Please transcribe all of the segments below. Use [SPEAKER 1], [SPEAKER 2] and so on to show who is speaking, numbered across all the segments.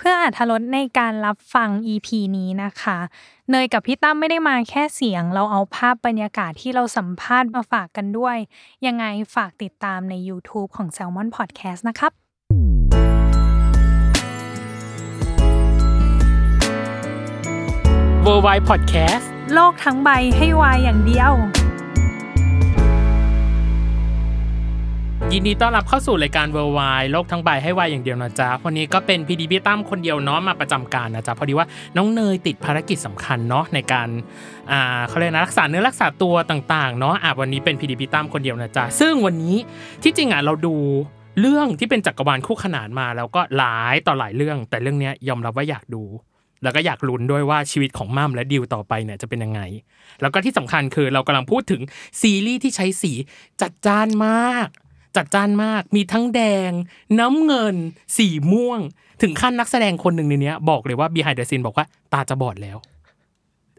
[SPEAKER 1] เพื่ออาธรสในการรับฟัง EP นี้นะคะ เนยกับพี่ตั้มไม่ได้มาแค่เสียง เราเอาภาพบรรยากาศที่เราสัมภาษณ์มาฝากกันด้วย ยังไงฝากติดตามใน YouTube ของ Salmon Podcast นะครับ
[SPEAKER 2] w o r l d w i d e Podcast
[SPEAKER 1] โลกทั้งใบให้วายอย่างเดียว
[SPEAKER 2] ยินดีต้อนรับเข้าสู่รายการ w o r l d w i d e โลกทั้งใบให้วายอย่างเดียวนะจ๊ะ วันนี้ก็เป็นพีดีพี่ตั้มคนเดียวเนาะมาประจำการนะจ๊ะ พอดีว่าน้องเนยติดภารกิจสำคัญเนาะในการอ่าเขาเรียกนะรักษาเนื้อรักษาตัวต่างๆเนาะอ่ะวันนี้เป็นพีดีพี่ตั้มคนเดียวนะจ๊ะ ซึ่งวันนี้ที่จริงอ่ะเราดูเรื่องที่เป็นจักรวาลคู่ขนานมา แล้วก็หลายต่อหลายเรื่อง แต่เรื่องเนี้ยยอมรับว่าอยากดู แล้วก็อยากลุ้นด้วยว่าชีวิตของม่ามและดิวต่อไปเนี่ยจะเป็นยังไง แล้วก็ที่สำคัญคือเรากำลังพูดถึงซีรีส์ที่ใช้สีจัดจ้านมาก จัดจ้านมาก มีทั้งแดง น้ำเงิน สีม่วง ถึงขั้นนักแสดงคนหนึ่งในเนี้ยบอกเลยว่า behind the scene บอกว่าตาจะบอดแล้ว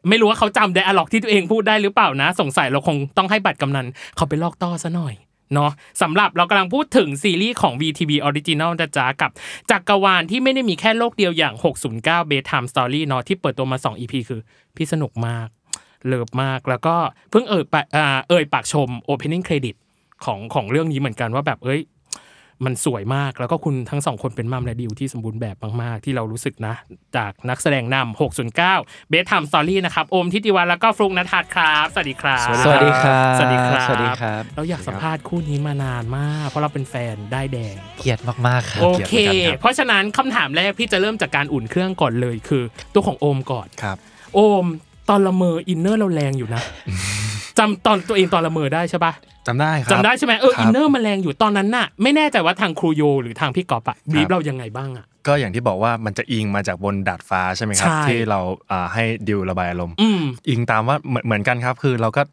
[SPEAKER 2] ไม่รู้ว่าเขาจำไดอะล็อกที่ตัวเองพูดได้หรือเปล่านะ สงสัยเราคงต้องให้บัตรกำนันเขาไปลอกต้อซะหน่อย เนาะสำหรับเรากำลังพูดถึงซีรีส์ของ VTV Original นะจ๊ะกับจักรวาลที่ไม่ได้มีแค่โลกเดียวอย่าง 609 Bedtime Story เนาะที่เปิดตัวมา 2 EP คือ พี่สนุกมาก เลิฟมากแล้วก็เพิ่งเอ่ยปากอ่าเอ่ยปากชม Opening Credit ของของเรื่องนี้เหมือนกันว่าแบบเอ้ย มันสวยมากแล้วก็คุณทั้งสองคนเป็นมัมและดิวที่สมบูรณ์แบบมาก ๆ ที่เรารู้สึกนะ จากนักแสดงนำ609 เบสไทม์สตอรี่นะครับ โอมทิติวันแล้วก็ฟลุกนัทัศน์ครับ สวัสดีครับ
[SPEAKER 3] สวัสดีครับ
[SPEAKER 2] สวัสดีครับ
[SPEAKER 3] สวัสดีครับ
[SPEAKER 2] เราอยากสัมภาษณ์คู่นี้มานานมาก เพราะเราเป็นแฟนได้ายแดง
[SPEAKER 3] เกลียดมากๆครับ
[SPEAKER 2] โอ
[SPEAKER 3] กียด
[SPEAKER 2] เค
[SPEAKER 3] หมืนกัน
[SPEAKER 2] เพราะฉะนั้นคำถามแรกพี่จะเริ่มจากการอุ่นเครื่องก่อนเลยคือ ตัวของโอมก่อน
[SPEAKER 3] ครับ
[SPEAKER 2] โอมตอนละเมออินเนอร์เราแรงอยู่ นะจำตอนตัวเองตอนละเมอได้ใช่ปะ
[SPEAKER 3] จำได้ครับ
[SPEAKER 2] จำได้ใช่ไหมเออ
[SPEAKER 3] ครับ
[SPEAKER 2] อินเนอร์มันแรงอยู่ตอนนั้นน่ะ ไม่แน่ใจว่าทางครูโยหรือทางพี่กอบอะบีบเรายังไงบ้างอะ
[SPEAKER 3] ก็อย่างที่บอกว่ามันจะอิงมาจากบนดาดฟ้าใช่ไหมครับ
[SPEAKER 2] ใช่
[SPEAKER 3] ที่เราอ่าให้ดิวระบายอารมณ์
[SPEAKER 2] อืม
[SPEAKER 3] อิงตามว่าเหมือนเหมือนกันครับ คือเราก็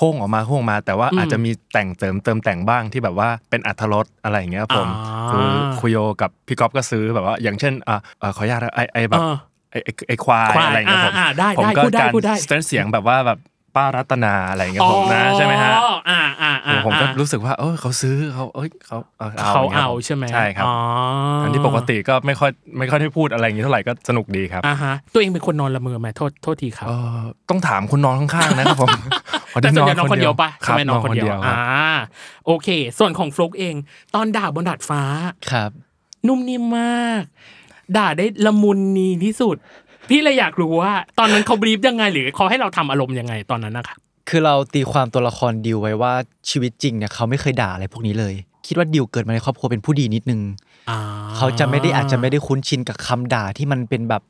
[SPEAKER 3] พุ่งออกมาพุ่งออกมา แต่ว่า
[SPEAKER 2] อืม
[SPEAKER 3] อาจจะมีแต่งเติมเติมแต่งบ้างที่แบบว่าเป็นอัธรสอะไรอย่างเงี้ยครับผม
[SPEAKER 2] อ่า
[SPEAKER 3] คือคุยโยกับพี่ก๊อฟก็ซื้อแบบว่า อย่างเช่นอ่าเอ่อขออนุญาตนะไอไอแบบ
[SPEAKER 2] อ่า
[SPEAKER 3] ไอไอ้ไอควาย
[SPEAKER 2] ควาย
[SPEAKER 3] อะไรอย่างเงี้ยผม
[SPEAKER 2] อ่าอ่าได้ได้
[SPEAKER 3] ผมก็
[SPEAKER 2] พูดได้
[SPEAKER 3] การ
[SPEAKER 2] พูดได้
[SPEAKER 3] สเตนเสียงแบบว่าแบบป้ารัตนาอะไรอย่างเงี้ยผมนะใช่ไหมฮะ
[SPEAKER 2] อ๋ออ่าอ่าอ่า
[SPEAKER 3] ผมก็
[SPEAKER 2] อ่า
[SPEAKER 3] รู้สึกว่าเออเขาซื้อเขาเอ้ยเขาเอา
[SPEAKER 2] เขา
[SPEAKER 3] ย่งงี้ย
[SPEAKER 2] เอาใช่ไหม
[SPEAKER 3] ใช่ครับ
[SPEAKER 2] อ๋ออั
[SPEAKER 3] นที่ปกติก็ไม่ค่อยไม่ค่อยได้พูดอะไรอย่างนี้เท่าไหร่ก็สนุกดีครับ
[SPEAKER 2] อ่าฮะตัวเองเป็นคนนอนละเมอไหมโทษโทษทีครับ
[SPEAKER 3] เออต้องถามคนนอนข้างๆนะครับ ผมพ
[SPEAKER 2] แต่
[SPEAKER 3] ได้
[SPEAKER 2] ส่วนใหญ่นอนคนเดียวปะ
[SPEAKER 3] ครั
[SPEAKER 2] ใช่
[SPEAKER 3] บ
[SPEAKER 2] ไหมนอนคนเดียว
[SPEAKER 3] ค
[SPEAKER 2] อ่า
[SPEAKER 3] รับ
[SPEAKER 2] โอเค ส่วนของฟลุกเอง ตอนด่าบนดาดฟ้า
[SPEAKER 4] ครับ
[SPEAKER 2] นุ่มนิ่มมาก ด่าได้ละมุนนีที่สุด พี่เลยอยากรู้ว่า ตอนนั้นเขาบีบยังไง หรือเขาให้เราทำอารมณ์ยังไงตอนนั้นนะคะ
[SPEAKER 4] คือเราตีความตัวละครดิวไว้ว่าชีวิตจริงเนี่ยเขาไม่เคยด่าอะไรพวกนี้เลย คิดว่าดิวเกิดมาในครอบครัวเป็นผู้ดีนิดนึง
[SPEAKER 2] อ่
[SPEAKER 4] เขาจะไม่ได้อาจจะไม่ได้คุ้นชินกับคำด่าที่มันเป็นแบบ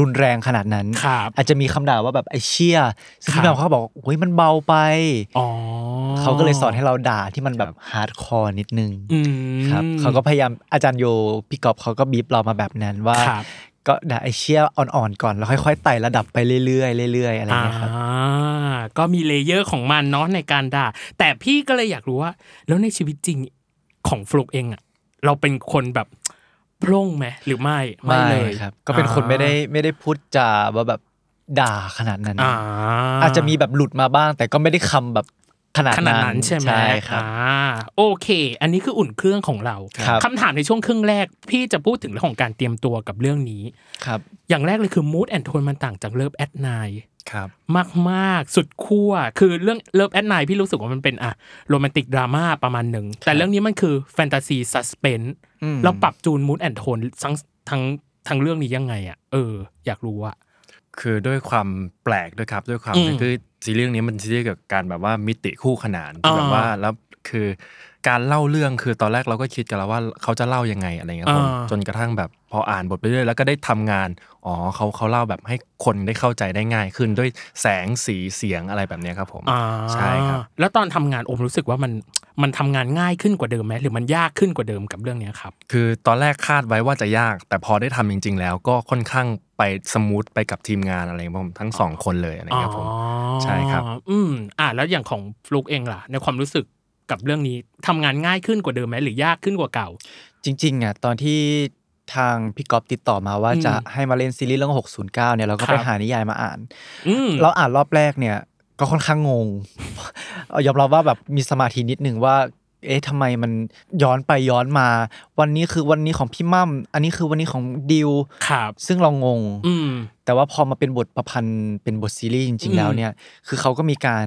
[SPEAKER 4] รุนแรงขนาดนั้น
[SPEAKER 2] ครับ
[SPEAKER 4] อาจจะมีคำด่าว่าแบบไอ้เชี่ยซึ่ง
[SPEAKER 2] ครับ
[SPEAKER 4] พี่แมวเขาบอกเฮ้ยมันเบาไป
[SPEAKER 2] อ๋อ
[SPEAKER 4] เขาก็เลยสอนให้เราด่าที่มันแบบฮาร์ดคอร์นิดนึง
[SPEAKER 2] อืม
[SPEAKER 4] ครับเขาก็พยายามอาจารย์โยพี่กอบเขาก็บีบเรามาแบบนั้นว่า
[SPEAKER 2] ครับ
[SPEAKER 4] ก็ด่าไอ้เชี่ยอ่อนๆก่อนแล้วค่อยๆไต่ระดับไปเรื่อยๆเรื่อยๆอะไรอย่างเงี้ยครับ
[SPEAKER 2] อ่าก็มีเลเยอร์ของมันเนาะในการด่า แต่พี่ก็เลยอยากรู้ว่า แล้วในชีวิตจริงของฟลุกเองอะเราเป็นคนแบบโปร่งไหมหรือไม่
[SPEAKER 4] ไม่
[SPEAKER 2] เล
[SPEAKER 4] เลย ยครับ ก็เป็นคนไม่ได้ไม่ได้พูดจาว่าแบบด่าขนาดนั้น
[SPEAKER 2] อ่า
[SPEAKER 4] อาจจะมีแบบหลุดมาบ้าง แต่ก็ไม่ได้คำแบบขนาด
[SPEAKER 2] ขนาดนั้นใช่ไหม
[SPEAKER 4] ใช่ครับ
[SPEAKER 2] อ่าโอเค อันนี้คืออุ่นเครื่องของเรา
[SPEAKER 4] ครับ
[SPEAKER 2] คำถามในช่วงครึ่งแรก พี่จะพูดถึงเรื่องของการเตรียมตัวกับเรื่องนี้
[SPEAKER 4] ครับ
[SPEAKER 2] อย่างแรกเลยคือ mood and tone มันต่างจากเลิฟแอดไน
[SPEAKER 3] ครับ
[SPEAKER 2] มาก ๆ สุดขั้วคือเรื่องเลิฟแอดไนพี่รู้สึกว่ามันเป็นอะโรแมนติกดราม่าประมาณหนึ่ง แต่เรื่องนี้มันคือแฟนตาซีซัสเพน
[SPEAKER 3] อืม
[SPEAKER 2] เราปรับจูนมู d แอนโทนทั้งทั้งทั้งเรื่องนี้ยังไงอะเออ อยากรู้อะ
[SPEAKER 3] คือด้วยความแปลกด้วยครับ ด้วยความ
[SPEAKER 2] อืม
[SPEAKER 3] คือซีรีส์เรื่องนี้มันซีรีส์เกี่ยวกับการแบบว่ามิติคู่ขนาน
[SPEAKER 2] อ่า
[SPEAKER 3] ที่แบบว่าแล้วคือการเล่าเรื่องคือตอนแรกเราก็คิดกันแล้วว่าเขาจะเล่ายังไงอะไรเงี้ยครับผม
[SPEAKER 2] อ่า
[SPEAKER 3] จนกระทั่งแบบพออ่านบทไปเรื่อยแล้วก็ได้ทำงานอ๋อเขาเขาเล่าแบบให้คนได้เข้าใจได้ง่าย ขึ้นด้วยแสงสีเสียงอะไรแบบเนี้ยครับผม
[SPEAKER 2] อ่า
[SPEAKER 3] ใช่ครับ
[SPEAKER 2] แล้วตอนทำงานโอมรู้สึกว่ามันมันทำงานง่ายขึ้นกว่าเดิมไหมหรือมันยากขึ้นกว่าเดิมกับเรื่องเนี้ยครับ
[SPEAKER 3] คือตอนแรกคาดไว้ว่าจะยาก แต่พอได้ทำจริง ๆ แล้วก็ค่อนข้างไปสมูทไปกับทีมงานอะไรครับผมทั้งสองคนเลยอะไรครับผม
[SPEAKER 2] อ๋อ
[SPEAKER 3] ใช่ครับ
[SPEAKER 2] อืมอ่าแล้วอย่างของฟลุกเองล่ะ ในความรู้สึกกับเรื่องนี้ทำงานง่ายขึ้นกว่าเดิมไหมหรือยากขึ้นกว่าเก่า
[SPEAKER 4] จริงๆอ่ะตอนที่ทางพี่ก๊อฟติดต่อมาว่า
[SPEAKER 2] อืม
[SPEAKER 4] จะให้มาเล่นซีรีส์เรื่อง 609 เนี่ยเรา
[SPEAKER 2] ค
[SPEAKER 4] ก็ไป
[SPEAKER 2] รับ
[SPEAKER 4] หานิยายมาอ่าน
[SPEAKER 2] อืม
[SPEAKER 4] เราอ่านรอบแรกเนี่ยก็ค่อนข้างงง เอายอมรับว่าแบบมีสมาธินิดนึงว่า เอ๊ะทำไมมันย้อนไปย้อนมา วันนี้คือวันนี้ของพี่มั่มอันนี้คือวันนี้ของดิว
[SPEAKER 2] ครับ
[SPEAKER 4] ซึ่งเรางง
[SPEAKER 2] อืม
[SPEAKER 4] แต่ว่าพอมาเป็นบทประพันธ์เป็นบทซีรีส์จริง ๆ แล้วเนี่ย คือเขาก็มีการ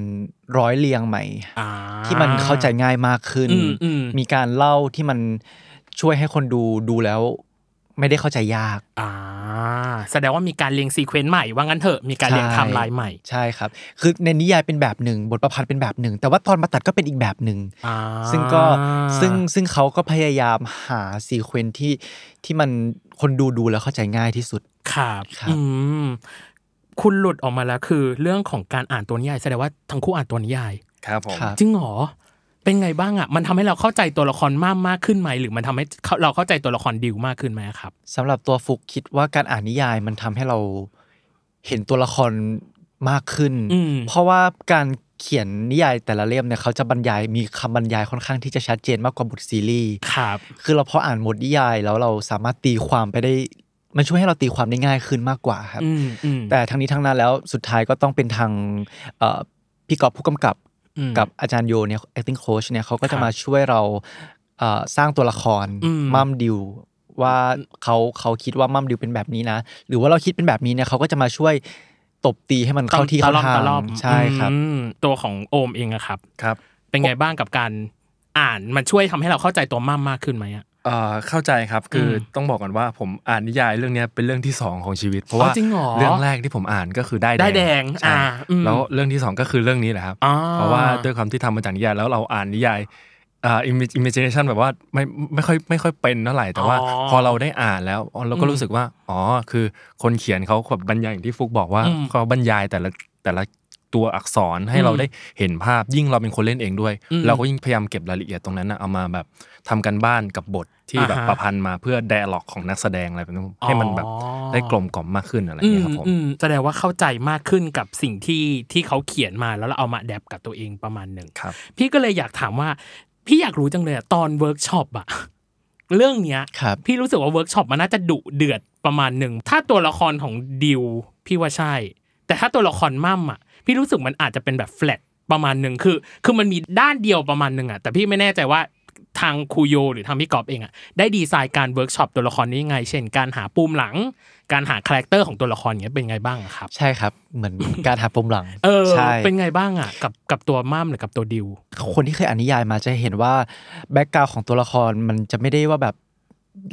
[SPEAKER 4] ร้อยเรียงใหม่
[SPEAKER 2] อ่า
[SPEAKER 4] ที่มันเข้าใจง่ายมากขึ้น
[SPEAKER 2] อืมอืม
[SPEAKER 4] มีการเล่าที่มันช่วยให้คนดูดูแล้ว ไม่ได้เข้าใจยาก
[SPEAKER 2] อ่า แสดงว่ามีการเรียงซีเควนต์ใหม่ ว่างั้นเถอะมีการเรียงไทม์ไลน์ใหม่
[SPEAKER 4] ใช่ครับ คือในนิยายเป็นแบบหนึ่ง บทประพันธ์เป็นแบบหนึ่ง แต่ว่าตอนมาตัดก็เป็นอีกแบบหนึ่ง
[SPEAKER 2] อ่า
[SPEAKER 4] ซึ่งก็ซึ่งซึ่งเขาก็พยายามหาซีเควนซ์ที่ที่มันคนดูดูแล้วเข้าใจง่ายที่สุด
[SPEAKER 2] ครับ
[SPEAKER 4] ครับ
[SPEAKER 2] อืมคุณหลุดออกมาแล้วคือ เรื่องของการอ่านตัวนิยายแสดงว่าทั้งคู่อ่านตัวนิยาย
[SPEAKER 3] ครับผม
[SPEAKER 4] ครับ
[SPEAKER 2] จริงเหรอ เป็นไงบ้างอ่ะ มันทำให้เราเข้าใจตัวละครมากมากขึ้นไหม หรือมันทำให้เขาเราเข้าใจตัวละครดิวมากขึ้นไหมครับ
[SPEAKER 4] สำหรับตัวฟุกคิดว่าการอ่านนิยายมันทำให้เราเห็นตัวละครมากขึ้น
[SPEAKER 2] อืม
[SPEAKER 4] เพราะว่าการเขียนนิยายแต่ละเล่มเนี่ยเขาจะบรรยายมีคำบรรยายค่อนข้างที่จะชัดเจนมากกว่าบทซีรีส์
[SPEAKER 2] ครับ
[SPEAKER 4] คือเราพออ่านบทนิยายแล้วเราสามารถตีความไปได้ มันช่วยให้เราตีความได้ง่ายขึ้นมากกว่าครับ
[SPEAKER 2] อืมอืม
[SPEAKER 4] แต่ทั้งนี้ทั้งนั้นแล้วสุดท้ายก็ต้องเป็นทางเอ่อพี่กอบผู้กำกับ
[SPEAKER 2] อืม
[SPEAKER 4] กับอาจารย์โยเนี่ย acting coach เนี่ยเขาก็
[SPEAKER 2] ครั
[SPEAKER 4] จะ
[SPEAKER 2] บ
[SPEAKER 4] มาช่วยเราเอ่อสร้างตัวละคร
[SPEAKER 2] อืม
[SPEAKER 4] มัมดิวว่าเขาเขาคิดว่ามัมดิวเป็นแบบนี้นะ หรือว่าเราคิดเป็นแบบนี้เนี่ยเขาก็จะมาช่วยตบตีให้มันเข้าที่เข้า
[SPEAKER 2] ตะล่อม
[SPEAKER 4] ทา
[SPEAKER 2] ตะ
[SPEAKER 4] ง
[SPEAKER 2] ล่อม
[SPEAKER 4] ใช่ครับ
[SPEAKER 2] อืมตัวของโอมเองอะครับ
[SPEAKER 3] ครับ
[SPEAKER 2] เป็นไงบ้างกับการอ่านมันช่วยทำให้เราเข้าใจตัวมั่มมากขึ้นไหมอะ
[SPEAKER 3] เอ่อเข้าใจครับคืออ
[SPEAKER 2] ม
[SPEAKER 3] ต้องบอกก่อนว่าผมอ่านนิยายเรื่องเนี้ยเป็นเรื่องที่สองของชีวิต เพราะว่า
[SPEAKER 2] อ๋อจริงเหรอ
[SPEAKER 3] เรื่องแรกที่ผมอ่านก็คือได้
[SPEAKER 2] ได้แดง
[SPEAKER 3] ใช่
[SPEAKER 2] อ่าอืม
[SPEAKER 3] แล้วเรื่องที่สองก็คือเรื่องนี้แหละครับ
[SPEAKER 2] อ่า
[SPEAKER 3] เพราะว่าด้วยความที่ทำมาจากนิยายแล้วเราอ่านนิยายเอ่าอิมเมจเนชันแบบว่าไม่ไม่ค่อยไม่ค่อยเป็นเท่าไหร่แต่ว่า
[SPEAKER 2] อ๋อ
[SPEAKER 3] พอเราได้อ่านแล้วอ๋อเราก็
[SPEAKER 2] อืม
[SPEAKER 3] รู้สึกว่าอ๋อคือคนเขียนเขาแบบบรรยายอย่างที่ฟุกบอกว่า
[SPEAKER 2] อืม
[SPEAKER 3] เขาบรรยายแต่ละแต่ละตัวอักษรให้
[SPEAKER 2] อืม
[SPEAKER 3] เราได้เห็นภาพยิ่งเราเป็นคนเล่นเองด้วย
[SPEAKER 2] อืม
[SPEAKER 3] เราก็ยิ่งพยายามเก็บรายละเอียดตรงนั้นนะเอามาแบบทำกันบ้านกับบท ที่แบบ
[SPEAKER 2] อ่าฮะ
[SPEAKER 3] ประพันธ์มาเพื่อ d ด a l ล็อกของนักแสดงอะไรแบบนี้ให้มันแบบได้กลมกล่อมมากขึ้นอะไรอย่างเงี้ยครับผม
[SPEAKER 2] อือืแสดงว่าเข้าใจมากขึ้นกับสิ่งที่ที่เขาเขียนมาแล้วเราเอามาแดบกับตัวเองประมาณหนึ่ง
[SPEAKER 3] ครับ
[SPEAKER 2] พี่ก็เลยอยากถามว่า พี่อยากรู้จังเลยอะตอนเวิร์กช็อปอะ เรื่องเนี้ย
[SPEAKER 4] ครับ
[SPEAKER 2] พี่รู้สึกว่าเวิร์กช็อปมันน่าจะดุเดือดประมาณหนึ่ง ถ้าตัวละครของดิวพี่ว่าใช่ แต่ถ้าตัวละครมั่มอ่ะ พี่รู้สึกมันอาจจะเป็นแบบแฟลตประมาณหนึ่งคือ คือมันมีด้านเดียวประมาณหนึ่งอ่ะ แต่พี่ไม่แน่ใจว่าทางครูโยหรือทางพี่กอบเองอ่ะ ได้ดีไซน์การเวิร์กช็อปตัวละครนี้ยังไง เช่น การหาปูมหลัง การหาคาแรคเตอร์ของตัวละครเนี้ยเป็นไงบ้างอะครับ
[SPEAKER 4] ใช่ครับ เหมือน การหาปมหลัง
[SPEAKER 2] เออ
[SPEAKER 4] ใช่
[SPEAKER 2] เป็นไงบ้างอ่ะ กับกับตัวมั่มหรือกับตัวดิว
[SPEAKER 4] คนที่เคยอ่านนิยายมาจะเห็นว่าแบ็กกราวของตัวละครมันจะไม่ได้ว่าแบบ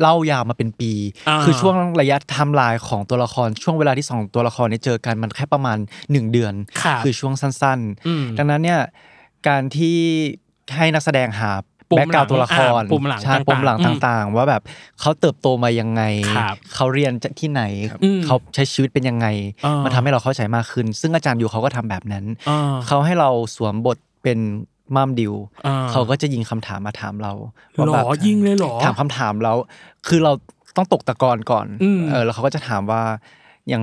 [SPEAKER 4] เล่ายาวมาเป็นปี
[SPEAKER 2] อ่า
[SPEAKER 4] คือช่วงระยะไทม์ไลน์ของตัวละครช่วงเวลาที่สองตัวละครเนี่ยเจอกันมันแค่ประมาณหนึ่งเดือน
[SPEAKER 2] ค่ะ
[SPEAKER 4] คือช่วงสั้น
[SPEAKER 2] อืม
[SPEAKER 4] ๆ ดังนั้นเนี่ยการที่ให้นักแสดงหา
[SPEAKER 2] ปุ่ม
[SPEAKER 4] แบ็กกราว
[SPEAKER 2] หลัง
[SPEAKER 4] ตัวละคร
[SPEAKER 2] อ่าปุ่มหลัง
[SPEAKER 4] ใช่
[SPEAKER 2] ต่างๆ
[SPEAKER 4] ปมหลัง
[SPEAKER 2] อืม
[SPEAKER 4] ต่างๆ ว่าแบบเขาเติบโตมายังไง
[SPEAKER 2] ครับ
[SPEAKER 4] เขาเรียนจากที่ไหน
[SPEAKER 2] อืม
[SPEAKER 4] เขาใช้ชีวิตเป็นยังไง
[SPEAKER 2] อ่ามั
[SPEAKER 4] มันทำให้เราเข้าใจมากขึ้น ซึ่งอาจารย์อยู่เขาก็ทำแบบนั้น
[SPEAKER 2] อ่า
[SPEAKER 4] เขาให้เราสวมบทเป็นมามดิว
[SPEAKER 2] อ่า
[SPEAKER 4] เขาก็จะยิงคำถามมาถามเรา
[SPEAKER 2] หรอ
[SPEAKER 4] ว่าแบบ
[SPEAKER 2] ยิงเลยเหรอ
[SPEAKER 4] ถามคำถามเรา คือเราต้องตกตะกอนก่อน
[SPEAKER 2] อืม
[SPEAKER 4] เออ แล้วเขาก็จะถามว่า อย่าง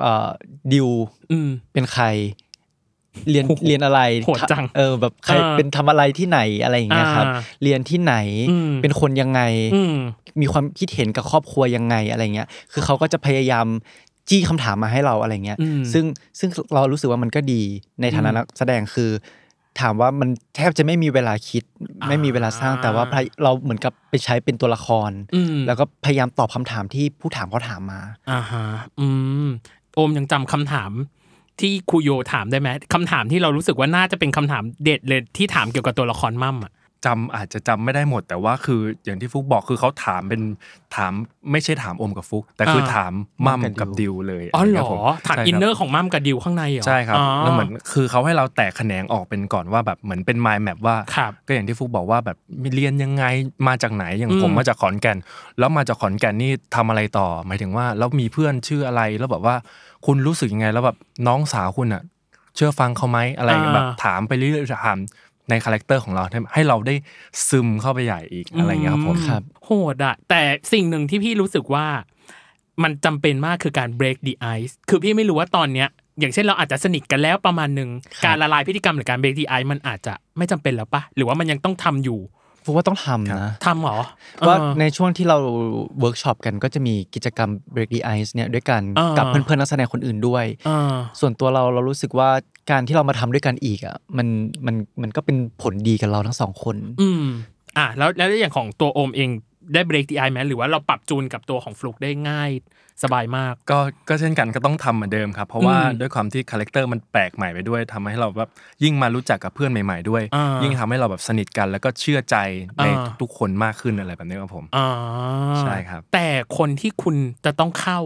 [SPEAKER 4] เอ่อดิว
[SPEAKER 2] อืม
[SPEAKER 4] เป็นใคร เรียน
[SPEAKER 2] โอ้โห
[SPEAKER 4] เรียนอะไร
[SPEAKER 2] โหดจัง
[SPEAKER 4] เออ แบบใคร
[SPEAKER 2] อ่า
[SPEAKER 4] เป็นทำอะไรที่ไหนอะไรอย่างเงี้ยครับ
[SPEAKER 2] อ่า
[SPEAKER 4] เรียนที่ไหน
[SPEAKER 2] อืม
[SPEAKER 4] เป็นคนยังไง
[SPEAKER 2] อืม
[SPEAKER 4] มีความคิดเห็นกับครอบครัวยังไงอะไรเงี้ย คือเขาก็จะพยายามจี้คำถามมาให้เราอะไรเงี้ย
[SPEAKER 2] อืม
[SPEAKER 4] ซึ่งซึ่งเรารู้สึกว่ามันก็ดีในฐานะ
[SPEAKER 2] อืม
[SPEAKER 4] นักแสดงคือ ถามว่ามันแทบจะไม่มีเวลาคิด ไม่มีเวลาสร้าง
[SPEAKER 2] อ่า
[SPEAKER 4] แต่ว่าเราเหมือนกับไปใช้เป็นตัวละคร
[SPEAKER 2] อืม
[SPEAKER 4] แล้วก็พยายามตอบคำถามที่ผู้ถามเขาถามมา
[SPEAKER 2] อ่าฮะ อืม โอมยังจำคำถาม ที่ครูโยถามได้ไหมคำถามที่เรารู้สึกว่าน่าจะเป็นคำถามเด็ดเลยที่ถามเกี่ยวกับตัวละครมั่มอ่ะ
[SPEAKER 3] จำอาจจะจำไม่ได้หมด แต่ว่าคืออย่างที่ฟุกบอกคือเขาถามเป็นถามไม่ใช่ถามอมกับฟุก แต่คือ
[SPEAKER 2] อ่า
[SPEAKER 3] ถามมั่ม
[SPEAKER 4] มั่มกั
[SPEAKER 3] กับบ ดิวเลย
[SPEAKER 2] อ๋อเหร
[SPEAKER 3] คบ
[SPEAKER 2] อ
[SPEAKER 3] ผม
[SPEAKER 2] ถาม
[SPEAKER 3] ใช่คบ
[SPEAKER 2] อินเนอร์ของมั่มกับดิวข้างในเหรอ
[SPEAKER 3] ใช่ครับ
[SPEAKER 2] อ๋อ
[SPEAKER 3] แล้วเหมือนคือเขาให้เราแตกแขนงออกเป็นก่อนว่าแบบเหมือนเป็นไมล์แมปว่า
[SPEAKER 2] ครับ
[SPEAKER 3] ก็อย่างที่ฟุกบอกว่าแบบเรียนยังไงมาจากไหนอย่าง
[SPEAKER 2] อืม
[SPEAKER 3] ผมมาจากขอนแก่น แล้วมาจากขอนแก่นนี่ทำอะไรต่อ หมายถึงว่าแล้วมีเพื่อนชื่ออะไรแล้วแบบว่าคุณรู้สึกยังไงแล้วแบบน้องสาวคุณอ่ะ เชื่อฟังเขาไหมอะไรแบบถามไปเรื่อยๆถามในคาแรคเตอร์ของเราให้ให้เราได้ซึมเข้าไปใหญ่อีกอะไรอย่างเงี้ยครับผม
[SPEAKER 4] ครับ
[SPEAKER 2] โหดอะแต่สิ่งหนึ่งที่พี่รู้สึกว่ามันจำเป็นมากคือการ break the ice คือพี่ไม่รู้ว่าตอนเนี้ย อย่างเช่นเราอาจจะสนิทกันแล้วประมาณหนึ่งการละลายพฤติกรรมหรือการ break the ice มันอาจจะไม่จำเป็นแล้วปะหรือว่ามันยังต้องทำอยู่
[SPEAKER 4] ฟุกว่าต้องทำนะ
[SPEAKER 2] ทำเหรอ
[SPEAKER 4] ว่า
[SPEAKER 2] เออ
[SPEAKER 4] ในช่วงที่เราเวิร์กช็อปกันก็จะมีกิจกรรม break the ice เนี่ยด้วยกัน
[SPEAKER 2] อ่ากั
[SPEAKER 4] กับเพื่อนๆนักแสดงคนอื่นด้วย
[SPEAKER 2] เออ
[SPEAKER 4] ส่วนตัวเราเรารู้สึกว่าการที่เรามาทำด้วยกันอีกอ่ะมันมันมันก็เป็นผลดีกับเราทั้งสองคน
[SPEAKER 2] อืม อ่ะแล้วแล้วอย่างของตัวโอมเองได้ break the ice ไหมหรือว่าเราปรับจูนกับตัวของฟลุกได้ง่ายสบายมาก
[SPEAKER 3] ก็ก็เช่นกันก็ต้องทำเหมือนเดิมครับ เพราะว่า
[SPEAKER 2] อืม
[SPEAKER 3] ด้วยความที่คาแรคเตอร์มันแปลกใหม่ไปด้วยทำให้เราแบบยิ่งมารู้จักกับเพื่อนใหม่ ๆ ด้วย
[SPEAKER 2] อ่ายิ่
[SPEAKER 3] ยิ่งทำให้เราแบบสนิทกันแล้วก็เชื่อใจใน
[SPEAKER 2] อ่า
[SPEAKER 3] ทุกๆคนมากขึ้นอะไรแบบนี้ครับผม
[SPEAKER 2] อ่า
[SPEAKER 3] ใช่ครับ
[SPEAKER 2] แต่คนที่คุณจะต้องเข้า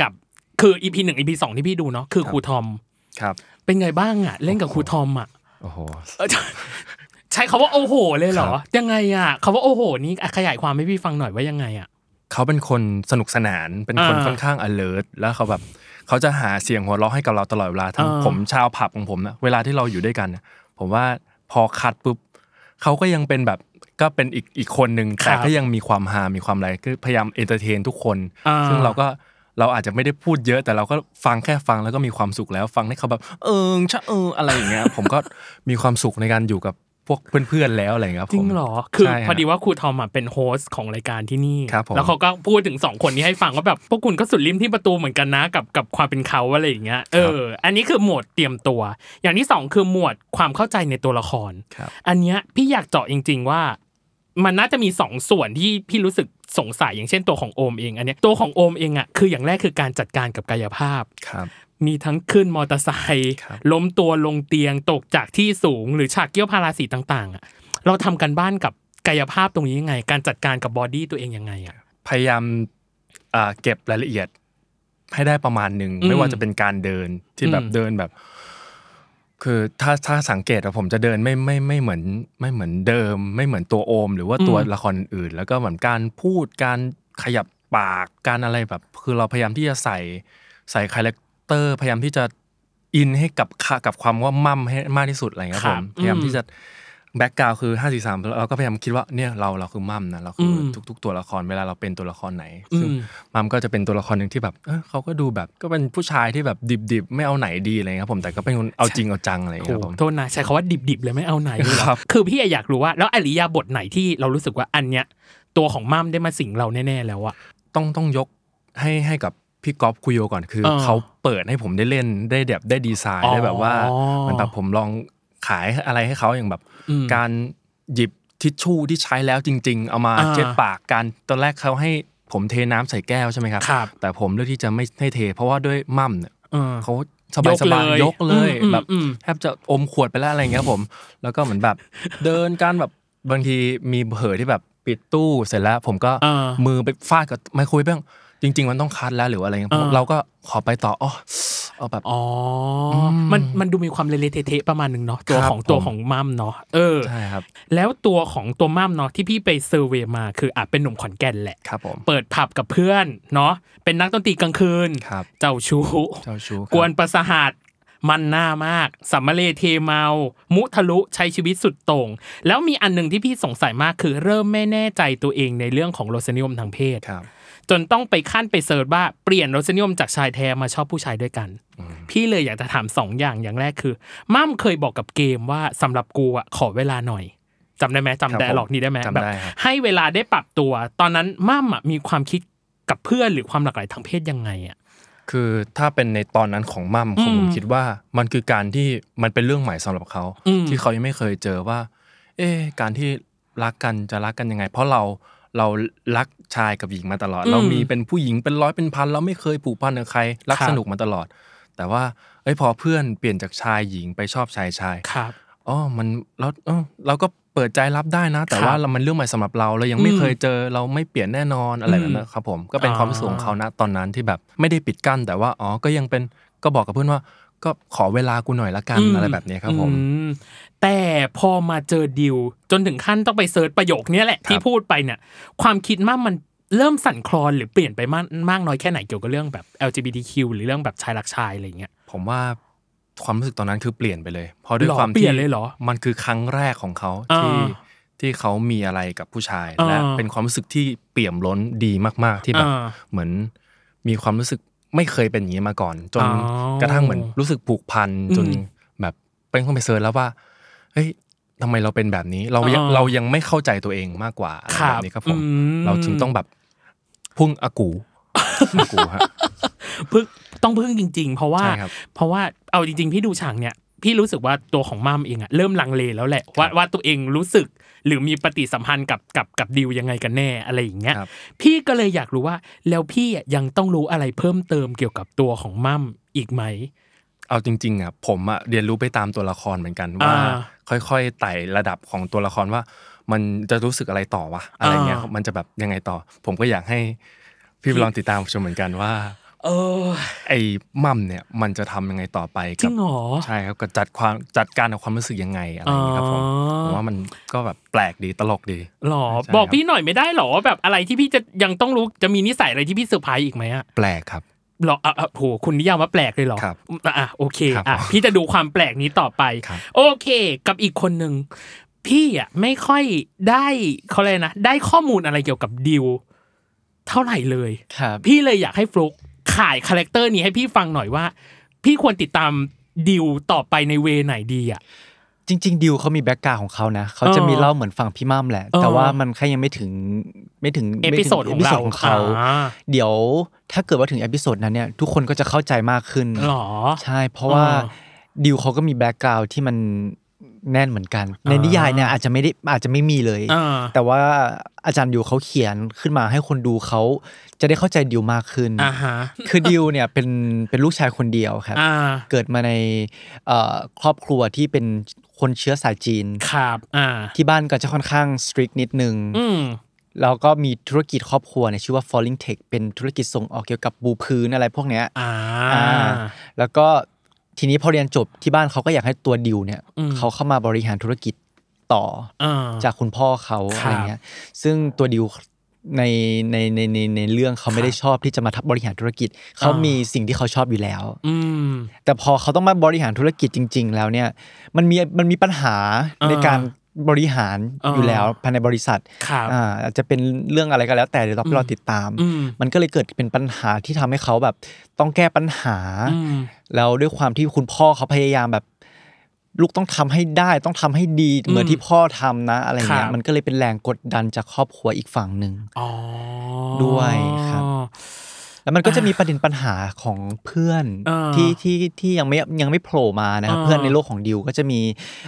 [SPEAKER 2] กับคืออีพีหนึ่งอีพีสองที่พี่ดูเนาะคือ
[SPEAKER 3] ครับ
[SPEAKER 2] ครูทอม
[SPEAKER 3] ครับ
[SPEAKER 2] เป็นไงบ้างอ่ะ เล่นกับครูทอมอ่ะ
[SPEAKER 3] โอ้โห
[SPEAKER 2] เออใช้คาว่าโอ้โห เลยเหรอ
[SPEAKER 3] ครับ
[SPEAKER 2] ยังไงอ่ะคาว่าโอ้โห นี้อ่ะขยายความให้พี่ฟังหน่อยว่ายังไงอ่ะ
[SPEAKER 3] เขาเป็นคนสนุกสนานเป็นคน
[SPEAKER 2] อ่า
[SPEAKER 3] ค่อนข้าง alert แล้วเขาแบบเขาจะหาเสียงหัวเราะให้กับเราตลอดเวลาทั้ง
[SPEAKER 2] อ่า
[SPEAKER 3] ผมชาวผับของผมนะเวลาที่เราอยู่ด้วยกันนะผมว่าพอคัดปุ๊บเขาก็ยังเป็นแบบก็เป็นอีกอีกคนหนึ่งแต่ก็ยังมีความฮามีความอะไรคือพยายามเอนเตอร์เทนทุกคน
[SPEAKER 2] อ่
[SPEAKER 3] ซึ่งเราก็เราอาจจะไม่ได้พูดเยอะแต่เราก็ฟังแค่ฟังแล้วก็มีความสุขแล้ว ฟังให้เขาแบบเอิงชะเอิงอะไรอย่างเงี้ย ผมก็มีความสุขในการอยู่กับพวกเพื่อนๆแล้วอะไรอย่างเงี้ยคบ
[SPEAKER 2] จริง
[SPEAKER 3] ผม
[SPEAKER 2] เหรอ คือ
[SPEAKER 3] ใช่ฮะ
[SPEAKER 2] พอดีว่าครูทอมอ่ะเป็นโฮสต์ของรายการที่นี่
[SPEAKER 3] ครับผม
[SPEAKER 2] แล้วเขาก็พูดถึงสองคนนี้ให้ฟังว่าแบบพวกคุณก็สุดริมที่ประตูเหมือนกันนะกับกับความเป็นเขาอะไรอย่างเงี้ย เออ อันนี้คือหมวดเตรียมตัว อย่างที่สองคือหมวดความเข้าใจในตัวละคร
[SPEAKER 3] ครับ
[SPEAKER 2] อันเนี้ยพี่อยากเจาะจริง ๆว่า มันน่าจะมีสองส่วนที่พี่รู้สึกสงสัยอย่างเช่นตัวของโอมเองอันเนี้ยตัวของโอมเองอ่ะคืออย่างแรกคือการจัดการกับกายภาพ
[SPEAKER 3] ครับ
[SPEAKER 2] มีทั้งขึ้นมอเตอร์ไซค์
[SPEAKER 3] ครับ
[SPEAKER 2] ล้มตัวลงเตียงตกจากที่สูง หรือฉากเกี้ยวพาราสีต่างๆอ่ะเราทำกันบ้านกับกายภาพตรงนี้ยังไง การจัดการกับบอดี้ตัวเองยังไงอ่ะ
[SPEAKER 3] พยายามเอ่อเก็บรายละเอียดให้ได้ประมาณหนึ่ง
[SPEAKER 2] อืม
[SPEAKER 3] ไม่ว่าจะเป็นการเดินที่แบบ
[SPEAKER 2] อืม
[SPEAKER 3] เดินแบบ คือถ้าถ้าสังเกตอะผมจะเดินไม่ไม่ไม่เหมือนไม่เหมือนเดิม ไม่เหมือนตัวโอม หรือว่าตัว
[SPEAKER 2] อืม
[SPEAKER 3] ละครอื่นแล้วก็เหมือนการพูดการขยับปากการอะไรแบบ คือเราพยายามที่จะใส่ใส่คาแรคเตอร์ พยายามที่จะอินให้กับค่ะกับความว่ามั่มให้มากที่สุดอะไรอย่างเงี้ยครับ
[SPEAKER 2] ครับ
[SPEAKER 3] ผมพยายาม
[SPEAKER 2] อืม
[SPEAKER 3] ที่จะแบ็กกราวคือห้าสี่สามเราก็พยายามคิดว่าเนี่ยเราเราคือมั่มนะเราคืออ
[SPEAKER 2] ม
[SPEAKER 3] ทุก ๆ ตัวละครเวลาเราเป็นตัวละครไหน
[SPEAKER 2] อื
[SPEAKER 3] ซึ่ง
[SPEAKER 2] ม
[SPEAKER 3] มัมก็จะเป็นตัวละครหนึ่งที่แบบเอ้อเขาก็ดูแบบก็เป็นผู้ชายที่แบบดิบๆ ไม่เอาไหนดีอะไรเงี้ยครับผมแต่ก็เป็นคนเอาจริงเอาจังอะไรเงี้ยครับผม
[SPEAKER 2] โทษนะใช้คาว่าดิบๆเลยไม่เอาไหนเลยเหรอ
[SPEAKER 3] ครับ
[SPEAKER 2] คือพี่อยากรู้ว่าแล้วอริยาบทไหนที่เรารู้สึกว่าอันเนี้ยตัวของมั่มได้มาสิงเราแน่ๆแล้วอ่ะ
[SPEAKER 3] ต้องต้องยกให้ให้กับพี่ก๊อฟคุโยก่อนคือ
[SPEAKER 2] เออ
[SPEAKER 3] เขาเปิดให้ผมได้เล่นได้แบบได้ดีไซ
[SPEAKER 2] อ๋
[SPEAKER 3] น์
[SPEAKER 2] อ
[SPEAKER 3] ได้แบบว่าเหมันแบบผมลองขายอะไรให้เขาอย่างแบบ
[SPEAKER 2] อืม
[SPEAKER 3] การหยิบทิชชู่ที่ใช้แล้วจริง ๆ เอามา
[SPEAKER 2] อ่า
[SPEAKER 3] เช็ดปากกันตอนแรกเขาให้ผมเทน้ำใส่แก้วใช่ไหมครับ
[SPEAKER 2] ครับ
[SPEAKER 3] แต่ผมเลือกที่จะไม่ให้เท เพราะว่าด้วยมั่มเนี่ย
[SPEAKER 2] เออ
[SPEAKER 3] เขาสบายสบาย
[SPEAKER 2] ย
[SPEAKER 3] ย
[SPEAKER 2] ก
[SPEAKER 3] ก
[SPEAKER 2] เล
[SPEAKER 3] เลย ย
[SPEAKER 2] อืม
[SPEAKER 3] แบบ
[SPEAKER 2] อืม
[SPEAKER 3] แทบจะอมขวดไปแล้วอะไรอย่างเงี้ยครับผม แล้วก็เหมือนแบบ เดินการแบบบางทีมีเผลอที่แบบปิดตู้เสร็จแล้ว ผมก็
[SPEAKER 2] อ่า
[SPEAKER 3] มือไปฟาดกับไมโครเวฟบ้างจริง ๆ มันต้องคัดแล้วหรืออะไรเงี้ย
[SPEAKER 2] อ่า
[SPEAKER 3] เราก็ขอไปต่ออ๋อเอาแบบ
[SPEAKER 2] อ๋ออ
[SPEAKER 3] ม
[SPEAKER 2] มันมันดูมีความเละๆเทะๆประมาณหนึ่งเนาะตัว
[SPEAKER 3] ครับ
[SPEAKER 2] ของตัว
[SPEAKER 3] ผม
[SPEAKER 2] ของมั่มเนาะเออ
[SPEAKER 3] ใช่ครับ
[SPEAKER 2] แล้วตัวของตัวมั่มเนาะที่พี่ไปเซอร์เวย์มาคืออาจเป็นหนุ่มขอนแก่นแหละ
[SPEAKER 3] ครับผม
[SPEAKER 2] เปิดผับกับเพื่อนเนาะเป็นนักดนตรีกลางคืน
[SPEAKER 3] ครับ
[SPEAKER 2] เจ้าชู้
[SPEAKER 3] เจ้าชู้ครับ
[SPEAKER 2] กวนประสาทมันหน้ามากสัมมาเลเทเมา มุทะลุใช้ชีวิตสุดโต่ง แล้วมีอันหนึ่งที่พี่สงสัยมากคือเริ่มไม่แน่ใจตัวเองในเรื่องของรสนิยมทางเพศ
[SPEAKER 3] ครับ
[SPEAKER 2] จนต้องไปขั้นไปเสิร์ชว่าเปลี่ยนรสนิยมจากชายแท้มาชอบผู้ชายด้วยกัน พี่เลยอยากจะถามสองอย่างอย่างแรกคือมั่มเคยบอกกับเกมว่าสำหรับกูอ่ะขอเวลาหน่อยจำได้ไหมจำ
[SPEAKER 3] ครับ
[SPEAKER 2] ไดร์ล็อกนี้ได้ไหม
[SPEAKER 3] จำ
[SPEAKER 2] แบบ
[SPEAKER 3] ได้ครับ
[SPEAKER 2] ให้เวลาได้ปรับตัว ตอนนั้นมั่มอ่ะมีความคิดกับเพื่อนหรือความหลากหลายทางเพศยังไงอ่ะ
[SPEAKER 3] คือถ้าเป็นในตอนนั้นของมั่ม
[SPEAKER 2] อื
[SPEAKER 3] ผม มคิดว่ามันคือการที่มันเป็นเรื่องใหม่สำหรับเขา
[SPEAKER 2] อืม
[SPEAKER 3] ที่เขายังไม่เคยเจอว่า เอ๊ะการที่รักกันจะรักกันยังไง เพราะเราเรารักชายกับหญิงมาตลอด
[SPEAKER 2] อืม
[SPEAKER 3] เรามีเป็นผู้หญิงเป็นร้อยเป็นพันเราไม่เคยผูกพันกับใคร รัก
[SPEAKER 2] ครับ
[SPEAKER 3] สนุกมาตลอด แต่ว่าเอ้ยพอเพื่อนเปลี่ยนจากชายหญิงไปชอบชายชาย
[SPEAKER 2] ครับ
[SPEAKER 3] อ๋อ มันเราเอ้าเราก็เปิดใจรับได้นะ แต่
[SPEAKER 2] ครับ
[SPEAKER 3] ว่าเรามันเรื่องใหม่สำหรับเรา เรายังไม่
[SPEAKER 2] อืม
[SPEAKER 3] เคยเจอ เราไม่เปลี่ยนแน่นอนอะไร
[SPEAKER 2] อืม
[SPEAKER 3] แบบนั้นครับผม ก็เป็น
[SPEAKER 2] อ่า
[SPEAKER 3] ความรู้สึกของเขานะตอนนั้นที่แบบไม่ได้ปิดกั้นแต่ว่า อ๋อ ก็ยังเป็น ก็บอกกับเพื่อนว่า ก็ขอเวลากูหน่อยละกัน
[SPEAKER 2] ม
[SPEAKER 3] อะไรแบบเนี้ยครับผม
[SPEAKER 2] อืแต่พอมาเจอดิว จนถึงขั้นต้องไปเซิร์ชประโยคเนี้ยแหละที่พูดไปเนี่ยความคิดมากมันเริ่มสั่นคลอนหรือเปลี่ยนไปมากมากน้อยแค่ไหนเกี่ยวกับเรื่องแบบ LGBTQ หรือเรื่องแบบชายรักชายอะไรอย่างเงี้ย
[SPEAKER 3] ผมว่าความรู้สึกตอนนั้นคือเปลี่ยนไปเลย เพราะด้วย
[SPEAKER 2] หรอ
[SPEAKER 3] ความที่
[SPEAKER 2] เปลี่ยนเลยเหรอ
[SPEAKER 3] มันคือครั้งแรกของเขา
[SPEAKER 2] อ่า
[SPEAKER 3] ที่ที่เขามีอะไรกับผู้ชาย
[SPEAKER 2] อ่า
[SPEAKER 3] และเป็นความรู้สึกที่เปี่ยมล้นดีมากๆที่แบบ
[SPEAKER 2] อ่า
[SPEAKER 3] เหมือนมีความรู้สึกไม่เคยเป็นอย่างนี้มาก่อน จน
[SPEAKER 2] อ๋อก
[SPEAKER 3] ระทั่งเหมือนรู้สึกผูกพัน
[SPEAKER 2] อืม
[SPEAKER 3] จนแบบเป็นคนไปเซิร์ชแล้วว่าเฮ้ยทำไมเราเป็นแบบนี้เรายัง
[SPEAKER 2] อ่า
[SPEAKER 3] เรายังไม่เข้าใจตัวเองมากกว่าอะไร
[SPEAKER 2] ครับ
[SPEAKER 3] แบบนี้ครับผ
[SPEAKER 2] อื
[SPEAKER 3] ม
[SPEAKER 2] ม
[SPEAKER 3] เราถึงต้องแบบพุ่งอากู อากูฮะ
[SPEAKER 2] พึ่งต้องพึ่งจริง ๆ เพราะว่า
[SPEAKER 3] ใช่ครับ
[SPEAKER 2] เพราะว่าเอาจริง ๆ พี่ดูฉากเนี่ย พี่รู้สึกว่าตัวของมัมเองอะเริ่มลังเลแล้วแหละว่าว่าตัวเองรู้สึก หรือมีปฏิสัมพันธ์กับกับกับดิวยังไงกันแน่อะไรอย่างเงี้ย
[SPEAKER 3] ครับ
[SPEAKER 2] พี่ก็เลยอยากรู้ว่าแล้วพี่อะยังต้องรู้อะไรเพิ่มเติมเกี่ยวกับตัวของมัมอีกไหม
[SPEAKER 3] เอาจริงๆอ่ะผมอ่ะเรียนรู้ไปตามตัวละครเหมือนกันว่า
[SPEAKER 2] อ่
[SPEAKER 3] ค่อยๆไต่ระดับของตัวละครว่า มันจะรู้สึกอะไรต่อวะอะไรเงี้ย
[SPEAKER 2] อ่ามั
[SPEAKER 3] มันจะแบบยังไงต่อ ผมก็อยากให้พี่ลองติดตามชมเหมือนกันว่า
[SPEAKER 2] เออ
[SPEAKER 3] ไอ้มั่มเนี่ยมันจะทำยังไงต่อไป
[SPEAKER 2] จริ
[SPEAKER 3] กั
[SPEAKER 2] งเหรอ
[SPEAKER 3] ใช่ครับกับจัดความจัดการกับความรู้สึกยังไงอะไรอย่างเงี้ยครับผม
[SPEAKER 2] อ๋อ
[SPEAKER 3] ผมว่ามันก็แบบแปลกดีตลกดี
[SPEAKER 2] หรอ
[SPEAKER 3] ใช่
[SPEAKER 2] บอก
[SPEAKER 3] ครับ
[SPEAKER 2] พี่หน่อยไม่ได้หรอว่าแบบอะไรที่พี่จะยังต้องรู้จะมีนิสัยอะไรที่พี่เซอร์ไพรส์อีกไหมอะ
[SPEAKER 3] แปลกครับ
[SPEAKER 2] หรออ่ะอ่ะโหคุณนิยามว่าแปลกเลยเหรอ
[SPEAKER 3] ครับ
[SPEAKER 2] อ่ะอ่ะโอเค
[SPEAKER 3] ครับ
[SPEAKER 2] อ่ะ
[SPEAKER 3] ผม
[SPEAKER 2] พี่จะดูความแปลกนี้ต่อไป
[SPEAKER 3] ครับ
[SPEAKER 2] โอเค กับอีกคนหนึ่งพี่อ่ะไม่ค่อยได้เขาเลยกนะ ได้ข้อมูลอะไรเกี่ยวกับดิวเท่าไหร่เลย
[SPEAKER 4] ครับ
[SPEAKER 2] พี่เลยอยากให้ฟลุกขายคาแรคเตอร์นี้ให้พี่ฟังหน่อยว่า พี่ควรติดตามดิวต่อไปในเวไหนดีอ่ะ
[SPEAKER 4] จริง ๆ ดิวเขามีแบ็กกราวของเขานะเขาจะมีเล่าเหมือนฝั่งพี่มั่มแหละ
[SPEAKER 2] เออ
[SPEAKER 4] แต่ว่ามันแค่ยังไม่ถึงไม่ถึง
[SPEAKER 2] เอ
[SPEAKER 4] ไม่
[SPEAKER 2] พิ
[SPEAKER 4] ถึ
[SPEAKER 2] โซดของ
[SPEAKER 4] พิ
[SPEAKER 2] เรา
[SPEAKER 4] โซดของเขา
[SPEAKER 2] อ่
[SPEAKER 4] เดี๋ยวถ้าเกิดว่าถึงเอพิโซดนั้นเนี่ยทุกคนก็จะเข้าใจมากขึ้น
[SPEAKER 2] หรอ
[SPEAKER 4] ใช่ เพราะว่า
[SPEAKER 2] อ่า
[SPEAKER 4] ดิวเขาก็มีแบ็กกราวที่มันแน่นเหมือนกัน ในนิยายเนี่ยอาจจะไม่ได้อาจจะไม่มีเลย
[SPEAKER 2] อ่า
[SPEAKER 4] แต่ว่าอาจารย์ดิวเขาเขียนขึ้นมาให้คนดูเขาจะได้เข้าใจดิวมากขึ้น
[SPEAKER 2] อ่าฮะ
[SPEAKER 4] คือดิวเนี่ย เป็นเป็นลูกชายคนเดียวครับ
[SPEAKER 2] อ่า
[SPEAKER 4] เกิดมาในเอ่อครอบครัวที่เป็นคนเชื้อสายจีน
[SPEAKER 2] ครับอ่า
[SPEAKER 4] ที่บ้านก็จะค่อนข้างสตริกนิดนึง
[SPEAKER 2] อืม
[SPEAKER 4] แล้วก็มีธุรกิจครอบครัวเนี่ยชื่อว่า Falling Tech เป็นธุรกิจส่งออกเกี่ยวกับบูพื้นอะไรพวกเนี้ย
[SPEAKER 2] อ่า
[SPEAKER 4] อ่าแล้วก็ทีนี้พอเรียนจบที่บ้านเขาก็อยากให้ตัวดิวเนี่ย
[SPEAKER 2] อืม
[SPEAKER 4] เขาเข้ามาบริหารธุรกิจต่อ
[SPEAKER 2] อ่า
[SPEAKER 4] จากคุณพ่อเขา
[SPEAKER 2] ครับ
[SPEAKER 4] อะไรเงี้ยซึ่งตัวดิวในในในในในเรื่องเขาไม่ได้ชอบที่จะมาทับบริหารธุรกิจเขา
[SPEAKER 2] อ่ามี
[SPEAKER 4] มีสิ่งที่เขาชอบอยู่แล้ว
[SPEAKER 2] อืม
[SPEAKER 4] แต่พอเขาต้องมาบริหารธุรกิจจริง ๆ แล้วเนี่ยมันมีมันมีปัญหา
[SPEAKER 2] อ่า
[SPEAKER 4] ในการบริหาร
[SPEAKER 2] อ่า
[SPEAKER 4] อยู่แล้วภายในบริษัท
[SPEAKER 2] ครับ
[SPEAKER 4] อ่าอาจจะเป็นเรื่องอะไรก็แล้ว แต่เดี๋ยวเราไปรอติดตาม
[SPEAKER 2] อืม
[SPEAKER 4] มันก็เลยเกิดเป็นปัญหาที่ทำให้เขาแบบต้องแก้ปัญหา
[SPEAKER 2] อืม
[SPEAKER 4] แล้วด้วยความที่คุณพ่อเขาพยายามแบบ ลูกต้องทำให้ได้ต้องทำให้ดีเหมือนที่พ่อทำนะ อะไรเงี้
[SPEAKER 2] ครั
[SPEAKER 4] ย
[SPEAKER 2] บ
[SPEAKER 4] มันก็เลยเป็นแรงกดดันจากครอบครัวอีกฝั่งหนึ่ง
[SPEAKER 2] อ๋อ
[SPEAKER 4] ด้วยครับ แล้วมันก็จะมีประเด็นปัญหาของเพื่อน
[SPEAKER 2] เออ
[SPEAKER 4] ที่ที่ที่ยังไม่ยังไม่โผล่มานะครับ
[SPEAKER 2] เออ
[SPEAKER 4] เพื่อนในโลกของดิวก็จะมี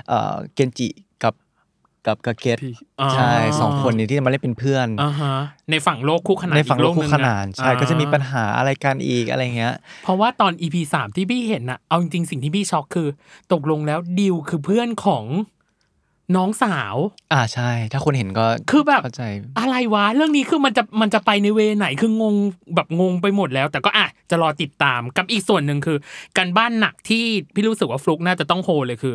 [SPEAKER 4] เอ่อเกนจิกับกับกาเกต
[SPEAKER 3] พี่
[SPEAKER 2] อ๋อ
[SPEAKER 4] ใช่สองคนนี้ที่มาเล่นเป็นเพื่อน
[SPEAKER 2] อ่าฮะในฝั่งโลกคู่ขนาน
[SPEAKER 4] ในฝั่งโลกคู่ขนาน
[SPEAKER 2] อีโลกหงอ
[SPEAKER 4] ใช่ก็จะมีปัญ
[SPEAKER 2] อ่
[SPEAKER 4] หาอะไรกันอีกอะไรเงี้ย
[SPEAKER 2] เพราะว่าตอน EP สามที่พี่เห็นน่ะเอาจริงๆสิ่งที่พี่ช็อกคือ ตกลงแล้วดิวคือเพื่อนของน้องสาว
[SPEAKER 4] อ่าใช่ ถ้าคนเห็นก็
[SPEAKER 2] คือแบบ
[SPEAKER 4] เข้าใจ
[SPEAKER 2] อะไรวะ เรื่องนี้คือมันจะมันจะไปในเวไหนคืองงแบบงงไปหมดแล้ว แต่ก็อ่ะจะรอติดตามกับอีกส่วนหนึ่งคือการบ้านหนักที่พี่รู้สึกว่าฟลุกน่าจะต้องโฮเลยคือ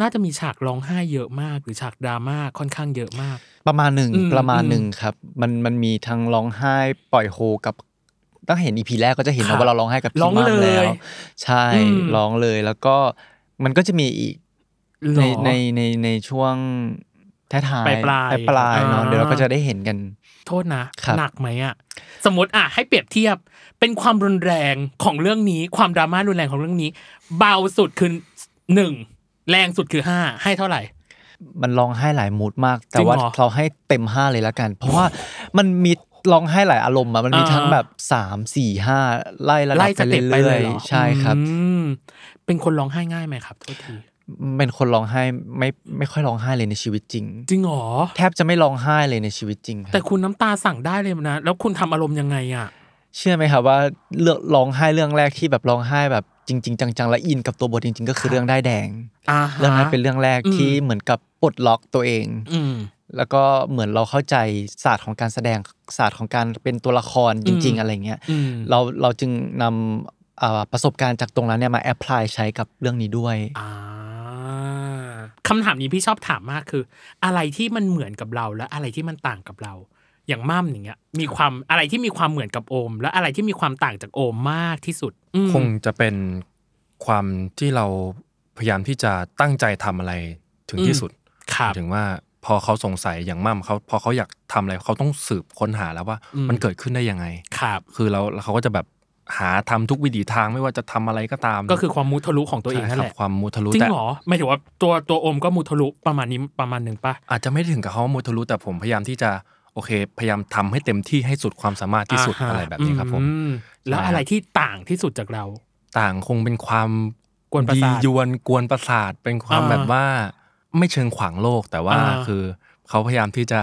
[SPEAKER 2] น่าจะมีฉากร้องไห้เยอะมาก หรือฉากดราม่าค่อนข้างเยอะมาก
[SPEAKER 4] ประมาณหนึ่ง
[SPEAKER 2] อืม
[SPEAKER 4] ประมาณ
[SPEAKER 2] อืม
[SPEAKER 4] หนึ่งครับ มันมันมีทั้งร้องไห้ปล่อยโฮกับตั้งเห็นอีพีแรกก็จะเห็น
[SPEAKER 2] ครับ
[SPEAKER 4] นะว่าเราร้องไห้กับ
[SPEAKER 2] ร้
[SPEAKER 4] พี่
[SPEAKER 2] อง
[SPEAKER 4] มาก
[SPEAKER 2] เลย
[SPEAKER 4] แล้วใช่
[SPEAKER 2] อืม
[SPEAKER 4] ร้องเลยแล้วก็มันก็จะมีอีก
[SPEAKER 2] หร
[SPEAKER 4] ใน
[SPEAKER 2] อ
[SPEAKER 4] ในในในช่วงท้ายๆ
[SPEAKER 2] ปลายๆ
[SPEAKER 4] ปลายๆเนาะ
[SPEAKER 2] อ่า
[SPEAKER 4] เดี๋ยวเราก็จะได้เห็นกัน
[SPEAKER 2] โทษนะครับ หนักไหมอะสมมติอะให้เปรียบเทียบเป็นความรุนแรงของเรื่องนี้ความดราม่ารุนแรงของเรื่องนี้ เบาสุดคือหนึ่งแรงสุดคือห้าให้เท่าไหร่
[SPEAKER 4] มันร้องไห้หลายมูดมาก แต่
[SPEAKER 2] จริงเหรอ
[SPEAKER 4] ว่าเราให้เต็มห้าเลยละกัน เพราะว่ามันมีร้องไห้หลายอารมณ์อะมันมี
[SPEAKER 2] อ่า
[SPEAKER 4] ทั้งแบบสามสี่ห้าไล่ระดั
[SPEAKER 2] ไล่
[SPEAKER 4] บ
[SPEAKER 2] ส
[SPEAKER 4] ไป
[SPEAKER 2] เต็ปไปเล
[SPEAKER 4] เรื่อย ย
[SPEAKER 2] เหรอ
[SPEAKER 4] ๆใช่ครับ
[SPEAKER 2] อืมเป็นคนร้องไห้ง่ายไหมครับโทษที
[SPEAKER 4] เป็นคนร้องไห้ไม่ไม่ค่อยร้องไห้เลยในชีวิตจริง
[SPEAKER 2] จริงเหรอ
[SPEAKER 4] แทบจะไม่ร้องไห้เลยในชีวิตจริงครับ
[SPEAKER 2] แต่คุณน้ำตาสั่งได้เลยนะ แล้วคุณทำอารมณ์ยังไงอ่ะ
[SPEAKER 4] เชื่อไหมครับว่าเลือกร้องไห้เรื่องแรกที่แบบร้องไห้แบบจ จริง ๆ จังๆ และอินกับตัวบทจริง ๆ ก็คือเรื่องได้ายแดง
[SPEAKER 2] อ่าฮะ
[SPEAKER 4] เรื่องนั้นเป็นเรื่องแรก
[SPEAKER 2] อืม
[SPEAKER 4] ที่เหมือนกับปลดล็อกตัวเอง
[SPEAKER 2] อืม
[SPEAKER 4] แล้วก็เหมือนเราเข้าใจศาสตร์ของการแสดงศาสตร์ของการเป็นตัวละครจริง
[SPEAKER 2] อืม
[SPEAKER 4] ๆ อะไรเงี้ย
[SPEAKER 2] อืม
[SPEAKER 4] เราเราจึงนำอ่าประสบการณ์จากตรงนั้นเนี่ยมาแอพพลายใช้กับเรื่องนี้ด้วย
[SPEAKER 2] อ่าคำถามนี้พี่ชอบถามมากคือ อะไรที่มันเหมือนกับเราและอะไรที่มันต่างกับเรา อย่างมั่มอย่างเงี้ย มีความอะไรที่มีความเหมือนกับโอม และอะไรที่มีความต่างจากโอมมากที่สุดอืม
[SPEAKER 3] คงจะเป็นความที่เราพยายามที่จะตั้งใจทำอะไรถึงที่สุด
[SPEAKER 2] ครับ
[SPEAKER 3] ถึงว่าพอเขาสงสัยอย่างมั่มเขาพอเขาอยากทำอะไรเขาต้องสืบค้นหาแล้วว่า
[SPEAKER 2] อืม
[SPEAKER 3] มันเกิดขึ้นได้ยังไง
[SPEAKER 2] ครับ
[SPEAKER 3] คือเราเขาก็จะแบบหาทำทุกวิถีทางไม่ว่าจะทำอะไรก็ตาม
[SPEAKER 2] ก็คือความมุทะลุของตัวเอง
[SPEAKER 3] ใช่
[SPEAKER 2] นั่น
[SPEAKER 3] ครั
[SPEAKER 2] แห
[SPEAKER 3] บ
[SPEAKER 2] ละ
[SPEAKER 3] ความมุทะลุ
[SPEAKER 2] จริง
[SPEAKER 3] แต่
[SPEAKER 2] เหรอไม่ถือว่าตัวตัวโอมก็มุทะลุประมาณนี้ประมาณหนึ่งปะ
[SPEAKER 3] อาจจะไม่ถึงกับเขามุทะลุแต่ผมพยายามที่จะโอเค พยายามทำให้เต็มที่ให้สุดความสามารถที่สุด
[SPEAKER 2] าฮ
[SPEAKER 3] อะไรแบบนี้ครับผม
[SPEAKER 2] อืแล้ว
[SPEAKER 3] ใช่ครับ
[SPEAKER 2] อะไรที่ต่างที่สุดจากเรา
[SPEAKER 3] ต่างคงเป็นความ
[SPEAKER 2] กวนประสาท
[SPEAKER 3] ยียวนกวนประสาทเป็นความ
[SPEAKER 2] อ่า
[SPEAKER 3] แบบว่าไม่เชิงขวางโลกแต่ว่า
[SPEAKER 2] อ่า
[SPEAKER 3] คือเขาพยายามที่จะ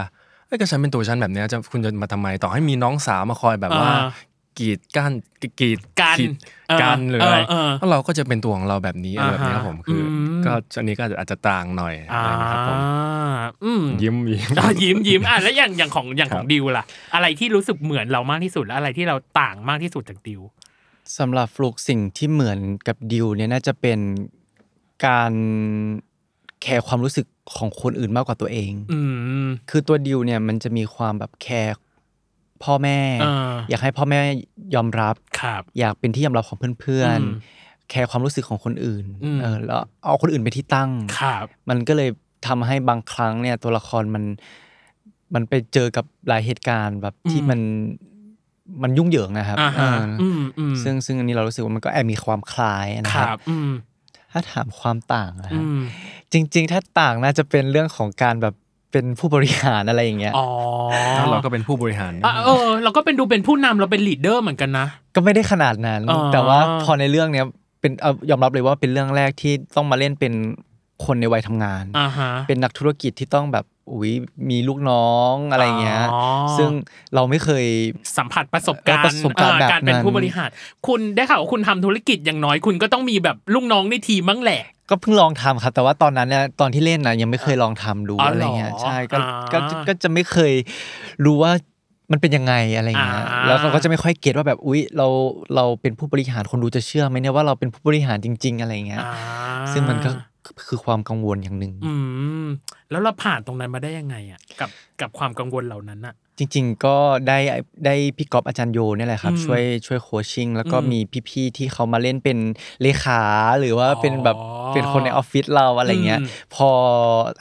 [SPEAKER 3] เอ้ยก็ฉันเป็นตัวฉันแบบเนี้ยจะคุณจะมาทำไมต่อให้มีน้องสาวมาคอยแบบว่า กีดกั้นกีด
[SPEAKER 2] การ
[SPEAKER 3] ขีดกันหรืออะไร
[SPEAKER 2] เอ
[SPEAKER 3] แล้วเราก็จะเป็นตัวของเราแบบนี้อะไรแบบนี้ครับผมคืออ
[SPEAKER 2] ม
[SPEAKER 3] ก็อันนี้ก็อาจจะอาจจะต่างหน่อยอะ
[SPEAKER 2] อ่า
[SPEAKER 3] ไรนะครับผม
[SPEAKER 2] อืม
[SPEAKER 3] ยิ้มยิ้ม
[SPEAKER 2] อ่ะ ยิ้มยิ้มอ่ะแล้วอย่างอย่างของอย่าง
[SPEAKER 3] ค
[SPEAKER 2] ข
[SPEAKER 3] รั
[SPEAKER 2] อบ งดิวล่ะ อะไรที่รู้สึกเหมือนเรามากที่สุดและอะไรที่เราต่างมากที่สุดจากดิว
[SPEAKER 4] สำหรับฟลุกสิ่งที่เหมือนกับดิวเนี่ยน่าจะเป็นการแคร์ความรู้สึกของคนอื่นมากกว่าตัวเอง
[SPEAKER 2] อืม
[SPEAKER 4] คือตัวดิวเนี่ยมันจะมีความแบบแคร์พ่อแม่
[SPEAKER 2] อ่า
[SPEAKER 4] อยากให้พ่อแม่ยอมรับ
[SPEAKER 2] ครับ
[SPEAKER 4] อยากเป็นที่ยอมรับของเพื่อน
[SPEAKER 2] อืม
[SPEAKER 4] ๆ แคร์ความรู้สึกของคนอื่น
[SPEAKER 2] อืม
[SPEAKER 4] เออแล้วเอาคนอื่นเป็นที่ตั้ง
[SPEAKER 2] ครับ
[SPEAKER 4] มันก็เลยทำให้บางครั้งเนี่ยตัวละครมันมันไปเจอกับหลายเหตุการณ์แบบที่มันมันยุ่งเหยิงนะครับ
[SPEAKER 2] อ่าฮะ
[SPEAKER 4] เอออ
[SPEAKER 2] อืมอืม
[SPEAKER 4] ซึ่งซึ่งอันนี้เรารู้สึกว่ามันก็แอบมีความคล้ายนะ
[SPEAKER 2] ค
[SPEAKER 4] ค
[SPEAKER 2] รั
[SPEAKER 4] รับ บ
[SPEAKER 2] อืม
[SPEAKER 4] ถ้าถามความต่างนะ
[SPEAKER 2] อื
[SPEAKER 4] ฮะ
[SPEAKER 2] ม
[SPEAKER 4] จริง ๆ ถ้าต่างน่าจะเป็นเรื่องของการแบบเป็นผู้บริหารอะไรอย่างเงี้ย
[SPEAKER 2] อ๋อ
[SPEAKER 3] แล้วเราก็เป็นผู้บริหาร
[SPEAKER 2] อ่ะเออ เราก็เป็นดูเป็นผู้นำเราเป็นลีดเดอร์เหมือนกันนะ
[SPEAKER 4] ก็ไม่ได้ขนาดนั้น
[SPEAKER 2] อ๋อ
[SPEAKER 4] แต่ว่าพอในเรื่องเนี้ยเป็นเอายอมรับเลยว่าเป็นเรื่องแรกที่ต้องมาเล่นเป็นคนในวัยทำงาน
[SPEAKER 2] อ่าฮะ
[SPEAKER 4] เป็นนักธุรกิจที่ต้องแบบอุ๊ยมีลูกน้องอะไรอย่างเงี้ย
[SPEAKER 2] อ๋อ
[SPEAKER 4] ซึ่งเราไม่เคย
[SPEAKER 2] สัมผัสประสบการณ์
[SPEAKER 4] ประสบการณ์
[SPEAKER 2] เอ่อ
[SPEAKER 4] แบบนั้น
[SPEAKER 2] การเป็นผู้บริหาร คุณได้ข่าวว่าคุณทำธุรกิจอย่างน้อยคุณก็ต้องมีแบบลูกน้องในทีมมั้งแหละ
[SPEAKER 4] ก็เพิ่งลองทำครับแต่ว่าตอนนั้นเนี่ยตอนที่เล่นนะยังไม่เคยลองทำดู
[SPEAKER 2] อ๋อเหรอ
[SPEAKER 4] อะไรเงี้ยใช่ก็
[SPEAKER 2] อ่า
[SPEAKER 4] ก็ก็ก็จะไม่เคยรู้ว่ามันเป็นยังไงอะไรเงี้ย
[SPEAKER 2] อ่า
[SPEAKER 4] แล้วเราก็จะไม่ค่อยเก็ตว่าแบบอุ๊ยเราเราเป็นผู้บริหารคนดูจะเชื่อไหมเนี่ยว่าเราเป็นผู้บริหารจริง ๆ อะไรเงี้ย
[SPEAKER 2] อ่า
[SPEAKER 4] ซึ่งมันก็คือความกังวลอย่างหนึ่ง
[SPEAKER 2] อืม แล้วเราผ่านตรงนั้นมาได้ยังไงอ่ะกับกับความกังวลเหล่านั้นอ่ะ
[SPEAKER 4] จริง ๆ ก็ได้ได้พี่ก๊อฟอาจารย์โยเนี่ยแหละครับ
[SPEAKER 2] อืม
[SPEAKER 4] ช่วยช่วยโคชชิ่งแล้วก็
[SPEAKER 2] อืม
[SPEAKER 4] มีพี่ๆที่เขามาเล่นเป็นเลขาหรือว่าเป็นแบบ
[SPEAKER 2] อ๋อ
[SPEAKER 4] เป็นคนในออฟฟิศเราอะไรเงี้ย พอ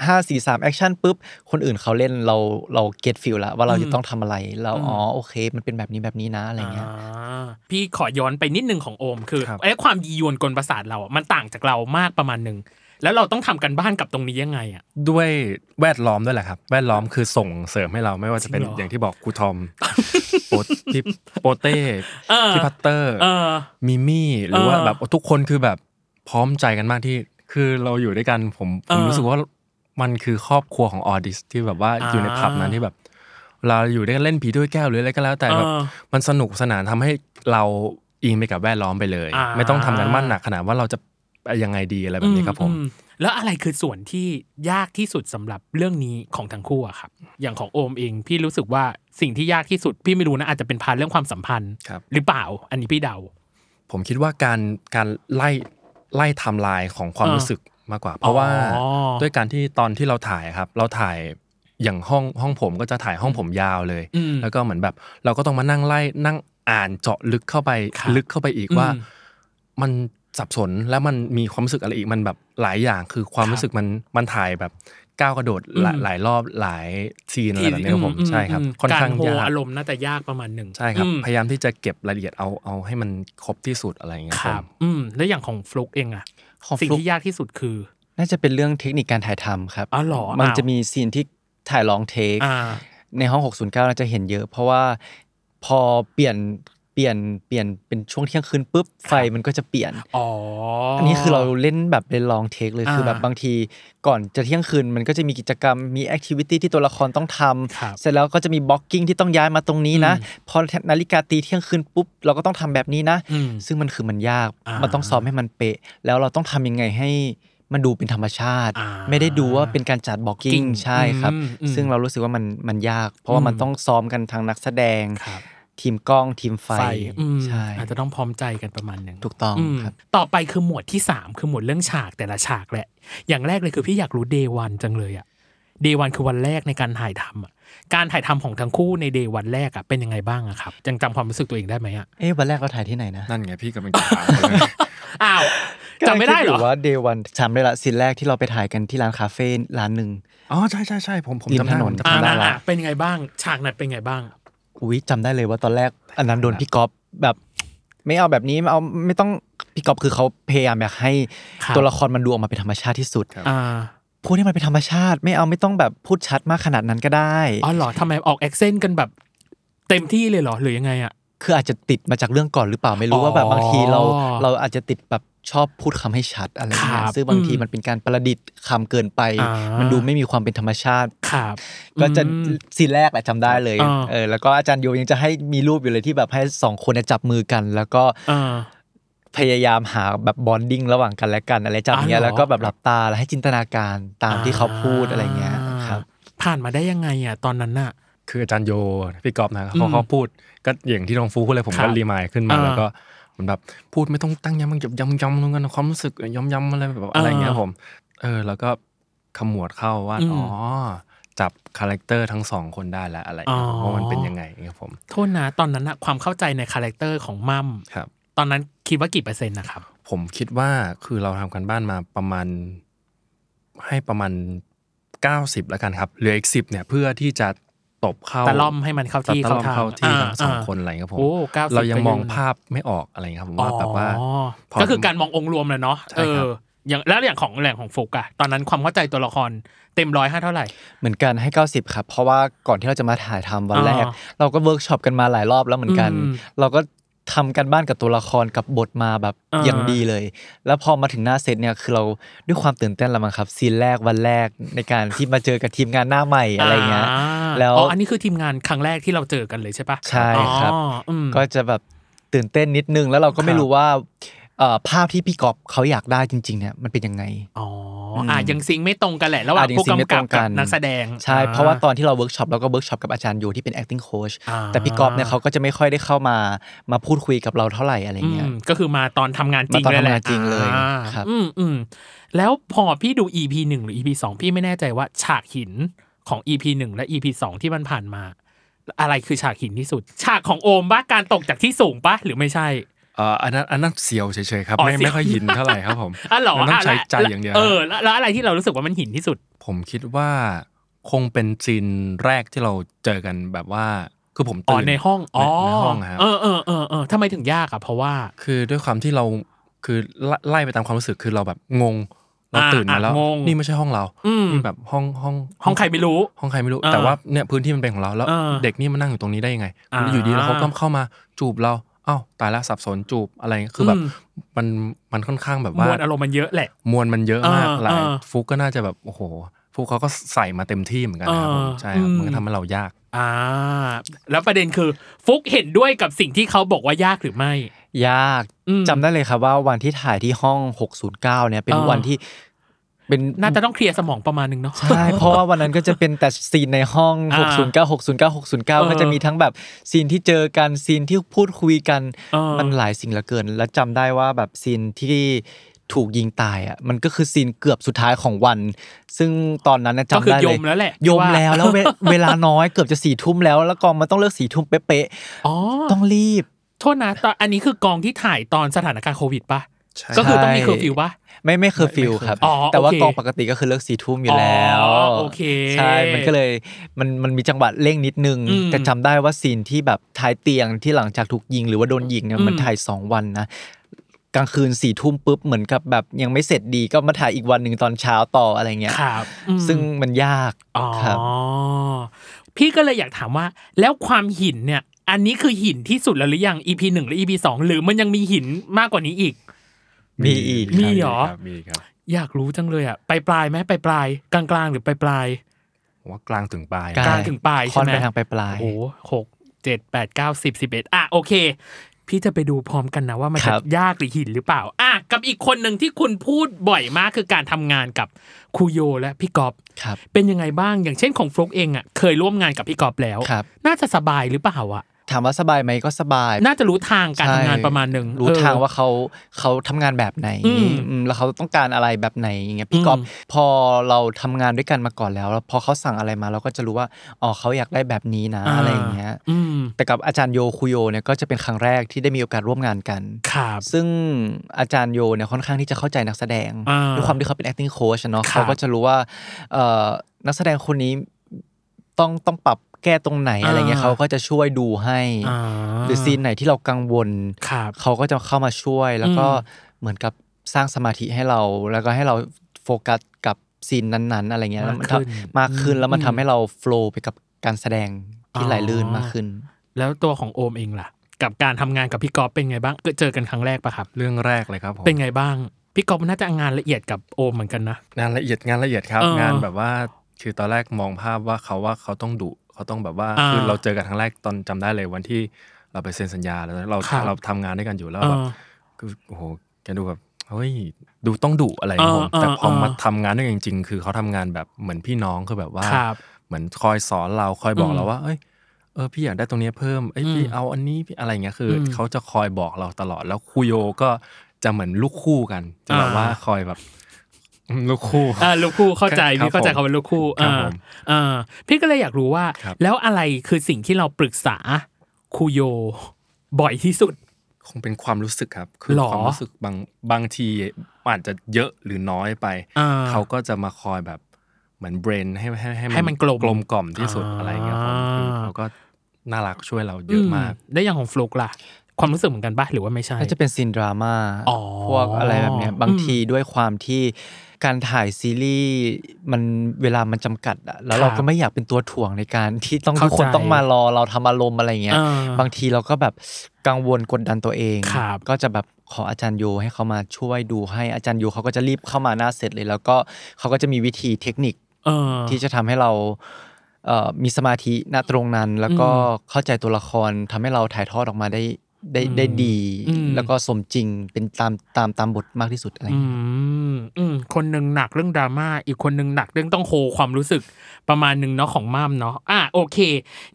[SPEAKER 4] 5 4 3 แอคชั่นปุ๊บ คนอื่นเขาเล่นเราเราเก็ตฟิลละว่าเรา
[SPEAKER 2] อืม
[SPEAKER 4] จะต้องทำอะไร เรา
[SPEAKER 2] อืม
[SPEAKER 4] อ๋อโอเค มันเป็นแบบนี้แบบนี้นะอะไรเงี้ย
[SPEAKER 2] อ่าพี่ขอย้อนไปนิดนึงของโอม คือ
[SPEAKER 3] ครับ
[SPEAKER 2] ไอ้ความยียวนกลประสาทเราอะมันต่างจากเรามากประมาณหนึ่งแล้วเราต้องทำกันบ้านกับตรงนี้ยังไงอ่ะ
[SPEAKER 3] ด้วยแวดล้อมด้วยแหละครับ แวดล้อมคือส่งเสริมให้เราไม่ว่าจะเป็น
[SPEAKER 2] จริงเหรอ
[SPEAKER 3] อย่างที่บอกครูทอม โปที่โปเต้
[SPEAKER 2] เออ
[SPEAKER 3] ที่พัตเตอร์
[SPEAKER 2] เออ
[SPEAKER 3] มิมี่หรือ
[SPEAKER 2] เออ
[SPEAKER 3] ว่าแบบทุกคนคือแบบพร้อมใจกันมากที่ คือเราอยู่ด้วยกันผมผม
[SPEAKER 2] เออ
[SPEAKER 3] รู้สึกว่ามันคือครอบครัวของออดิสที่แบบว่า
[SPEAKER 2] อ่า
[SPEAKER 3] อยู่ในผับนั้นที่แบบ เราอยู่ด้วยกันเล่นผีด้วยแก้วหรืออะไรก็แล้วแต่
[SPEAKER 2] เออ
[SPEAKER 3] แบบมันสนุกสนานทำให้เราอิงไปกับแวดล้อมไปเลย
[SPEAKER 2] อ่า
[SPEAKER 3] ไม่ต้องทำกันบ้านหนักขนาดว่าเราจะยังไงดีอะไรแบบนี้ครับผม
[SPEAKER 2] อือืแล้วอะไรคือส่วนที่ยากที่สุดสำหรับเรื่องนี้ของทั้งคู่อะครับ อย่างของโอมเองพี่รู้สึกว่าสิ่งที่ยากที่สุดพี่ไม่รู้นะอาจจะเป็นพาร์ทเรื่องความสัมพันธ์
[SPEAKER 3] ครับ
[SPEAKER 2] หรือเปล่า อันนี้พี่เดา
[SPEAKER 3] ผมคิดว่าการการไล่ไล่ไทม์ไลน์ของความ
[SPEAKER 2] อ่า
[SPEAKER 3] รู้สึกมากกว่า เพราะว่า
[SPEAKER 2] อ๋อ
[SPEAKER 3] ด้วยการที่ตอนที่เราถ่ายครับ เราถ่ายอย่างห้องห้องผมก็จะถ่ายห้องผมยาวเลย
[SPEAKER 2] อืม
[SPEAKER 3] แล้วก็เหมือนแบบ เราก็ต้องมานั่งไล่นั่งอ่านเจาะลึกเข้าไป
[SPEAKER 2] ครับ
[SPEAKER 3] ลึกเข้าไปอีก
[SPEAKER 2] อืม
[SPEAKER 3] ว่า มันสับสนแล้วมันมีความรู้สึกอะไรอีกมันแบบหลายอย่างคือควา
[SPEAKER 2] ค
[SPEAKER 3] ม
[SPEAKER 2] รับ
[SPEAKER 3] รู้สึกมันมันถ่ายแบบก้าวกระโดดหลาย
[SPEAKER 2] อืม
[SPEAKER 3] หลายรอบหลายซีนอะไรแบบนี้ครับผม
[SPEAKER 2] อื
[SPEAKER 3] ใช่ครับ
[SPEAKER 2] อืม
[SPEAKER 3] ค่อนข้าง
[SPEAKER 2] กรโฮ
[SPEAKER 3] ยาก
[SPEAKER 2] อารมณ์น่าจะยากประมาณหนึ่ง
[SPEAKER 3] ใช่ครับ
[SPEAKER 2] อืม
[SPEAKER 3] พยายามที่จะเก็บรายละเอียดเอาเอาให้มันครบที่สุดอะไรอย่างเงี้ย
[SPEAKER 2] ค
[SPEAKER 3] ผ
[SPEAKER 2] รับ
[SPEAKER 3] ม
[SPEAKER 2] อืมแล้วอย่างของฟลุกเองอะ
[SPEAKER 4] ของ
[SPEAKER 2] สิ่ง
[SPEAKER 4] ฟลุก
[SPEAKER 2] ที่ยากที่สุดคือ
[SPEAKER 4] น่าจะเป็นเรื่องเทคนิคการถ่ายทำครับ
[SPEAKER 2] อ๋อเหรอ
[SPEAKER 4] มัน
[SPEAKER 2] อ้าว
[SPEAKER 4] จะมีซีนที่ถ่ายลองเทค
[SPEAKER 2] อ่า
[SPEAKER 4] ในห้อง 609เราจะเห็นเยอะ เพราะว่าพอเปลี่ยน เปลี่ยนเปลี่ยนเป็นช่วงเที่ยงคืนปุ๊บไฟมันก็จะเปลี่ยน
[SPEAKER 2] อ๋อ
[SPEAKER 4] อั
[SPEAKER 2] อั
[SPEAKER 4] นนี้คือเราเล่นแบบเป็นลองเทคเลย
[SPEAKER 2] อ่า
[SPEAKER 4] คือแบบบางทีก่อนจะเที่ยงคืนมันก็จะมีกิจกรรมมีแอคทิวิตี้ที่ตัวละครต้องทำ
[SPEAKER 2] ครับ
[SPEAKER 4] เสร็จแล้วก็จะมีบล็อกกิ้งที่ต้องย้ายมาตรงนี้นะ พอนาฬิกาตีเที่ยงคืนปุ๊บเราก็ต้องทำแบบนี้นะ
[SPEAKER 2] อืม
[SPEAKER 4] ซึ่งมันคือมันยาก
[SPEAKER 2] อ่ามั
[SPEAKER 4] มันต้องซ้อมให้มันเป๊ะ แล้วเราต้องทำยังไงให้มันดูเป็นธรรมชาติ
[SPEAKER 2] อ่า
[SPEAKER 4] ไม่ได้ดูว่าเป็นการจัดบล็อกกิ้ง
[SPEAKER 2] blocking
[SPEAKER 4] ใช่ครับ
[SPEAKER 2] อืมอืม
[SPEAKER 4] ซึ่งเรารู้สึกว่ามันมันยาก เพราะว่ามัน
[SPEAKER 2] อืม
[SPEAKER 4] ต้องซ้อมกันทางนักแสดง
[SPEAKER 2] ครับ
[SPEAKER 4] ทีมกล้องทีมไฟ
[SPEAKER 2] ไฟอืม
[SPEAKER 4] ใช่
[SPEAKER 2] อาจจะต้องพร้อมใจกันประมาณหนึ่ง
[SPEAKER 4] ถูกต้อง
[SPEAKER 2] ม
[SPEAKER 4] ครับ
[SPEAKER 2] ต่อไปคือหมวดที่ 3 คือหมวดเรื่องฉากแต่ละฉากแหละ อย่างแรกเลยคือพี่อยากรู้เดวันจังเลยอะเดวันคือวันแรกในการถ่ายทำอะการถ่ายทำของทั้งคู่ในเดวันแรกอะเป็นยังไงบ้างอะครับยังจำความรู้สึกตัวเองได้ไหมอะ
[SPEAKER 4] เอ๊ะวันแรกเราถ่ายที่ไหนนะ
[SPEAKER 3] นั่นไงพี่กำลังจะถามเลย
[SPEAKER 2] อ้าวจำไม่ได้เหรอ
[SPEAKER 4] กำลังคิยู่ว่าเดวันจำได้ละซีนแรกที่เราไปถ่ายกันที่ร้านคาเฟ่ร้านหนึ่ง
[SPEAKER 3] อ๋อใช่ใช่ใช่ผมผม
[SPEAKER 4] ริม
[SPEAKER 3] จำได้
[SPEAKER 4] ถนน
[SPEAKER 3] ผมจำ
[SPEAKER 2] อ่า
[SPEAKER 3] ได้
[SPEAKER 4] ได้ละ
[SPEAKER 2] อ่ะเป็นยังไงบ้าง ฉากนั้นเป็นยังไงบ้าง
[SPEAKER 4] อุ้ยจำได้เลยว่าตอนแรกอันนั้นโดนพี่ก๊อฟแบบ ไม่เอาแบบนี้ไม่เอาไม่ต้องพี่ก๊อฟคือเขาพยายามอยากให้
[SPEAKER 2] ครับ
[SPEAKER 4] ตัวละครมันดูออกมาเป็นธรรมชาติที่สุด
[SPEAKER 3] ครับ
[SPEAKER 2] อ่า
[SPEAKER 4] พูดให้มันเป็นธรรมชาติ ไม่เอาไม่ต้องแบบพูดชัดมากขนาดนั้นก็ได้
[SPEAKER 2] อ๋อเหรอทำไมออกแอคเซนต์กันแบบ เต็มที่เลยเหรอหรือยังไงอะ
[SPEAKER 4] คืออาจจะติดมาจากเรื่องก่อนหรือเปล่าไม่รู้
[SPEAKER 2] อ๋อ
[SPEAKER 4] ว่าแบบบางทีเราเราอาจจะติดแบบชอบพูดคำให้ชัดอะไรอย่าง
[SPEAKER 2] ค
[SPEAKER 4] เงี้ย
[SPEAKER 2] รับ
[SPEAKER 4] ซึ่งบางที
[SPEAKER 2] อืม
[SPEAKER 4] มันเป็นการประดิษฐ์คำเกินไป
[SPEAKER 2] อ่ามั
[SPEAKER 4] มันดูไม่มีความเป็นธรรมชาติ
[SPEAKER 2] ครับ
[SPEAKER 4] ก็จะ
[SPEAKER 2] อืม
[SPEAKER 4] ซีนแรกแหละจำได้เลย
[SPEAKER 2] อ่า
[SPEAKER 4] เออแล้วก็อาจารย์โยยังจะให้มีรูปอยู่เลยที่แบบให้สองคนเนี่ยจับมือกัน แล้วก็
[SPEAKER 2] อ่า
[SPEAKER 4] พยายามหาแบบบอนดิ้งระหว่างกันและกันอะไรจับอย่างเงี้ย
[SPEAKER 2] อ๋อเหรอ
[SPEAKER 4] แล้วก็แบบหลับตาแล้วให้จินตนาการตามที่เขาพูดอะไรเงี้ยครับ
[SPEAKER 2] ผ่านมาได้ยังไงอะตอนนั้นอะ
[SPEAKER 3] คืออาจารย์โยพี่กอบนะ
[SPEAKER 2] อื
[SPEAKER 3] เขา
[SPEAKER 2] ม
[SPEAKER 3] เขาพูดก็อย่างที่น้องฟูพูดเลยผม
[SPEAKER 2] ครั
[SPEAKER 3] ก็
[SPEAKER 2] บ
[SPEAKER 3] รีมายขึ้นมา
[SPEAKER 2] อ่า
[SPEAKER 3] แล้วก็เหมันแบบพูดไม่ต้องตั้งย้ำมันจะย้ำย้ำลงกันความรู้สึกย้ำย้ำอะไรแบบ
[SPEAKER 2] อ่า
[SPEAKER 3] อะไรอย่างเงี้ยผม เออแล้วก็ขมวดเข้าว่า
[SPEAKER 2] อืม
[SPEAKER 3] อ๋อจับคาแรคเตอร์ทั้งสองคนได้แล้วอะไรอย่างเงี้ย
[SPEAKER 2] อ๋อ
[SPEAKER 3] ว่ามันเป็นยังไงอย่างเงี้ยผม
[SPEAKER 2] โทษนะตอนนั้นอะความเข้าใจในคาแรคเตอร์ของมัม
[SPEAKER 3] ครับ
[SPEAKER 2] ตอนนั้นคิดว่ากี่เปอร์เซ็นต์นะครับ
[SPEAKER 3] ผมคิดว่าคือเราทำกันบ้านมาประมาณให้ประมาณ 90 แล้วกันครับเหลืออีกสิเนี่ยเพื่อที่จะตบเข้า
[SPEAKER 2] ตะล่อมให้มันเข้าที่
[SPEAKER 3] ตะล่อม
[SPEAKER 2] เข้า
[SPEAKER 3] เข้า
[SPEAKER 2] ทา
[SPEAKER 3] ที่
[SPEAKER 2] ง
[SPEAKER 3] ทั้งสอง
[SPEAKER 2] อ่า
[SPEAKER 3] คนอะไรครับผม
[SPEAKER 2] โอ้90
[SPEAKER 3] เรายังมอง
[SPEAKER 2] ไปเลย
[SPEAKER 3] ภาพไม่ออกอะไรครับผมว่าแบบว่า
[SPEAKER 2] อ๋อ
[SPEAKER 3] พอ
[SPEAKER 2] ก็คือการมององค์รวมเลยเนาะ
[SPEAKER 3] ใช่
[SPEAKER 2] เอ
[SPEAKER 3] ครั
[SPEAKER 2] อบ อย่างแล้วอย่างของแหล่งของโฟกอะตอนนั้นความเข้าใจตัวละครเต็มร้อยห้าเท่าไหร่
[SPEAKER 4] เหมือนกันให้ 90 ครับ เพราะว่าก่อนที่เราจะมาถ่ายทำวันแรก
[SPEAKER 2] อ่า
[SPEAKER 4] เราก็เวิร์กช็อปกันมาหลายรอบแล้วเหมือนกัน
[SPEAKER 2] อืม
[SPEAKER 4] เราก็ทำกันบ้านกับตัวละครกับบทมาแบบ
[SPEAKER 2] อ่า
[SPEAKER 4] อย่างดีเลย แล้วพอมาถึงหน้าเซตเนี่ยคือเราด้วยความตื่นเต้นละมั้งครับซีนแรกวันแรกในการที่มาเจอกับทีมงานหน้าใหม่อะไรเงี้ย
[SPEAKER 2] า
[SPEAKER 4] แล้ว
[SPEAKER 2] อ๋ออันนี้คือทีมงานครั้งแรกที่เราเจอกันเลยใช่ปะ
[SPEAKER 4] ใช่ครับ
[SPEAKER 2] อ๋ออืม
[SPEAKER 4] ก็จะแบบตื่นเต้นนิดนึงแล้วเราก็ไม่
[SPEAKER 2] ครับ
[SPEAKER 4] รู้ว่าเอ่อภาพที่พี่กอบเขาอยากได้จริงๆเนี่ยมันเป็นยังไง
[SPEAKER 2] อ๋ออ่ะยังซิงค์ไม่ตรงกันแหละระหว่าง
[SPEAKER 4] อ่ะยัง
[SPEAKER 2] ผู้
[SPEAKER 4] ซิงค์ไม่
[SPEAKER 2] กำ
[SPEAKER 4] ต
[SPEAKER 2] กั
[SPEAKER 4] ร
[SPEAKER 2] บ
[SPEAKER 4] งกั
[SPEAKER 2] กับ
[SPEAKER 4] น
[SPEAKER 2] นักแสดง
[SPEAKER 4] ใช่ เพราะว่าตอนที่เราเวิร์กช็อปเราก็เวิร์กช็อปกับอาจารย์โยที่เป็น acting coach
[SPEAKER 2] อ่า
[SPEAKER 4] แต่พี่ก๊อฟเนี่ยเขาก็จะไม่ค่อยได้เข้ามามาพูดคุยกับเราเท่าไหร่อะไร
[SPEAKER 2] อื
[SPEAKER 4] เงี้ย
[SPEAKER 2] มก็คือมาตอนทำงานจริง
[SPEAKER 4] มาตอน
[SPEAKER 2] เลยแหละ
[SPEAKER 4] ทำงานจริงเลย
[SPEAKER 2] อ่า
[SPEAKER 4] ครับ
[SPEAKER 2] อืมอืมแล้วพอพี่ดู EP หนึ่งหรือ EP สองพี่ไม่แน่ใจว่าฉากหินของ EP หนึ่งและ EP สองที่มันผ่านมา อะไรคือฉากหินที่สุด ฉากของโอมบ้าการตกจากที่สูงปะหรือไม่ใช่
[SPEAKER 3] เอ่ออันนั้นอันนั้นเสียวเฉยๆครับ
[SPEAKER 2] อ๋อ
[SPEAKER 3] ไม่
[SPEAKER 2] เสียว
[SPEAKER 3] ไม่ค่อยหินเท่าไหร่ครับผม
[SPEAKER 2] อ่ะเหรอ
[SPEAKER 3] มันต้องใช้
[SPEAKER 2] ะแล้ว
[SPEAKER 3] ใจอย่างเดียว
[SPEAKER 2] เออ
[SPEAKER 3] ครับ
[SPEAKER 2] แล้วแล้วอะไรที่เรารู้สึกว่ามันหินที่สุด
[SPEAKER 3] ผมคิดว่าคงเป็นซีนแรกที่เราเจอกันแบบว่าคือผม
[SPEAKER 2] อ๋อ
[SPEAKER 3] ตื่น
[SPEAKER 2] ในห้องอ๋อ
[SPEAKER 3] ในห้องครับ
[SPEAKER 2] เออเออเออเออทำไมถึงยากอ่ะเพราะว่า
[SPEAKER 3] คือด้วยความที่เราคือไล่ไล่ไปตามความรู้สึกคือเราแบบงง เรา
[SPEAKER 2] อ่า
[SPEAKER 3] ตื่นมาแล้ว
[SPEAKER 2] อ่ะงง
[SPEAKER 3] นี่ไม่ใช่ห้องเรา
[SPEAKER 2] อืม
[SPEAKER 3] นี่แบบห้องห้อง
[SPEAKER 2] ห้องใครไม่รู้
[SPEAKER 3] ห้องใครไม่รู้
[SPEAKER 2] อ่า
[SPEAKER 3] แต่ว่าเนี่ยพื้นที่มันเป็นของเราแล้ว
[SPEAKER 2] อ่า
[SPEAKER 3] เด็กนี่มานั่งอยู่ตรงนี้ได้ยังไง
[SPEAKER 2] อ่า
[SPEAKER 3] แล้วอยู่ดีแล้วเขาก็เข้ามาจูบเราอ้าวตายละสับสนจูบอะไรคือแบบ
[SPEAKER 2] อืม
[SPEAKER 3] มันมันค่อนข้างแบบ
[SPEAKER 2] ม
[SPEAKER 3] ว่าม
[SPEAKER 2] วลอารมณ์มันเยอะแหละ
[SPEAKER 3] มวลมันเยอะมาก
[SPEAKER 2] อ่า
[SPEAKER 3] หลาย
[SPEAKER 2] อ่า
[SPEAKER 3] ฟุกก็น่าจะแบบโอ้โหฟุกเขาก็ใส่มาเต็มที่เหมือนกันนะครับผม
[SPEAKER 2] อ่า
[SPEAKER 3] ใช่ครับมัน
[SPEAKER 2] อื
[SPEAKER 3] ก็
[SPEAKER 2] ม
[SPEAKER 3] ทำให้เรายาก
[SPEAKER 2] อ่า แล้วประเด็นคือฟุกเห็นด้วยกับสิ่งที่เขาบอกว่ายากหรือไม่
[SPEAKER 4] ยาก
[SPEAKER 2] อืม
[SPEAKER 4] จำได้เลยครับว่าวันที่ถ่ายที่ห้อง 609 เนี่ยเป็น
[SPEAKER 2] อ่า
[SPEAKER 4] วันที่เป็น
[SPEAKER 2] น่าจะต้องเคลียร์สมองประมาณหนึงเนาะ
[SPEAKER 4] ใช่เพราะว่าวันนั้นก็จะเป็นแต่ซีนในห้อง
[SPEAKER 2] อ่า
[SPEAKER 4] 609 609 609 ก็จะมีทั้งแบบซีนที่เจอกันซีนที่พูดคุยกัน
[SPEAKER 2] เออ
[SPEAKER 4] มันหลายสิ่งเหลือเกิน และจำได้ว่าแบบซีนที่ถูกยิงตายอ่ะมันก็คือซีนเกือบสุดท้ายของวัน ซึ่งตอนนั้นนะ
[SPEAKER 2] ก็
[SPEAKER 4] จำ
[SPEAKER 2] คือ
[SPEAKER 4] ได้
[SPEAKER 2] ย
[SPEAKER 4] เลย
[SPEAKER 2] มแล้วแหละ
[SPEAKER 4] ยม
[SPEAKER 2] า
[SPEAKER 4] แล้วแล้วเว เวลาน้อยเกือบจะสี่ทุ่มแล้วแล้วกองมันต้องเลิกสี่ทุ่มเป๊ะ
[SPEAKER 2] อ๋อ
[SPEAKER 4] ๆต้องรีบ
[SPEAKER 2] โทษนะตอนอันนี้คือกองที่ถ่ายตอนสถานการณ์โควิดปะ
[SPEAKER 3] ใช่
[SPEAKER 2] ก็คือต้องมีเคอร์ฟิวปะ
[SPEAKER 4] ไม่ไม่เคอร์ฟิวครับ
[SPEAKER 2] อ๋อ
[SPEAKER 4] แต่ว่า
[SPEAKER 2] โอเค
[SPEAKER 4] กองปกติก็คือเลิกสี่ทุ่มอยู่แล้ว
[SPEAKER 2] อ๋อโอเค
[SPEAKER 4] ใช่มันก็เลยมันมันมีจังหวะเร่งนิดนึง
[SPEAKER 2] อืม
[SPEAKER 4] แต่จำได้ว่าซีนที่แบบท้ายเตียงที่หลังจากถูกยิงหรือว่าโดนยิงเนี่ย
[SPEAKER 2] อืม
[SPEAKER 4] มันถ่ายสองวันนะกลางคืนสี่ทุ่มปุ๊บเหมือนกับแบบยังไม่เสร็จดีก็มาถ่ายอีกวันหนึ่งตอนเช้าต่ออะไรเงี้ย
[SPEAKER 2] ครับอืม
[SPEAKER 4] ซึ่งมันยาก
[SPEAKER 2] อ๋อ
[SPEAKER 4] ครับ
[SPEAKER 2] พี่ก็เลยอยากถามว่า แล้วความหินเนี่ย อันนี้คือหินที่สุดแล้วหรือยัง EP หนึ่งหรือ EP สองหรือมันยังมีหินมากกว่านี้อีก
[SPEAKER 4] มีอีก
[SPEAKER 2] มีเหรอ
[SPEAKER 3] ครับมีครับ
[SPEAKER 2] อยากรู้จังเลยอ่ะไปปลายไหมไปปลายกลางกลางๆหรือไปปลาย
[SPEAKER 3] ผมว่ากลางถึงปลาย
[SPEAKER 4] ก
[SPEAKER 2] กลางถึงปลาย
[SPEAKER 4] ค่
[SPEAKER 2] ใช่
[SPEAKER 4] อน
[SPEAKER 2] ไหม
[SPEAKER 4] ไปทางปลาย
[SPEAKER 2] โอ้โหหกเจ็ดแปดเก้าสิบสิบเอ็ดอ่ะโอเค พี่จะไปดูพร้อมกันนะว่ามัน
[SPEAKER 4] ค
[SPEAKER 2] จะ
[SPEAKER 4] รับ
[SPEAKER 2] ยากหรือหินหรือเปล่า อ่ะกับอีกคนหนึ่งที่คุณพูดบ่อยมากคือการทำงานกับครูโยและพี่กอบ
[SPEAKER 4] ๆครับ
[SPEAKER 2] เป็นยังไงบ้างอย่างเช่นของฟลุกเองอ่ะเคยร่วมงานกับพี่กอบแล้ว
[SPEAKER 4] ครับ
[SPEAKER 2] น่าจะสบายหรือเปล่าวะ
[SPEAKER 4] ถามว่าสบายไหมก็สบาย
[SPEAKER 2] น่าจะรู้ทางการทำงานประมาณหนึ่ง
[SPEAKER 4] ใช่รู้
[SPEAKER 2] เออ
[SPEAKER 4] ทางว่าเขาเขาทำงานแบบไหน
[SPEAKER 2] อืม
[SPEAKER 4] อืมแล้วเขาต้องการอะไรแบบไหนอย่างเงี้ยพี่
[SPEAKER 2] อืม
[SPEAKER 4] กอฟพอเราทำงานด้วยกันมาก่อนแล้วแล้ว พอเขาสั่งอะไรมาเราก็จะรู้ว่าอ๋อเขาอยากได้แบบนี้นะ
[SPEAKER 2] อ่า
[SPEAKER 4] อะไรอย่างเงี้ย
[SPEAKER 2] อืม
[SPEAKER 4] แต่กับอาจารย์โยคุโยเนี่ยก็จะเป็นครั้งแรกที่ได้มีโอกาสร่วมงานกัน
[SPEAKER 2] ครับ
[SPEAKER 4] ซึ่งอาจารย์โยเนี่ยค่อนข้างที่จะเข้าใจนักแสดง
[SPEAKER 2] อ่า
[SPEAKER 4] ด้วยความที่เขาเป็น acting coach อะเนาะ
[SPEAKER 2] ครับ
[SPEAKER 4] เขาก็จะรู้ว่าเอ่อนักแสดงคนนี้ต้องต้องปรับแก้ตรงไหนอะไรเงี้ย
[SPEAKER 2] อ่า
[SPEAKER 4] เขาก็จะช่วยดูให้
[SPEAKER 2] อ่า
[SPEAKER 4] หรือซีนไหนที่เรากังวล
[SPEAKER 2] ครับ
[SPEAKER 4] เขาก็จะเข้ามาช่วยแล้วก็
[SPEAKER 2] อื
[SPEAKER 4] เหมือนกับสร้างสมาธิให้เรา แล้วก็ให้เราโฟกัสกับซีนนั้นๆ อะไรเงี้ยแล้วมันท
[SPEAKER 2] มากขึ้น
[SPEAKER 4] ำมากขึ้นแล้วมัน
[SPEAKER 2] อืม
[SPEAKER 4] ทำให้เราโฟล์ไปกับการแสดงที่ไหลลื่น
[SPEAKER 2] อ๋อ
[SPEAKER 4] มากขึ้น
[SPEAKER 2] แล้วตัวของโอมเองล่ะ กับการทำงานกับพี่กอบเป็นไงบ้างเจอกันครั้งแรกปะครับ
[SPEAKER 3] เรื่องแรกเลยครับผม
[SPEAKER 2] เป็นไงบ้าง พี่กอบน่าจะงานละเอียดกับโอมเหมือนกันนะ
[SPEAKER 3] งานละเอียดงานละเอียดครับ
[SPEAKER 2] เออง
[SPEAKER 3] านแบบว่าคือตอนแรกมองภาพว่าเขาว่าเขาต้องดุเขาต้องแบบว่า
[SPEAKER 2] อ่า
[SPEAKER 3] คือเราเจอกันครั้งแรกตอนจำได้เลยวันที่เราไปเซ็นสัญญาแล้วเรา
[SPEAKER 2] ครับ
[SPEAKER 3] เราทำงานด้วยกันอยู่แล้ว
[SPEAKER 2] เอ
[SPEAKER 3] แบบ
[SPEAKER 2] อ
[SPEAKER 3] คือโอ้โหแกดูแบบเฮ้ยดูต้องดุอะไรอย่างเงี้ยผม
[SPEAKER 2] อ่าอ่า
[SPEAKER 3] แต่พอมา
[SPEAKER 2] อ่า
[SPEAKER 3] ทำงานด้วยกันจริง ๆ คือเขาทำงานแบบเหมือนพี่น้องคือแบบว่า
[SPEAKER 2] ครับ
[SPEAKER 3] เหมือนคอยสอนเราคอยบอก
[SPEAKER 2] อืม
[SPEAKER 3] เราว่า เอ้ยเออพี่อยากได้ตรงเนี้ยเพิ่มเอ้ยพี่
[SPEAKER 2] อืม
[SPEAKER 3] เอาอันนี้พี่อะไรเงี้ยคืออ
[SPEAKER 2] ม
[SPEAKER 3] เขาจะคอยบอกเราตลอดแล้วคุโยก็จะเหมือนลูกคู่กันจะแบบ
[SPEAKER 2] อ่า
[SPEAKER 3] ว่าคอยแบบ อืมลูกคู่
[SPEAKER 2] อ่าลูกคู่เข้าใจ
[SPEAKER 3] ครับ
[SPEAKER 2] พี่เข้าใจ
[SPEAKER 3] ผม
[SPEAKER 2] เขาเป็นลูกคู่
[SPEAKER 3] ครับ
[SPEAKER 2] อ่า
[SPEAKER 3] ผม
[SPEAKER 2] อ่าพี่ก็เลยอยากรู้ว่า
[SPEAKER 3] ครับ
[SPEAKER 2] แล้วอะไรคือสิ่งที่เราปรึกษาครูโย บ่อยที่สุด
[SPEAKER 3] คงเป็นความรู้สึกครับ คือ
[SPEAKER 2] หรอ
[SPEAKER 3] ความรู้สึกบางบางทีอาจจะเยอะหรือน้อยไป
[SPEAKER 2] อ่า
[SPEAKER 3] เขาก็จะมาคอยแบบเหมือนเบรนให้ให้
[SPEAKER 2] ให้มันกลม
[SPEAKER 3] กลมกล่อมที่สุด
[SPEAKER 2] อ่า
[SPEAKER 3] อะไรเงี้ยผมคือเขาก็น่ารักช่วยเราเยอะมาก
[SPEAKER 2] ได้วอย่างของฟลุกล่ะ ความรู้สึกเหมือนกันปะหรือว่าไม่ใช่
[SPEAKER 4] น่าจะเป็นซีนดราม่า
[SPEAKER 2] อ๋อ
[SPEAKER 4] พวกอะไรแบบเนี้ยบาง
[SPEAKER 2] อืม
[SPEAKER 4] ทีด้วยความที่การถ่ายซีรีส์มันเวลามันจำกัดอะแล้วเรา
[SPEAKER 2] ครับ
[SPEAKER 4] ก็ไม่อยากเป็นตัวถ่วงในการที่ต้อง
[SPEAKER 2] เข้า
[SPEAKER 4] ทุกคน
[SPEAKER 2] ใจ
[SPEAKER 4] ต้องมารอเราทำอารมณ์อะไรเงี้ย
[SPEAKER 2] อ่า
[SPEAKER 4] บางทีเราก็แบบกังวลกดดันตัวเอง
[SPEAKER 2] ครับ
[SPEAKER 4] ก็จะแบบขออาจารย์โยให้เขามาช่วยดูให้อาจารย์โยเขาก็จะรีบเข้ามาหน้าเสร็จเลย แล้วก็เขาก็จะมีวิธีเทคนิค
[SPEAKER 2] เออ
[SPEAKER 4] ที่จะทำให้เราเอ่อมีสมาธิณตรงนั้น แล้วก็
[SPEAKER 2] อืม
[SPEAKER 4] เข้าใจตัวละครทำให้เราถ่ายทอดออกมาได้ได้
[SPEAKER 2] อืม
[SPEAKER 4] ได้ดี
[SPEAKER 2] อืม
[SPEAKER 4] แล้วก็สมจริงเป็นตามตามตามบทมากที่สุดอะไรอย่าง
[SPEAKER 2] อื
[SPEAKER 4] เงี้ย
[SPEAKER 2] มอืมคนหนึ่งหนักเรื่องดราม่าอีกคนหนึ่งหนักเรื่องต้องโฮความรู้สึกประมาณหนึ่งเนาะของม่ามเนาะอ่ะโอเค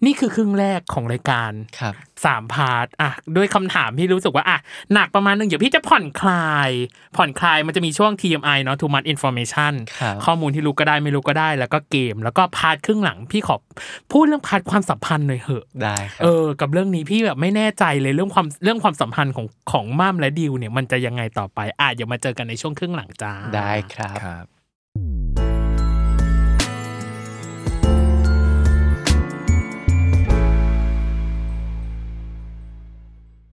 [SPEAKER 2] นี่คือครึ่งแรกของรายการ
[SPEAKER 4] ครับ
[SPEAKER 2] สามพาร์ทอ่ะด้วยคำถามที่รู้สึกว่าอ่ะหนักประมาณหนึ่งเดี๋ยวพี่จะผ่อนคลาย ผ่อนคลายมันจะมีช่วง TMI เนาะ Too Much Information
[SPEAKER 4] ครับ
[SPEAKER 2] ข้อมูลที่รู้ก็ได้ไม่รู้ก็ได้ แล้วก็เกม แล้วก็พาร์ทครึ่งหลังพี่ขอพูดเรื่องพาร์ทความสัมพันธ์หน่อยเหอะ
[SPEAKER 4] ได้ครั
[SPEAKER 2] เอบ อ กับเรื่องนี้พี่แบบไม่แน่ใจเลยเรื่องความเรื่องความสัมพันธ์ของของม่ามและดิวเนี่ยมันจะยังไงต่อไป อ่ะเดี๋ยวมาเจอกันในช่วงครึ่งหลังจ้า
[SPEAKER 4] ได้ครับ
[SPEAKER 3] ครับ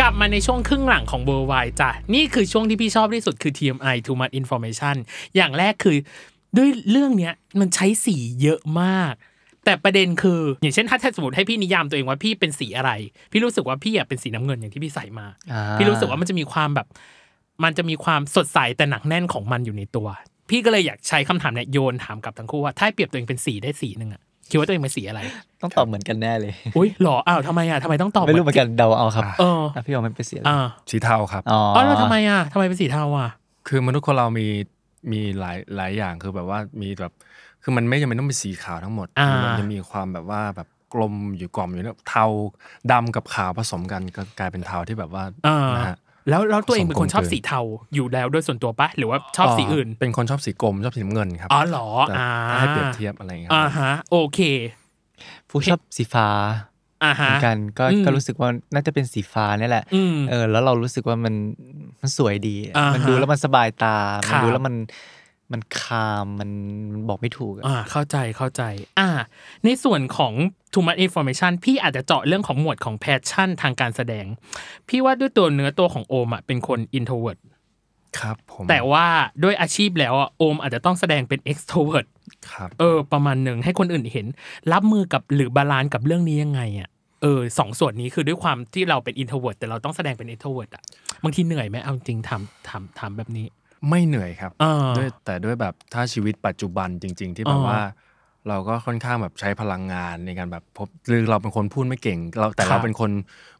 [SPEAKER 2] กลับมาในช่วงครึ่งหลังของเบอร์ไวจ้ะ นี่คือช่วงที่พี่ชอบที่สุดคือ TMI Too Much Information อย่างแรกคือด้วยเรื่องเนี้ยมันใช้สีเยอะมาก แต่ประเด็นคือ อย่างเช่นถ้าถ้าสมมติให้พี่นิยามตัวเองว่าพี่เป็นสีอะไร พี่รู้สึกว่าพี่อยากเป็นสีน้ำเงินอย่างที่พี่ใส่มา
[SPEAKER 4] อ่า
[SPEAKER 2] พี่รู้สึกว่ามันจะมีความแบบ มันจะมีความสดใสแต่หนักแน่นของมันอยู่ในตัว พี่ก็เลยอยากใช้คำถามเนี่ยโยนถามกลับทั้งคู่ว่าถ้าให้เปรียบตัวเองเป็นสีได้สีหนึ่งอะคิดว่าตัวเองเป็นสีอะไร
[SPEAKER 4] ต้องตอบเหมือนกันแน่เลย
[SPEAKER 2] อุ้ยหรออ้าวทำไมอะทำไมต้องตอบ
[SPEAKER 4] ไม่รู้เหมือนกันเดาเอาครับ
[SPEAKER 2] เออ
[SPEAKER 4] อ่ะพี่ยอมไม่ไปเสีย
[SPEAKER 2] อ่า
[SPEAKER 3] สีเทาครับ
[SPEAKER 4] อ๋อ
[SPEAKER 2] อ๋อแล้วทำไมอ่ะทำไมเป็นสีเทาอ่ะ
[SPEAKER 3] คือมนุษย์คนเรามีมีหลายหลายอย่างคือแบบว่ามีแบบคือมันไม่จำเป็นต้องเป็นสีขาวทั้งหมด
[SPEAKER 2] อ่ามั
[SPEAKER 3] มัจะมีความแบบว่าแบบกลมอยู่กล่อมอยู่เนี่ยเทาดำกับขาวผสมกันก็กลายเป็นเทาที่แบบว่า
[SPEAKER 2] อ่า
[SPEAKER 3] นะฮะ
[SPEAKER 2] แล้วแล้วตัวเองเป็นคนชอบ
[SPEAKER 3] สังคมเกิน
[SPEAKER 2] สีเทาอยู่แล้วด้วยส่วนตัวปะหรือว่าชอบสีอื่น
[SPEAKER 3] เป็นคนชอบสีกรมชอบสีน้ำเงินครับ
[SPEAKER 2] อ๋อเหรอ
[SPEAKER 3] แต่
[SPEAKER 2] อ่า
[SPEAKER 3] ถ้าให้เปรียบเทียบอะไรอย่างเงี้ยค
[SPEAKER 2] อ่า
[SPEAKER 3] รับ
[SPEAKER 2] ฮะโอเค
[SPEAKER 4] ผู้ชอบสีฟ้า
[SPEAKER 2] อ่า
[SPEAKER 4] เห
[SPEAKER 2] ฮะ
[SPEAKER 4] มือนกันก็
[SPEAKER 2] อืม
[SPEAKER 4] ก็รู้สึกว่าน่าจะเป็นสีฟ้าเนี่ยแหละ
[SPEAKER 2] อืม
[SPEAKER 4] เออแล้วเรารู้สึกว่ามันมันสวยดี
[SPEAKER 2] อ่ามั
[SPEAKER 4] มันดูแล้วมันสบายตา
[SPEAKER 2] ค
[SPEAKER 4] มั
[SPEAKER 2] รั
[SPEAKER 4] น
[SPEAKER 2] บ
[SPEAKER 4] ดูแล้วมันมันคามมันมันบอกไม่ถูกอะ
[SPEAKER 2] อ่าเข้าใจเข้าใจ อ่า ในส่วนของ too much information พี่อาจจะเจาะเรื่องของหมวดของ passion ทางการแสดง พี่ว่าด้วยตัวเนื้อตัวของโอมอะเป็นคน introvert
[SPEAKER 3] ครับผม
[SPEAKER 2] แต่ว่าด้วยอาชีพแล้วอะโอมอาจจะต้องแสดงเป็น extrovert
[SPEAKER 3] ครับ
[SPEAKER 2] เออ ประมาณหนึ่งให้คนอื่นเห็น รับมือกับหรือบาลานซ์กับเรื่องนี้ยังไงอ่ะเออสองส่วนนี้คือด้วยความที่เราเป็น introvert แต่เราต้องแสดงเป็น extrovert อ่ะบางทีเหนื่อยไหมเอาจริงๆถามถามถามแบบนี้
[SPEAKER 3] ไม่เหนื่อยครับ
[SPEAKER 2] อ่า
[SPEAKER 3] ด้วยแต่ด้วยแบบถ้าชีวิตปัจจุบันจริง ๆ ที่แบบ
[SPEAKER 2] อ่า
[SPEAKER 3] ว่า เราก็ค่อนข้างแบบใช้พลังงานในการแบบพบหรือเราเป็นคนพูดไม่เก่งเราแต่
[SPEAKER 2] ครั
[SPEAKER 3] เรา
[SPEAKER 2] บ
[SPEAKER 3] เป็นคน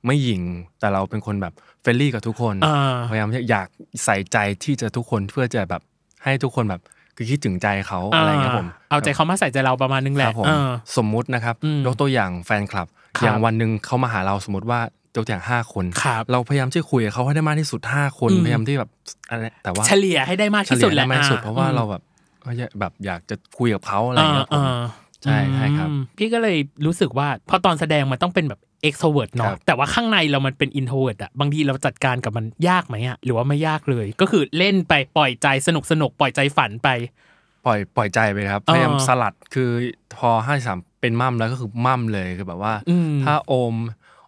[SPEAKER 3] ไม่หยิ่ง แต่เราเป็นคนแบบเฟรนลี่กับทุกคน
[SPEAKER 2] อ่า
[SPEAKER 3] พยายามที่อยากใส่ใจที่จะทุกคนเพื่อจะแบบให้ทุกคนแบบคือคิดถึงใจเขา
[SPEAKER 2] า
[SPEAKER 3] อะไรอย่างเงี้ยผม
[SPEAKER 2] เอาใจเขามาใส่ใจเราประมาณนึงแห
[SPEAKER 3] ค
[SPEAKER 2] ละ
[SPEAKER 3] รับผม
[SPEAKER 2] เออ
[SPEAKER 3] สมมุตินะครับ
[SPEAKER 2] อืม
[SPEAKER 3] ยกตัวอย่างแฟนคลับ
[SPEAKER 2] ครับ
[SPEAKER 3] อย่างวันหนึ่งเขามาหาเราสมมติว่ายกตัวอย่างห้าคน
[SPEAKER 2] ครับ
[SPEAKER 3] เราพยายามที่จะคุยกับเขาให้ได้มากที่สุดห้าคน
[SPEAKER 2] อืม
[SPEAKER 3] พยายามที่แบบอะไรแต่ว่า
[SPEAKER 2] เฉลี่ยให้ได้มาก
[SPEAKER 3] เฉ
[SPEAKER 2] ที่
[SPEAKER 3] ลี่
[SPEAKER 2] สุ
[SPEAKER 3] ย
[SPEAKER 2] ดแห
[SPEAKER 3] ได้
[SPEAKER 2] ละ
[SPEAKER 3] มากที่สุด
[SPEAKER 2] อ่
[SPEAKER 3] เพราะว่า
[SPEAKER 2] อืม
[SPEAKER 3] เราแบบเอ้ยแบบอยากจะคุยกับเขาอะไรอย่างเงี้ยครับผม
[SPEAKER 2] อ่าๆ
[SPEAKER 3] ใช่ใช่ครับ
[SPEAKER 2] อืมพี่ก็เลยรู้สึกว่าพอตอนแสดงมันต้องเป็นแบบ extrovert
[SPEAKER 3] ครั
[SPEAKER 2] เนาะ
[SPEAKER 3] บ
[SPEAKER 2] แต่ว่าข้างในเรามันเป็น introvert อะบางทีเราจัดการกับมันยากไหมอะหรือว่าไม่ยากเลย ก็คือเล่นไปปล่อยใจสนุกสนุกๆปล่อยใจฝันไป
[SPEAKER 3] ปล่อยปล่อยใจไปครับ
[SPEAKER 2] อ่า
[SPEAKER 3] พยายามสลัดคือพอห้าสามเป็นมั่มแล้วก็คือมั่มเลยคือแบบว่า
[SPEAKER 2] อืม
[SPEAKER 3] ถ้าโอม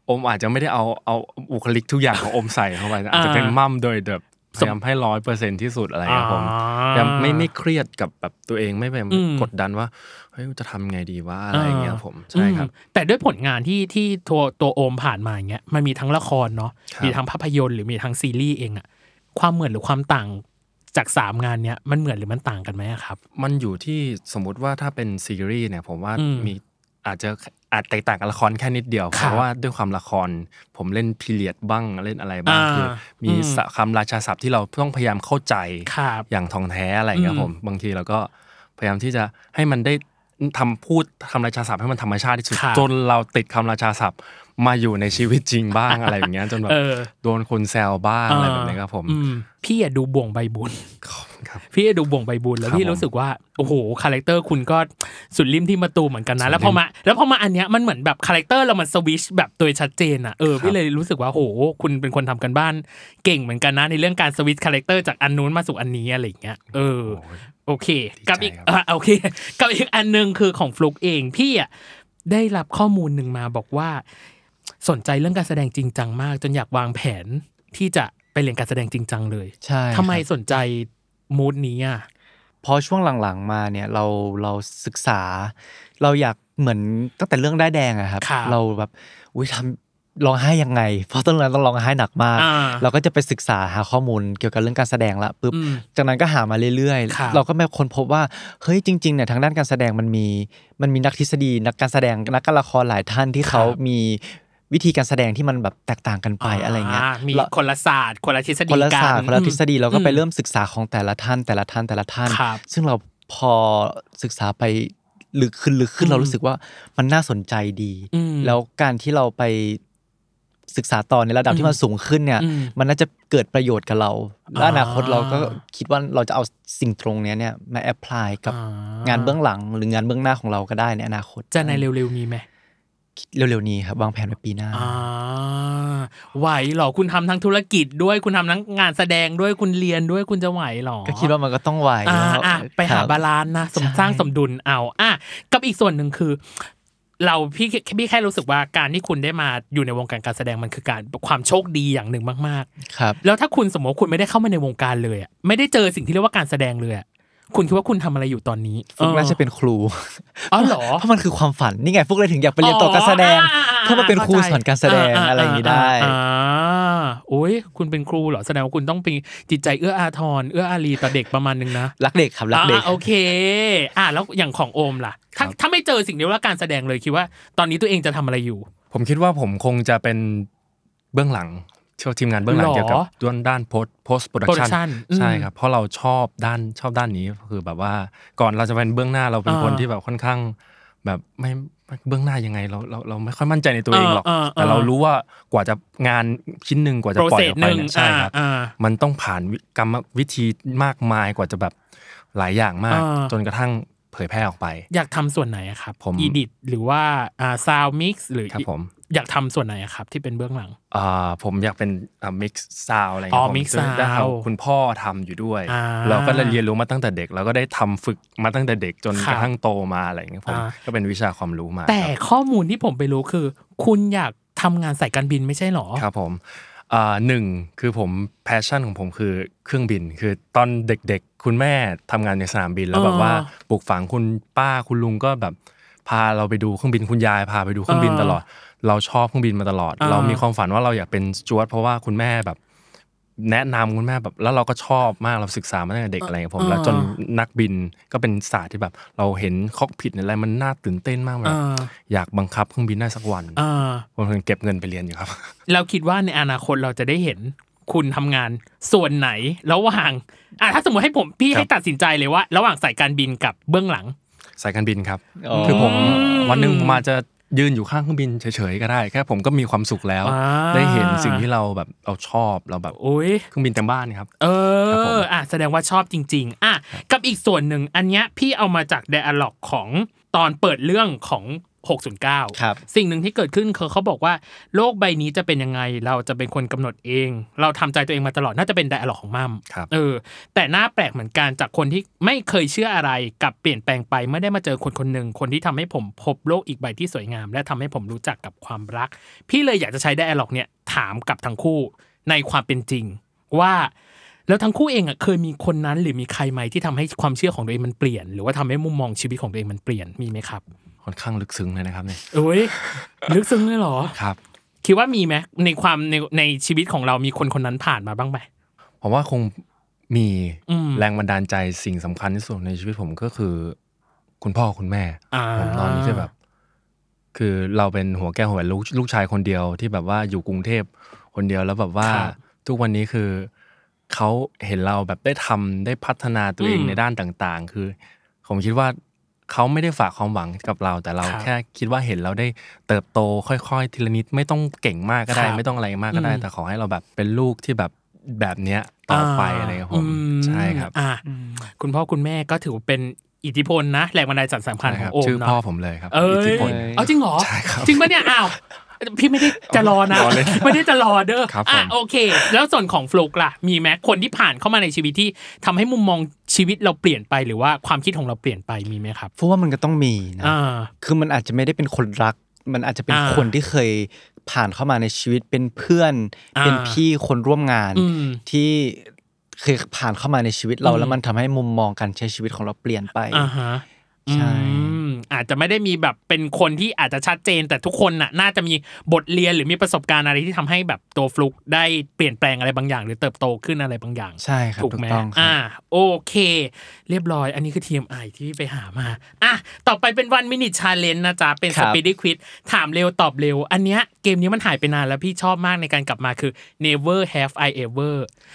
[SPEAKER 3] โอมอาจจะไม่ได้เอาเอาบุคลิกทุกอย่างของโอมใส่เข้าไปนะอาจจะ
[SPEAKER 2] อ่า
[SPEAKER 3] เป็นมั่มโดยแบบพยายามให้ร้อยเปอร์เซ็นที่สุดอะไรอย่างเงี้ยครับผม
[SPEAKER 2] อ่า
[SPEAKER 3] พยายามไม่ไม่เครียดกับแบบตัวเองไม่ไป
[SPEAKER 2] อืม
[SPEAKER 3] กดดันว่าเฮ้ยจะทำไงดีว่าอะไรอย่างเงี้ยครับผมใช่ครับ
[SPEAKER 2] อืมแต่ด้วยผลงานที่ที่ตัวตัวโอมผ่านมาอย่างเงี้ยมันมีทั้งละครเนาะ
[SPEAKER 3] ครับ
[SPEAKER 2] มีทั้งภาพยนตร์หรือมีทั้งซีรีส์เองอะความเหมือนหรือความต่างจากสามงานเนี้ยมันเหมือนหรือมันต่างกันไหมอะครับ
[SPEAKER 3] มันอยู่ที่สมมติว่าถ้าเป็นซีรีส์เนี่ยผมว่า
[SPEAKER 2] อืม
[SPEAKER 3] มีอาจจะอาจแตกต่างกับละครแค่นิดเดียว
[SPEAKER 2] ค
[SPEAKER 3] เพ
[SPEAKER 2] รับ
[SPEAKER 3] ราะว่าด้วยความละคร ผมเล่นพีเรียดบ้างเล่นอะไรบ้าง
[SPEAKER 2] อ่า
[SPEAKER 3] คือมี
[SPEAKER 2] อืม
[SPEAKER 3] สะคำราชาศัพท์ที่เราต้องพยายามเข้าใจ
[SPEAKER 2] ครับ
[SPEAKER 3] อย่างทองแท้อะไรอย่างเงี้ย
[SPEAKER 2] อืม
[SPEAKER 3] ผมบางทีเราก็พยายามที่จะให้มันได้ทำพูดคำราชาศัพท์ให้มันธรรมชาติที่สุด
[SPEAKER 2] ครับ
[SPEAKER 3] จนเราติดคำราชาศัพท์มาอยู่ในชีวิตจริงบ้าง อะไรแบบเงี้ยจนแบบ
[SPEAKER 2] เออ
[SPEAKER 3] โดนคนแซวบ้างอะไรแบบเนี้ยครับผม
[SPEAKER 2] อืพี่อะดูบ่วงใบบุญ
[SPEAKER 3] ครับ
[SPEAKER 2] พี่ดูบ่งใบบุญแล้ว
[SPEAKER 3] ครับ
[SPEAKER 2] พี่รู้สึกว่าโอ้โหคาแรคเตอร์คุณก็สุดริมที่มาตูมเหมือนกัน
[SPEAKER 3] สุ
[SPEAKER 2] นะ
[SPEAKER 3] ดริม
[SPEAKER 2] แล้วพอมาแล้วพอมาอันเนี้ยมันเหมือนแบบคาแรคเตอร์เรามันสวิชแบบตัวชัดเจนอ่ะเออ
[SPEAKER 3] ครับ
[SPEAKER 2] พี่เลยรู้สึกว่าโหคุณเป็นคนทำกันบ้านเก่งเหมือนกันนะในเรื่องการสวิชคาแรคเตอร์จากอันนู้นมาสู่อันนี้อะไรอย่างเงี้ยเออ โอเค กับอีกอ่ะโอเค กับอีกอันหนึงคือของฟลุกเองพี่อ่ะได้รับข้อมูลหนึ่งมาบอกว่า สนใจเรื่องการแสดงจริงจังมาก จนอยากวางแผนที่จะไปเรียนการแสดงจริงจังเลย
[SPEAKER 4] ใช่
[SPEAKER 2] ทำไม
[SPEAKER 4] ครับ
[SPEAKER 2] สนใจมูดนี้อ่ะ
[SPEAKER 4] เพอช่วงหลังๆมาเนี่ยเราเราศึกษา เราอยากเหมือนตั้งแต่เรื่องได้ายแดงอะครับ
[SPEAKER 2] ครับ
[SPEAKER 4] เราแบบอุ้ยทำร้องไห้ยังไง เพราะตอนนั้นต้องร้องไห้หนักมาก
[SPEAKER 2] อ่า
[SPEAKER 4] เราก็จะไปศึกษาหาข้อมูลเกี่ยวกับเรื่องการแสดงละปุ๊บ
[SPEAKER 2] อืม
[SPEAKER 4] จากนั้นก็หามาเรื่อย
[SPEAKER 2] ครับ
[SPEAKER 4] ๆ เราก็มาค้นพบว่าเฮ้ยจริงๆเนี่ยทางด้านการแสดงมันมีมันมีนักทฤษฎีนักการแสดงนักการละครหลายท่านที่เขา
[SPEAKER 2] ครับ
[SPEAKER 4] มีวิธีการแสดงที่มันแบบแตกต่างกันไปอะไรเงี้ย
[SPEAKER 2] มี
[SPEAKER 4] เรา
[SPEAKER 2] คนละศาสตร์ คนละทฤษฎี
[SPEAKER 4] คนละศาส
[SPEAKER 2] กั
[SPEAKER 4] ตร์คนละทฤษฎีเราก็ไป
[SPEAKER 2] อื
[SPEAKER 4] เริ่มศึกษาของแต่ละท่านแต่ละท่านแต่ละท่าน
[SPEAKER 2] ครับ
[SPEAKER 4] ซึ่งเราพอศึกษาไปลึกขึ้นลึกขึ้
[SPEAKER 2] อื
[SPEAKER 4] น
[SPEAKER 2] ม
[SPEAKER 4] เรารู้สึกว่ามันน่าสนใจดี
[SPEAKER 2] อืม
[SPEAKER 4] แล้วการที่เราไปศึกษาต่อในระดับ
[SPEAKER 2] อืม
[SPEAKER 4] ที่มันสูงขึ้นเนี่ย
[SPEAKER 2] อืม
[SPEAKER 4] มันน่าจะเกิดประโยชน์กับเรา และ
[SPEAKER 2] อ่า
[SPEAKER 4] อนาคตเราก็คิดว่าเราจะเอาสิ่งตรงเนี้ยเนี่ยมาแอพพลายกับ
[SPEAKER 2] อ่
[SPEAKER 4] งานเบื้องหลังหรืองานเบื้องหน้าของเราก็ได้ในอนาคต
[SPEAKER 2] จะในเร็วๆนี้ไหม
[SPEAKER 4] เร็วๆนี้ครับวางแผนไว้ปีหน้า
[SPEAKER 2] อ่าไหวเหรอคุณทำทั้งธุรกิจด้วยคุณทำทั้งงานแสดงด้วยคุณเรียนด้วยคุณจะไหวเหรอ
[SPEAKER 4] ก็คิดว่ามันก็ต้องไหว
[SPEAKER 2] อ่า
[SPEAKER 4] แล้ว
[SPEAKER 2] อ่ะไปหา
[SPEAKER 4] ครับ
[SPEAKER 2] าลานซ์นะสม
[SPEAKER 4] ใช่
[SPEAKER 2] สร้างสมดุลเอาอ่ะกับอีกส่วนหนึ่งคือ เราพี่พี่แค่รู้สึกว่าการที่คุณได้มาอยู่ในวงการการแสดงมันคือการความโชคดีอย่างหนึ่งมากๆ
[SPEAKER 4] ครับ
[SPEAKER 2] แล้วถ้าคุณสมมติว่าคุณไม่ได้เข้ามาในวงการเลยอะไม่ได้เจอสิ่งที่เรียกว่าการแสดงเลยอะคุณคิดว่าคุณทำอะไรอยู่ตอนนี้
[SPEAKER 4] ฟุกน่าจะ
[SPEAKER 2] เออ
[SPEAKER 4] เป็นครู
[SPEAKER 2] อ๋อเหรอ
[SPEAKER 4] เพราะมันคือความฝันนี่ไงฟุกเลยถึงอยากไปเรียนต่อการแสดง
[SPEAKER 2] อ๋ออ่
[SPEAKER 4] เพื่อมาเป็นครูสอนการแสดงอะไรอย่างนี้ได้
[SPEAKER 2] อ่าโอ้ยคุณเป็นครูเหรอแสดงว่าคุณต้องเป็นจิตใจเอื้ออาทรเอื้ออารีต่อเด็กประมาณนึงนะ
[SPEAKER 4] รักเด็กครับรักเด็ก
[SPEAKER 2] อ่าโอเค อ่าแล้วอย่างของโอมล่ะ ถ้า
[SPEAKER 3] ครับ
[SPEAKER 2] ถ้าไม่เจอสิ่งนี้ว่าการแสดงเลยคิดว่า ตอนนี้ตัวเองจะทำอะไรอยู่
[SPEAKER 3] ผมคิดว่าผมคงจะเป็นเบื้องหลังเที่ยวทีมงานเบื้องหลัง
[SPEAKER 2] หรอ
[SPEAKER 3] เกี่ยวกับด้านด้านโพสโพสโปรดักชั
[SPEAKER 2] production
[SPEAKER 3] น
[SPEAKER 2] อืม
[SPEAKER 3] ใช่ครับเพราะเราชอบด้านชอบด้านนี้คือแบบว่าก่อนเราจะเป็นเบื้องหน้าเราเป็น
[SPEAKER 2] อ่า
[SPEAKER 3] คนที่แบบค่อนข้าง แบบไม่ เบื้องหน้ายังไงเราเราเราไม่ค่อยมั่นใจในตัวเองหรอก
[SPEAKER 2] เออเออเออ
[SPEAKER 3] แต่เรารู้ว่ากว่าจะงานชิ้นหนึ่งกว่าจะ
[SPEAKER 2] โปร
[SPEAKER 3] ปล่อ
[SPEAKER 2] เซส
[SPEAKER 3] ยออก
[SPEAKER 2] ห
[SPEAKER 3] ไป
[SPEAKER 2] นึ่ง
[SPEAKER 3] เนี่ยใช่ครับ
[SPEAKER 2] อ่า
[SPEAKER 3] มันต้องผ่านวิกรรมวิธีมากมายกว่าจะแบบหลายอย่างมาก
[SPEAKER 2] อ่า
[SPEAKER 3] จนกระทั่งเผยแพร่ออกไป
[SPEAKER 2] อยากทำส่วนไหนอะครับ
[SPEAKER 3] ผม
[SPEAKER 2] อีดิทหรือว่าอ่าซาวมิกซ์หรือ
[SPEAKER 3] ครับผม
[SPEAKER 2] อยากทำส่วนไหนอะครับที่เป็นเบื้องหลัง
[SPEAKER 3] อ่าผมอยากเป็นอ่า mix sound อะไร
[SPEAKER 2] อ๋
[SPEAKER 3] เงี้
[SPEAKER 2] อย
[SPEAKER 3] ผม
[SPEAKER 2] mix
[SPEAKER 3] ซึ่งได้เอา
[SPEAKER 2] sound
[SPEAKER 3] คุณพ่อทำอยู่ด้วย
[SPEAKER 2] อ่า
[SPEAKER 3] เราก็เลยเรียนรู้มาตั้งแต่เด็ก แล้วก็ได้ทำฝึกมาตั้งแต่เด็กจน
[SPEAKER 2] ครับ
[SPEAKER 3] กระทั่งโตมาอะไรเงี้ยผม
[SPEAKER 2] อ่า
[SPEAKER 3] ก็เป็นวิชาความรู้มา
[SPEAKER 2] แต่
[SPEAKER 3] ครับ
[SPEAKER 2] ข้อมูลที่ผมไปรู้คือ คุณอยากทำงานสายการบินไม่ใช่หรอ
[SPEAKER 3] ครับผมอ่าหนึ่งคือผมแพชชั่นของผมคือเครื่องบิน คือตอนเด็กๆ คุณแม่ทำงานในสนามบิน แล้ว
[SPEAKER 2] อ่า
[SPEAKER 3] แบบว่าปลูกฝังคุณป้าคุณลุงก็แบบพาเราไปดูเครื่องบินคุณยายพาไปดูเครื่องบิน
[SPEAKER 2] อ่า
[SPEAKER 3] ตลอด เราชอบเครื่องบินมาตลอด
[SPEAKER 2] อ่า
[SPEAKER 3] เรามีความฝันว่าเราอยากเป็นสจวดเพราะว่าคุณแม่แบบ แนะนำคุณแม่แบบแล้วเราก็ชอบมากเราศึกษามาตั้งแต่เด็กอะไรอย่างเงี้ยผมแล้ว
[SPEAKER 2] อ่า
[SPEAKER 3] จนนักบินก็เป็นศาสตร์ที่แบบ เราเห็นคอกพิทอะไรมันน่าตื่นเต้นมากแบบ
[SPEAKER 2] อ่า
[SPEAKER 3] อยากบังคับเครื่องบินได้สักวัน
[SPEAKER 2] อ่า
[SPEAKER 3] ผมถึงเก็บเงินไปเรียนอยู่ครับ
[SPEAKER 2] เราคิดว่าในอนาคตเราจะได้เห็นคุณทำงานส่วนไหนระหว่างอ่ะถ้าสมมติให้ผมพี่
[SPEAKER 3] ครับ
[SPEAKER 2] ให้ตัดสินใจเลยว่า ระหว่างสายการบินกับเบื้องหลัง
[SPEAKER 3] สายการบินครับ
[SPEAKER 4] อ๋อ
[SPEAKER 3] คือผมวันหนึ่งผมอาจจะยืนอยู่ข้างเครื่องบินเฉยๆก็ได้ แค่ผมก็มีความสุขแล้ว
[SPEAKER 2] อ่า
[SPEAKER 3] ได้เห็นสิ่งที่เราแบบเราชอบเราแบบ
[SPEAKER 2] โอ้ย
[SPEAKER 3] เครื่องบินเต็มบ้านครับ
[SPEAKER 2] เอ
[SPEAKER 3] ครับผ
[SPEAKER 2] อ
[SPEAKER 3] ม
[SPEAKER 2] อ่ะแสดงว่าชอบจริง ๆ อ่ะ กับอีกส่วนหนึ่ง อันเนี้ยพี่เอามาจาก d ดอะล็อกของตอนเปิดเรื่องของ 609
[SPEAKER 4] ครับ
[SPEAKER 2] สิ่งหนึ่งที่เกิดขึ้นคือเขาบอกว่า โลกใบนี้จะเป็นยังไง เราจะเป็นคนกำหนดเอง เราทำใจตัวเองมาตลอด น่าจะเป็น d ดอะล็อกของมัม
[SPEAKER 3] ครับ
[SPEAKER 2] เออ แต่หน้าแปลกเหมือนกันจากคนที่ไม่เคยเชื่ออะไรกับเปลี่ยนแปลงไปเมื่อได้มาเจอคนคนหนึ่งคนที่ทำให้ผมพบโลกอีกใบที่สวยงาม และทำให้ผมรู้จักกับความรัก พี่เลยอยากจะใช้ d ดอะล็อกเนี่ยถามกับทั้งคู่ในความเป็นจริง ว่าแล้วทั้งคู่เองอ่ะเคยมีคนนั้นหรือมีใครไหมที่ทำให้ความเชื่อของตัวเองมันเปลี่ยน หรือว่าทำให้มุมมองชีวิตของตัวเองมันเปลี่ยนมีไหมครับ
[SPEAKER 3] ค่อนข้างลึกซึ้งเลยนะครับเนี่ย
[SPEAKER 2] เอ้ย ลึกซึ้งเลยเหรอ
[SPEAKER 3] ครับ
[SPEAKER 2] คิดว่ามีไหมในความในในชีวิตของเรามีคนคนนั้นผ่านมาบ้างไหม
[SPEAKER 3] ผมว่าคงมี
[SPEAKER 2] อืม
[SPEAKER 3] แรงบันดาลใจสิ่งสำคัญที่สุดในชีวิตผมก็คือ คุณพ่อคุณแม่
[SPEAKER 2] อ่า
[SPEAKER 3] ผมตอนนี้จะแบบ คือเราเป็นหัวแก้วหัวแหวนลูกลูกชายคนเดียวที่แบบว่าอยู่กรุงเทพคนเดียวแล้วแบบว่า
[SPEAKER 2] ครับ
[SPEAKER 3] ทุกวันนี้คือเขาเห็นเราแบบได้ทำได้พัฒนาตัวเอง
[SPEAKER 2] อืม
[SPEAKER 3] ในด้านต่าง ๆ คือ ผมคิดว่าเขาไม่ได้ฝากความหวังกับเรา แต่เรา
[SPEAKER 2] ครับ
[SPEAKER 3] แค่คิดว่าเห็นเราได้เติบโตค่อยๆ ทีละนิดไม่ต้องเก่งมากก็ได้
[SPEAKER 2] ครับ
[SPEAKER 3] ไม่ต้องอะไรมากก็ได้
[SPEAKER 2] อืม
[SPEAKER 3] แต่ขอให้เราแบบเป็นลูกที่แบบแบบเนี้ยต่อไปอะไรครับผม
[SPEAKER 2] ม
[SPEAKER 3] ใช่ครับ
[SPEAKER 2] อ่าคุณพ่อคุณแม่ก็ถือว่าเป็นอิทธิพลนะแรงบันดาลใจสำคัญ
[SPEAKER 3] ใช่
[SPEAKER 2] ข
[SPEAKER 3] ค
[SPEAKER 2] อง
[SPEAKER 3] รับ
[SPEAKER 2] โอม
[SPEAKER 3] ชื่อ
[SPEAKER 2] เนาะ
[SPEAKER 3] พ่อผมเลยครับ
[SPEAKER 2] เอ้
[SPEAKER 3] อิทธิ
[SPEAKER 2] ย
[SPEAKER 3] พล
[SPEAKER 2] เอาจริงเหรอ
[SPEAKER 3] ใช่ครับ
[SPEAKER 2] จริงปะเนี่ยอ้าวพี่ไม่ได้จะรอนะ
[SPEAKER 3] รอเล่น
[SPEAKER 2] ไม่ได้จะรอเด้อ
[SPEAKER 3] ครับผม
[SPEAKER 2] อ่ะโอเค แล้วส่วนของฟลุกล่ะ มีไหมคนที่ผ่านเข้ามาในชีวิตที่ทำให้มุมมองชีวิตเราเปลี่ยนไปหรือว่าความคิดของเราเปลี่ยนไปมีไหมครับ
[SPEAKER 4] เพราะว่ามันก็ต้องมีนะ
[SPEAKER 2] อ่า
[SPEAKER 4] คือมันอาจจะไม่ได้เป็นคนรัก มันอาจจะเป็น
[SPEAKER 2] อ่า
[SPEAKER 4] คนที่เคยผ่านเข้ามาในชีวิตเป็นเพื่อน
[SPEAKER 2] อ่า
[SPEAKER 4] เป็นพี่คนร่วมงาน
[SPEAKER 2] อืม
[SPEAKER 4] ที่เคยผ่านเข้ามาในชีวิตเรา
[SPEAKER 2] อืม
[SPEAKER 4] แล้วมันทำให้มุมมองการใช้ชีวิตของเราเปลี่ยนไป
[SPEAKER 2] อ่าฮะ
[SPEAKER 4] ใช่
[SPEAKER 2] อืมอาจจะไม่ได้มีแบบเป็นคนที่อาจจะชัดเจน แต่ทุกคนน่ะน่าจะมีบทเรียนหรือมีประสบการณ์อะไรที่ทำให้แบบตัวฟลุกได้เปลี่ยนแปลงอะไรบางอย่าง หรือเติบโตขึ้นอะไรบางอย่าง
[SPEAKER 4] ใช่ครับ
[SPEAKER 2] ถูก
[SPEAKER 4] ถู
[SPEAKER 2] ไหม
[SPEAKER 4] กต้องครั
[SPEAKER 2] อ่า
[SPEAKER 4] บ
[SPEAKER 2] โอเค เรียบร้อย อันนี้คือ TMI ที่ไปหามา อ่ะ ต่อไปเป็นวันมินิชาเลน g e นะจ๊ะ เป็น
[SPEAKER 4] ค
[SPEAKER 2] ส
[SPEAKER 4] รับ
[SPEAKER 2] ปีดควิดถามเร็วตอบเร็ว อันเนี้ยเกมนี้มันหายไปนานแล้วพี่ชอบมากในการกลับมาคือ never have I ever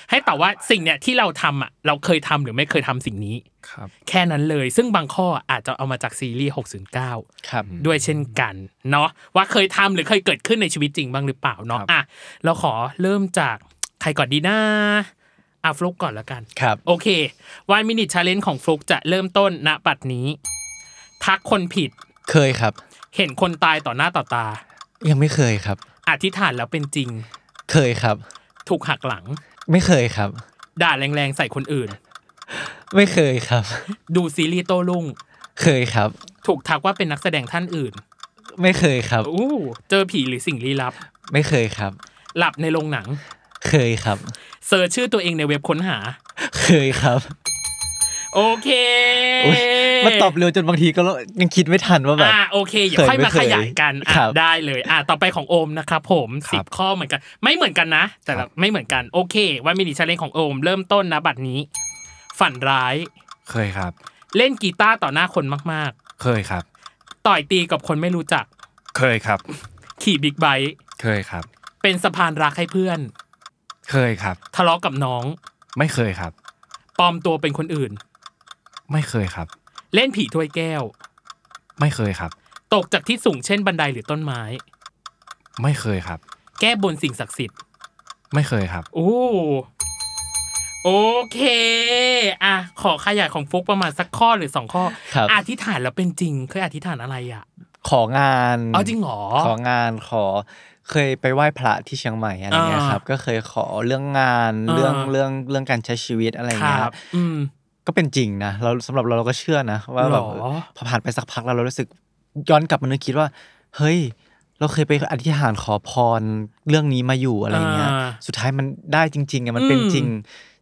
[SPEAKER 2] ให้ตอบว่าสิ่งเนี้ยที่เราทำอ่ะ เราเคยทำหรือไม่เคยทำสิ่งนี้
[SPEAKER 3] ครับ
[SPEAKER 2] แค่นั้นเลย ซึ่งบางข้ออาจจะเอามาจากซีรีส์ 609
[SPEAKER 4] ครับ
[SPEAKER 2] ด้วยเช่นกันเนาะว่าเคยทำหรือเคยเกิดขึ้นในชีวิตจริงบ้างหรือเปล่าเนาะ
[SPEAKER 3] ครับ
[SPEAKER 2] อ่ะเราขอเริ่มจากใครก่อนดีนะอ่ะฟลุกก่อนละกัน
[SPEAKER 4] ครับ
[SPEAKER 2] โอเควันมินิชาเลนจ์ของฟลุกจะเริ่มต้นณบัดนี้ ทักคนผิด
[SPEAKER 4] เคยครับ
[SPEAKER 2] เห็นคนตายต่อหน้าต่อตา
[SPEAKER 4] ยังไม่เคยครับ
[SPEAKER 2] อธิษฐานแล้วเป็นจริง
[SPEAKER 4] เคยครับ
[SPEAKER 2] ถูกหักหลัง
[SPEAKER 4] ไม่เคยครับ
[SPEAKER 2] ด่าแรงๆใส่คนอื่น
[SPEAKER 4] ไม่เคยครับ
[SPEAKER 2] ดูซีรีส์โต้รุ่ง
[SPEAKER 4] เคยครับ
[SPEAKER 2] ถูกทักว่าเป็นนักแสดงท่านอื่น
[SPEAKER 4] ไม่เคยครับ
[SPEAKER 2] อู้เจอผีหรือสิ่งลี้ลับ
[SPEAKER 4] ไม่เคยครับ
[SPEAKER 2] หลับในโรงหนัง
[SPEAKER 4] เคยครับ
[SPEAKER 2] เซิร์ชชื่อตัวเองในเว็บค้นหา
[SPEAKER 4] เคยครับ
[SPEAKER 2] โอเค
[SPEAKER 4] อุ๊ยมันตอบเร็วจนบางทีก็ยังคิดไม่ทันว่าแบบ
[SPEAKER 2] อ่าโอเคอย่า
[SPEAKER 4] เคย
[SPEAKER 2] ค่อยมา
[SPEAKER 4] ไม่เค
[SPEAKER 2] ข
[SPEAKER 4] ย
[SPEAKER 2] ยายกันอ่ะ
[SPEAKER 4] ครับ
[SPEAKER 2] ได้เลยอ่ะต่อไปของโอมนะครับผม
[SPEAKER 3] ครับ
[SPEAKER 2] สิบข้อเหมือนกัน ไม่เหมือนกันนะ แต่ละ
[SPEAKER 3] ครับ
[SPEAKER 2] ไม่เหมือนกันโอเควันมินิชาเลนของโอม เริ่มต้นนะบัดนี้ ฝันร้าย
[SPEAKER 3] เคยครับ
[SPEAKER 2] เล่นกีตาร์ต่อหน้าคนมาก
[SPEAKER 3] เคยครับ
[SPEAKER 2] ๆ ต่อยตีกับคนไม่รู้จัก
[SPEAKER 3] เคยครับ
[SPEAKER 2] ขี่บิ๊กไบค์
[SPEAKER 3] เคยครับ
[SPEAKER 2] เป็นสะพานรักให้เพื่อน
[SPEAKER 3] เคยครับ
[SPEAKER 2] ทะเลาะกับน้อง
[SPEAKER 3] ไม่เคยครับ
[SPEAKER 2] ปลอมตัวเป็นคนอื่น
[SPEAKER 3] ไม่เคยครับ
[SPEAKER 2] เล่นผีถ้วยแก้ว
[SPEAKER 3] ไม่เคยครับ
[SPEAKER 2] ตกจากที่สูงเช่นบันไดหรือต้นไม้
[SPEAKER 3] ไม่เคยครับ
[SPEAKER 2] แก้บนสิ่งศักดิ์สิทธิ์
[SPEAKER 3] ไม่เคยครับ
[SPEAKER 2] โอ้โอเค อ่ะ ขอขยายของฟุกประมาณสักข้อหรือสองข้อ
[SPEAKER 4] ครับ
[SPEAKER 2] อธิษฐานแล้วเป็นจริง เคยอธิษฐานอะไรอ่ะ
[SPEAKER 4] ของาน
[SPEAKER 2] เอาจริงเหรอ
[SPEAKER 4] ของานขอเคยไปไหว้พระที่เชียงใหม่อะไรเงี้ย
[SPEAKER 2] อ่า
[SPEAKER 4] ครับ ก็เคยขอเรื่องงาน
[SPEAKER 2] อ่า
[SPEAKER 4] เรื่องเรื่องเรื่องการใช้ชีวิตอะไร
[SPEAKER 2] ค
[SPEAKER 4] เงี้ย
[SPEAKER 2] รับ อืม
[SPEAKER 4] ก็เป็นจริงนะเราสำหรับเราเราก็เชื่อนะว่าแบบ
[SPEAKER 2] หรอ
[SPEAKER 4] พอผ่านไปสักพักแล้วเรารู้สึกย้อนกลับมานึกคิดว่า เฮ้ย เราเคยไปอธิษฐานขอพรเรื่องนี้มาอยู่อะไรเงี้ย
[SPEAKER 2] า
[SPEAKER 4] สุดท้ายมันได้จริงๆอะมันเป็น
[SPEAKER 2] อืม
[SPEAKER 4] จริง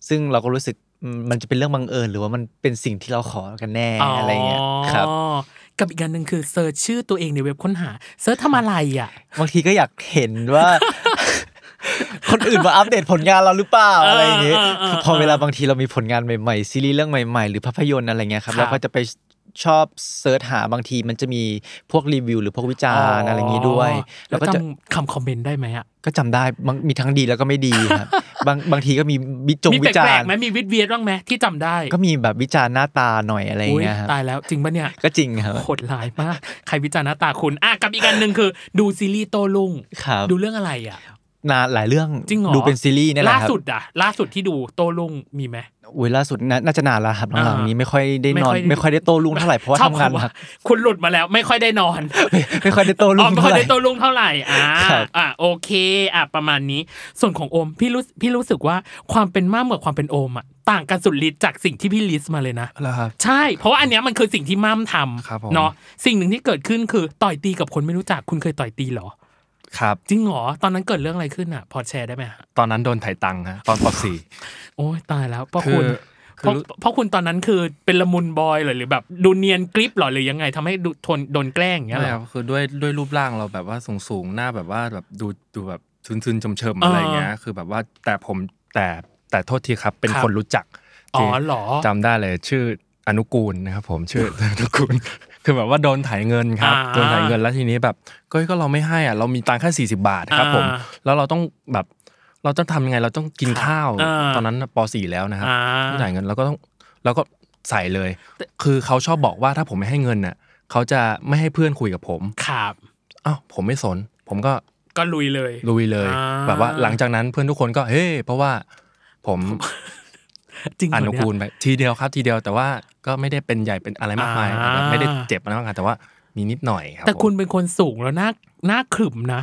[SPEAKER 4] ซึ่งเราก็รู้สึกอืมมันจะเป็นเรื่องบังเอิญหรือว่ามันเป็นสิ่งที่เราขอกันแน่อะไรเงี้ยครับ
[SPEAKER 2] กับอีกอันหนึ่งคือเซิร์ชชื่อตัวเองในเว็บค้นหาเซิร์ชทำอะไรอ่ะ
[SPEAKER 4] บางทีก็อยากเห็นว่า คนอื่นมาอัปเดตผลงานเราหรือเปล่าอะไรอย่างงี้
[SPEAKER 2] เออเออเออ
[SPEAKER 4] พอเวลาบางทีเรามีผลงานใหม่ๆซีรีส์เรื่องใหม่ ๆ หรือภาพยนตร์อะไรเงี้ยครับ
[SPEAKER 2] ครับ
[SPEAKER 4] เราก็จะไปชอบเซิร์ชหาบางทีมันจะมีพวกรีวิวหรือพวกวิจารณ์อะไรอย่างงี้ด้วย
[SPEAKER 2] แล้
[SPEAKER 4] เรา
[SPEAKER 2] ว
[SPEAKER 4] ก็
[SPEAKER 2] จ
[SPEAKER 4] จะ
[SPEAKER 2] ำคำคอมเมนต์ได้ไหมอ่ะ
[SPEAKER 4] ก็จำได้บางมีทั้งดีแล้วก็ไม่ดีครับ บางบางทีก็มีวิจง
[SPEAKER 2] มี
[SPEAKER 4] วิ
[SPEAKER 2] แป
[SPEAKER 4] จา
[SPEAKER 2] ล
[SPEAKER 4] ร
[SPEAKER 2] ก
[SPEAKER 4] ณ์
[SPEAKER 2] ๆไหมมีวิดเวียดบ้างไหมที่จำได้
[SPEAKER 4] ก็มีแบบวิจารณ์หน้าตาหน่อยอะไรอย่าง
[SPEAKER 2] ย
[SPEAKER 4] เงี้ยครับ
[SPEAKER 2] ตายแล้วจริงปะเนี่ย
[SPEAKER 4] ก็จริงครับ
[SPEAKER 2] โหดหลายมาก ใครวิจารณ์หน้าตาคุณอ่ะกับอีกอันหนึ่งคือ ดูซีรีส์โตลุง
[SPEAKER 4] ครับ
[SPEAKER 2] ดูเรื่องอะไรอ่ะ
[SPEAKER 4] นานหลายเรื่อง
[SPEAKER 2] จริงเหรอ
[SPEAKER 4] ดูเป็นซีรีส์เนี่ยแหละ
[SPEAKER 2] ล่า
[SPEAKER 4] ครับ
[SPEAKER 2] สุดอ่ะ ล่าสุดที่ดูโตลุงมีไหม
[SPEAKER 4] โอ้ยล่าสุดน่าน่าจะนานแล้วครับหลัง
[SPEAKER 2] อ่า
[SPEAKER 4] ๆนี้ไม่ค่อยได้นอน ไม่ค่อยได้โต้รุ่งเท่าไหร่เพราะว่า
[SPEAKER 2] ชอบ
[SPEAKER 4] ทำงาน
[SPEAKER 2] คำ
[SPEAKER 4] หนัก
[SPEAKER 2] คุณหลุดมาแล้วไม่ค่อยได้นอน
[SPEAKER 4] ไม่ไม่ค่อยได้โต้รุ่
[SPEAKER 2] อ๋อ
[SPEAKER 4] ง
[SPEAKER 2] ไม่
[SPEAKER 4] เท่า
[SPEAKER 2] ค่อย
[SPEAKER 4] ไหร่
[SPEAKER 2] ได้โตลุงเท่าไหร่ อ่า
[SPEAKER 4] ครับ
[SPEAKER 2] อ่าโอเค อ่ะประมาณนี้ ส่วนของโอมพี่รู้พี่รู้สึกว่าความเป็นมั่มกับความเป็นโอมอ่ะต่างกันสุดฤทธิ์จากสิ่งที่พี่ลิสต์มาเลยนะ
[SPEAKER 3] แล้วครับ
[SPEAKER 2] ใช่ เพราะว่าอันเนี้ยมันคือสิ่งที่มั่มท
[SPEAKER 3] ครับผม
[SPEAKER 2] ำเนาะ สิ่งหนึ่งที่เกิดขึ้นคือต่อยตีกับคนไม่รู้จักคุณเคยต่อยตีเหรอ
[SPEAKER 3] ครับ
[SPEAKER 2] จริงเหรอ ตอนนั้นเกิดเรื่องอะไรขึ้นอ่ะ พอแชร์ได้ไหมฮะ
[SPEAKER 3] ตอนนั้นโดนไถ่ตังค์ฮะตอนปสี่
[SPEAKER 2] โอ้ยตายแล้วเพราะคุณ
[SPEAKER 3] คือ
[SPEAKER 2] เพราะ
[SPEAKER 3] คือ
[SPEAKER 2] เพราะคุณตอนนั้นคือเป็นละมุนบอยเหรอหรือแบบดูเนียนกริปเหรอหรือยังไงทำให้ดูทนโดนแกล้งอย่างเงี้ย
[SPEAKER 3] ไม่
[SPEAKER 2] เหร
[SPEAKER 3] ค
[SPEAKER 2] อ
[SPEAKER 3] รับคือด้วยด้วยรูปร่างเราแบบว่าสูงสูงๆหน้าแบบว่าแบบดูดูแบบซึนซึนๆชมเชมๆอะไรอย่างเงี้ยคือแบบว่าแต่ผมแต่แต่โทษทีครับ เป็น
[SPEAKER 2] ครับ
[SPEAKER 3] คนรู้จัก
[SPEAKER 2] อ๋อ
[SPEAKER 3] ที่
[SPEAKER 2] เหรอ
[SPEAKER 3] จำได้เลยชื่ออนุกูลนะครับผมชื่อ อนุกูลคือแบบว่าโดนถ่ายเงินครับ
[SPEAKER 2] อ่า
[SPEAKER 3] โดนถ่ายเงินแล้วทีนี้แบบก็ก็เราไม่ให้อ่ะเรามีตังค์แค่40 บาทครับผม
[SPEAKER 2] อ่า
[SPEAKER 3] แล้วเราต้องแบบเราต้องทำยังไงเราต้องกินข้าว
[SPEAKER 2] อ่า
[SPEAKER 3] ตอนนั้นป .4 แล้วนะครับ
[SPEAKER 2] อ่า
[SPEAKER 3] จ่ายเงินแล้วก็ต้องแล้วก็ใส่เลย คือเขาชอบบอกว่าถ้าผมไม่ให้เงินน่ะเขาจะไม่ให้เพื่อนคุยกับผม
[SPEAKER 2] ครับ
[SPEAKER 3] อ้าวผมไม่สน ผมก็
[SPEAKER 2] ก็ลุยเลย
[SPEAKER 3] ลุยเลย
[SPEAKER 2] อ่
[SPEAKER 3] แบบว่าหลังจากนั้นเพื่อนทุกคนก็เฮ้เพราะว่าผม
[SPEAKER 2] จริงเหร
[SPEAKER 3] อ
[SPEAKER 2] อ
[SPEAKER 3] นุ
[SPEAKER 2] เย
[SPEAKER 3] กูลไปทีเดียวครับ ทีเดียวแต่ว่าก็ไม่ได้เป็นใหญ่เป็นอะไรมากมาย
[SPEAKER 2] อ่า
[SPEAKER 3] แบบไม่ได้เจ็บอะไรมากมายแต่ว่ามีนิดหน่อยครับ
[SPEAKER 2] แต่คุณ
[SPEAKER 3] ผม
[SPEAKER 2] เป็นคนสูงแล้วหน้าหน้าขรึมนะ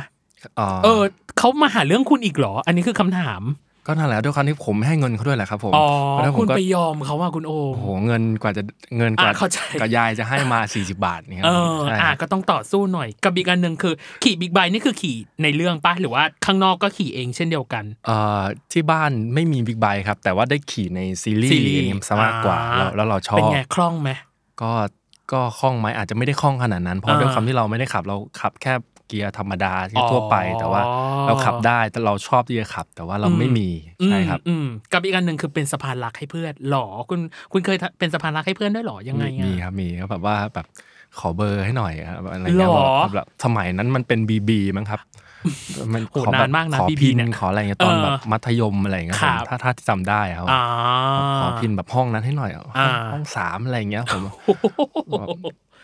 [SPEAKER 3] เอ่อ
[SPEAKER 2] เออเขามาหาเรื่องคุณอีกเหรอ อันนี้คือคำถาม
[SPEAKER 3] ก็นั่นแหละด้วยความที่ผมไม่ให้เงินเขาด้วยแหละครับผม
[SPEAKER 2] อ๋อ
[SPEAKER 3] เพราะฉะนั้นผ
[SPEAKER 2] คุ
[SPEAKER 3] ม
[SPEAKER 2] ณ
[SPEAKER 3] ก็
[SPEAKER 2] ไปยอมเขาว่าคุณโอม
[SPEAKER 3] โอ้โหเงินกว่าจะเงินกว่า
[SPEAKER 2] อ่ะเข้าใจ
[SPEAKER 3] กับยายจะให้มา 40 บาทเนี่ยค
[SPEAKER 2] เอ
[SPEAKER 3] รับผม
[SPEAKER 2] อ
[SPEAKER 3] ใช่
[SPEAKER 2] อ่ะ
[SPEAKER 3] ครับ
[SPEAKER 2] ก็ต้องต่อสู้หน่อยกับอีกอันหนึ่งคือ ขี่บิ๊กไบค์นี่คือขี่ในเรื่องปะหรือว่าข้างนอกก็ขี่เองเช่นเดียวกัน
[SPEAKER 3] เอ่อที่บ้านไม่มีบิ๊กไบค์ครับ แต่ว่าได้ขี่ในซีรี
[SPEAKER 2] ซี
[SPEAKER 3] ส์
[SPEAKER 2] รีส์
[SPEAKER 3] ซะมากกว่า
[SPEAKER 2] อ่า
[SPEAKER 3] แล้วแล้วเราชอ
[SPEAKER 2] เป็น
[SPEAKER 3] บ
[SPEAKER 2] ไงคล่องไหม
[SPEAKER 3] ก็ก็คล่องไหมอาจจะไม่ได้คล่องขนาดนั้น เพราะ
[SPEAKER 2] อ่า
[SPEAKER 3] ด้วยความที่เราไม่ได้ขับเราขับแค่เกียร์ธรรมดาเกีย
[SPEAKER 2] อ๋
[SPEAKER 3] ร์
[SPEAKER 2] อ
[SPEAKER 3] ทั่วไปแต่ว่าเราขับได้แต่เราชอบที่จะขับ แต่ว่าเรา
[SPEAKER 2] อืม
[SPEAKER 3] ไม่มีใช่ครับ
[SPEAKER 2] อืมอืมกับอีกอันหนึ่งคือเป็นสะพานรักให้เพื่อนเหรอคุณคุณเคยเป็นสะพานรักให้เพื่อนด้วยเหรอยังไง
[SPEAKER 3] มี
[SPEAKER 2] อะ
[SPEAKER 3] มีครับมีครับแบบว่าแบบขอเบอร์ให้หน่อยครับอะไรเงี้ย
[SPEAKER 2] หรอ
[SPEAKER 3] แบบแบบสมัยนั้นมันเป็นบีบีมั้งครับมัน
[SPEAKER 2] โห
[SPEAKER 3] ขอแบบ
[SPEAKER 2] นานมากนะ
[SPEAKER 3] ขอ
[SPEAKER 2] BB
[SPEAKER 3] พิน
[SPEAKER 2] เนี่ย
[SPEAKER 3] ขออะไรเงี้ยตอน
[SPEAKER 2] เออ
[SPEAKER 3] แบบมัธยมอะไรเงี้ย
[SPEAKER 2] ค
[SPEAKER 3] ผ
[SPEAKER 2] รั
[SPEAKER 3] ม
[SPEAKER 2] บ
[SPEAKER 3] ถ้าถ้าจำได้ครับ
[SPEAKER 2] อ่า
[SPEAKER 3] ขอพินแบบห้องนั้นให้หน่อย
[SPEAKER 2] อ่า
[SPEAKER 3] ห้องสามอะไรอย่างเงี้ยผม
[SPEAKER 2] โอ้โห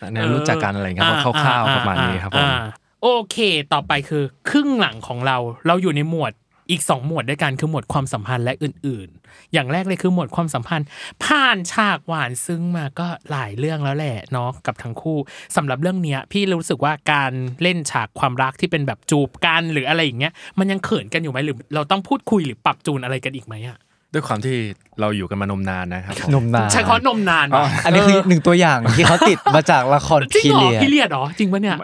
[SPEAKER 3] แบบเนี่ยรู้จักกันอะไรอย่างเงี้ยก็คร่าวๆประมาณนี้ครับผม
[SPEAKER 2] อ่าโอเค ต่อไปคือครึ่งหลังของเรา เราอยู่ในหมวดอีกสองหมวดด้วยกันคือหมวดความสัมพันธ์และอื่นๆ อย่างแรกเลยคือหมวดความสัมพันธ์ ผ่านฉากหวานซึ้งมาก็หลายเรื่องแล้วแหละเนาะกับทั้งคู่สำหรับเรื่องเนี้ย พี่รู้สึกว่าการเล่นฉากความรักที่เป็นแบบจูบกันหรืออะไรอย่างเงี้ยมันยังเขินกันอยู่ไหมหรือ เราต้องพูดคุยหรือปรับจูนอะไรกันอีกไหมอะ
[SPEAKER 3] ด้วยความที่เราอยู่กันมานมนานนะครับ ผม
[SPEAKER 4] นมนาน
[SPEAKER 2] ใช้คอนมนานปะ
[SPEAKER 4] อันนี้คือหนึ่งตัวอย่างที่เขาติดมาจากละคร
[SPEAKER 2] จริง
[SPEAKER 4] พี
[SPEAKER 2] เหรอ
[SPEAKER 4] เรียด
[SPEAKER 2] พี่เลียดเหรอจริง ปะเนี่ย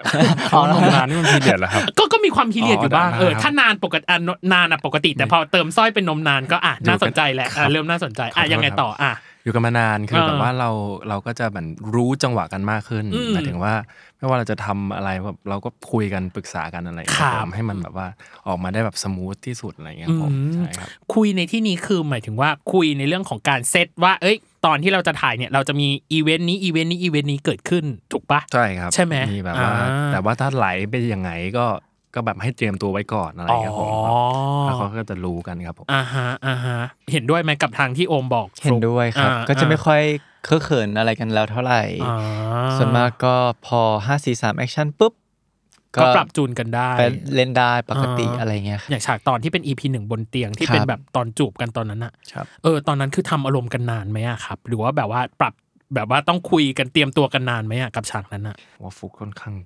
[SPEAKER 3] คำว่านมนานนี่มันพีเดียดเหรอครับ
[SPEAKER 2] ก็ก็มีความพิเรียดอยู่บ้าง
[SPEAKER 3] อ๋อ
[SPEAKER 2] เออ
[SPEAKER 3] ได้ครับ
[SPEAKER 2] ถ้านานปกติอ่ะนานอ่ะปกติ แต่พอเติมสร้อยเป็นนมนานก็อ่ะน่าสนใจแหละ
[SPEAKER 3] ครั
[SPEAKER 2] อ่ะ
[SPEAKER 3] บ
[SPEAKER 2] เริ่มน่าสนใจ
[SPEAKER 3] ขอ
[SPEAKER 2] อ่ะ
[SPEAKER 3] โทษ
[SPEAKER 2] ยังไง
[SPEAKER 3] ครับ
[SPEAKER 2] ต่ออ่ะ
[SPEAKER 3] อยู่กันมานานคือ
[SPEAKER 2] เออ
[SPEAKER 3] แบบว่าเราเราก็จะเหมือนรู้จังหวะกันมากขึ้น
[SPEAKER 2] อืม
[SPEAKER 3] หมายถึงว่า ไม่ว่าเราจะทำอะไรแบบเราก็คุยกันปรึกษากันอะไรอย่างเงี้
[SPEAKER 2] ค
[SPEAKER 3] ย
[SPEAKER 2] รับ
[SPEAKER 3] ผมให้มันแบบว่าออกมาได้แบบสมูทที่สุดอะไรอย่างเงี้ยครับผมใช่ครับ
[SPEAKER 2] คุยในที่นี้คือหมายถึงว่าคุยในเรื่องของการเซตว่า เอ้ย ตอนที่เราจะถ่ายเนี่ยเราจะมีอีเวนต์นี้อีเวนต์นี้อีเวนต์นี้เกิดขึ้นถูกปะ
[SPEAKER 3] ใช่ครับ
[SPEAKER 2] ใช่ไหม
[SPEAKER 3] มีแบบว่า
[SPEAKER 2] อ่า
[SPEAKER 3] แต่ว่าถ้าไหลไปยังไงก็ ก็แบบให้เตรียมตัวไว้ก่อนอะไรอย่างเงี้ยครับผม
[SPEAKER 2] อ๋อ
[SPEAKER 3] แล้วเขาก็จะรู้กันครับผม
[SPEAKER 2] อ่าฮะอ่าฮะเห็นด้วยไหมกับทางที่โอมบอก
[SPEAKER 4] เห็นด้วยครับ
[SPEAKER 2] อ่า
[SPEAKER 4] ก็จะไม่ค่อยเคอะเขินอะไรกันแล้วเท่าไหร่
[SPEAKER 2] อ่า
[SPEAKER 4] ส่วนมากก็พอ 5 4 3 แอคชั่นปุ๊บ
[SPEAKER 2] ก็ปรับจูนกันได้
[SPEAKER 4] ไปเล่นได้ปกติ
[SPEAKER 2] อ่า
[SPEAKER 4] อะไรเงี้ยครับ
[SPEAKER 2] อย่างฉากตอนที่เป็น EP หนึ่งบนเตียงที่
[SPEAKER 4] ครับ
[SPEAKER 2] เป็นแบบตอนจูบกันตอนนั้นอะ
[SPEAKER 3] ครับ
[SPEAKER 2] เออตอนนั้นคือทำอารมณ์กันนานไหมอะครับ หรือว่าแบบว่าปรับแบบว่าต้องคุยกันเตรียมตัวกันนานไหมอะกับฉากนั้นอะ
[SPEAKER 3] ว่าฟุกค่อนข้าง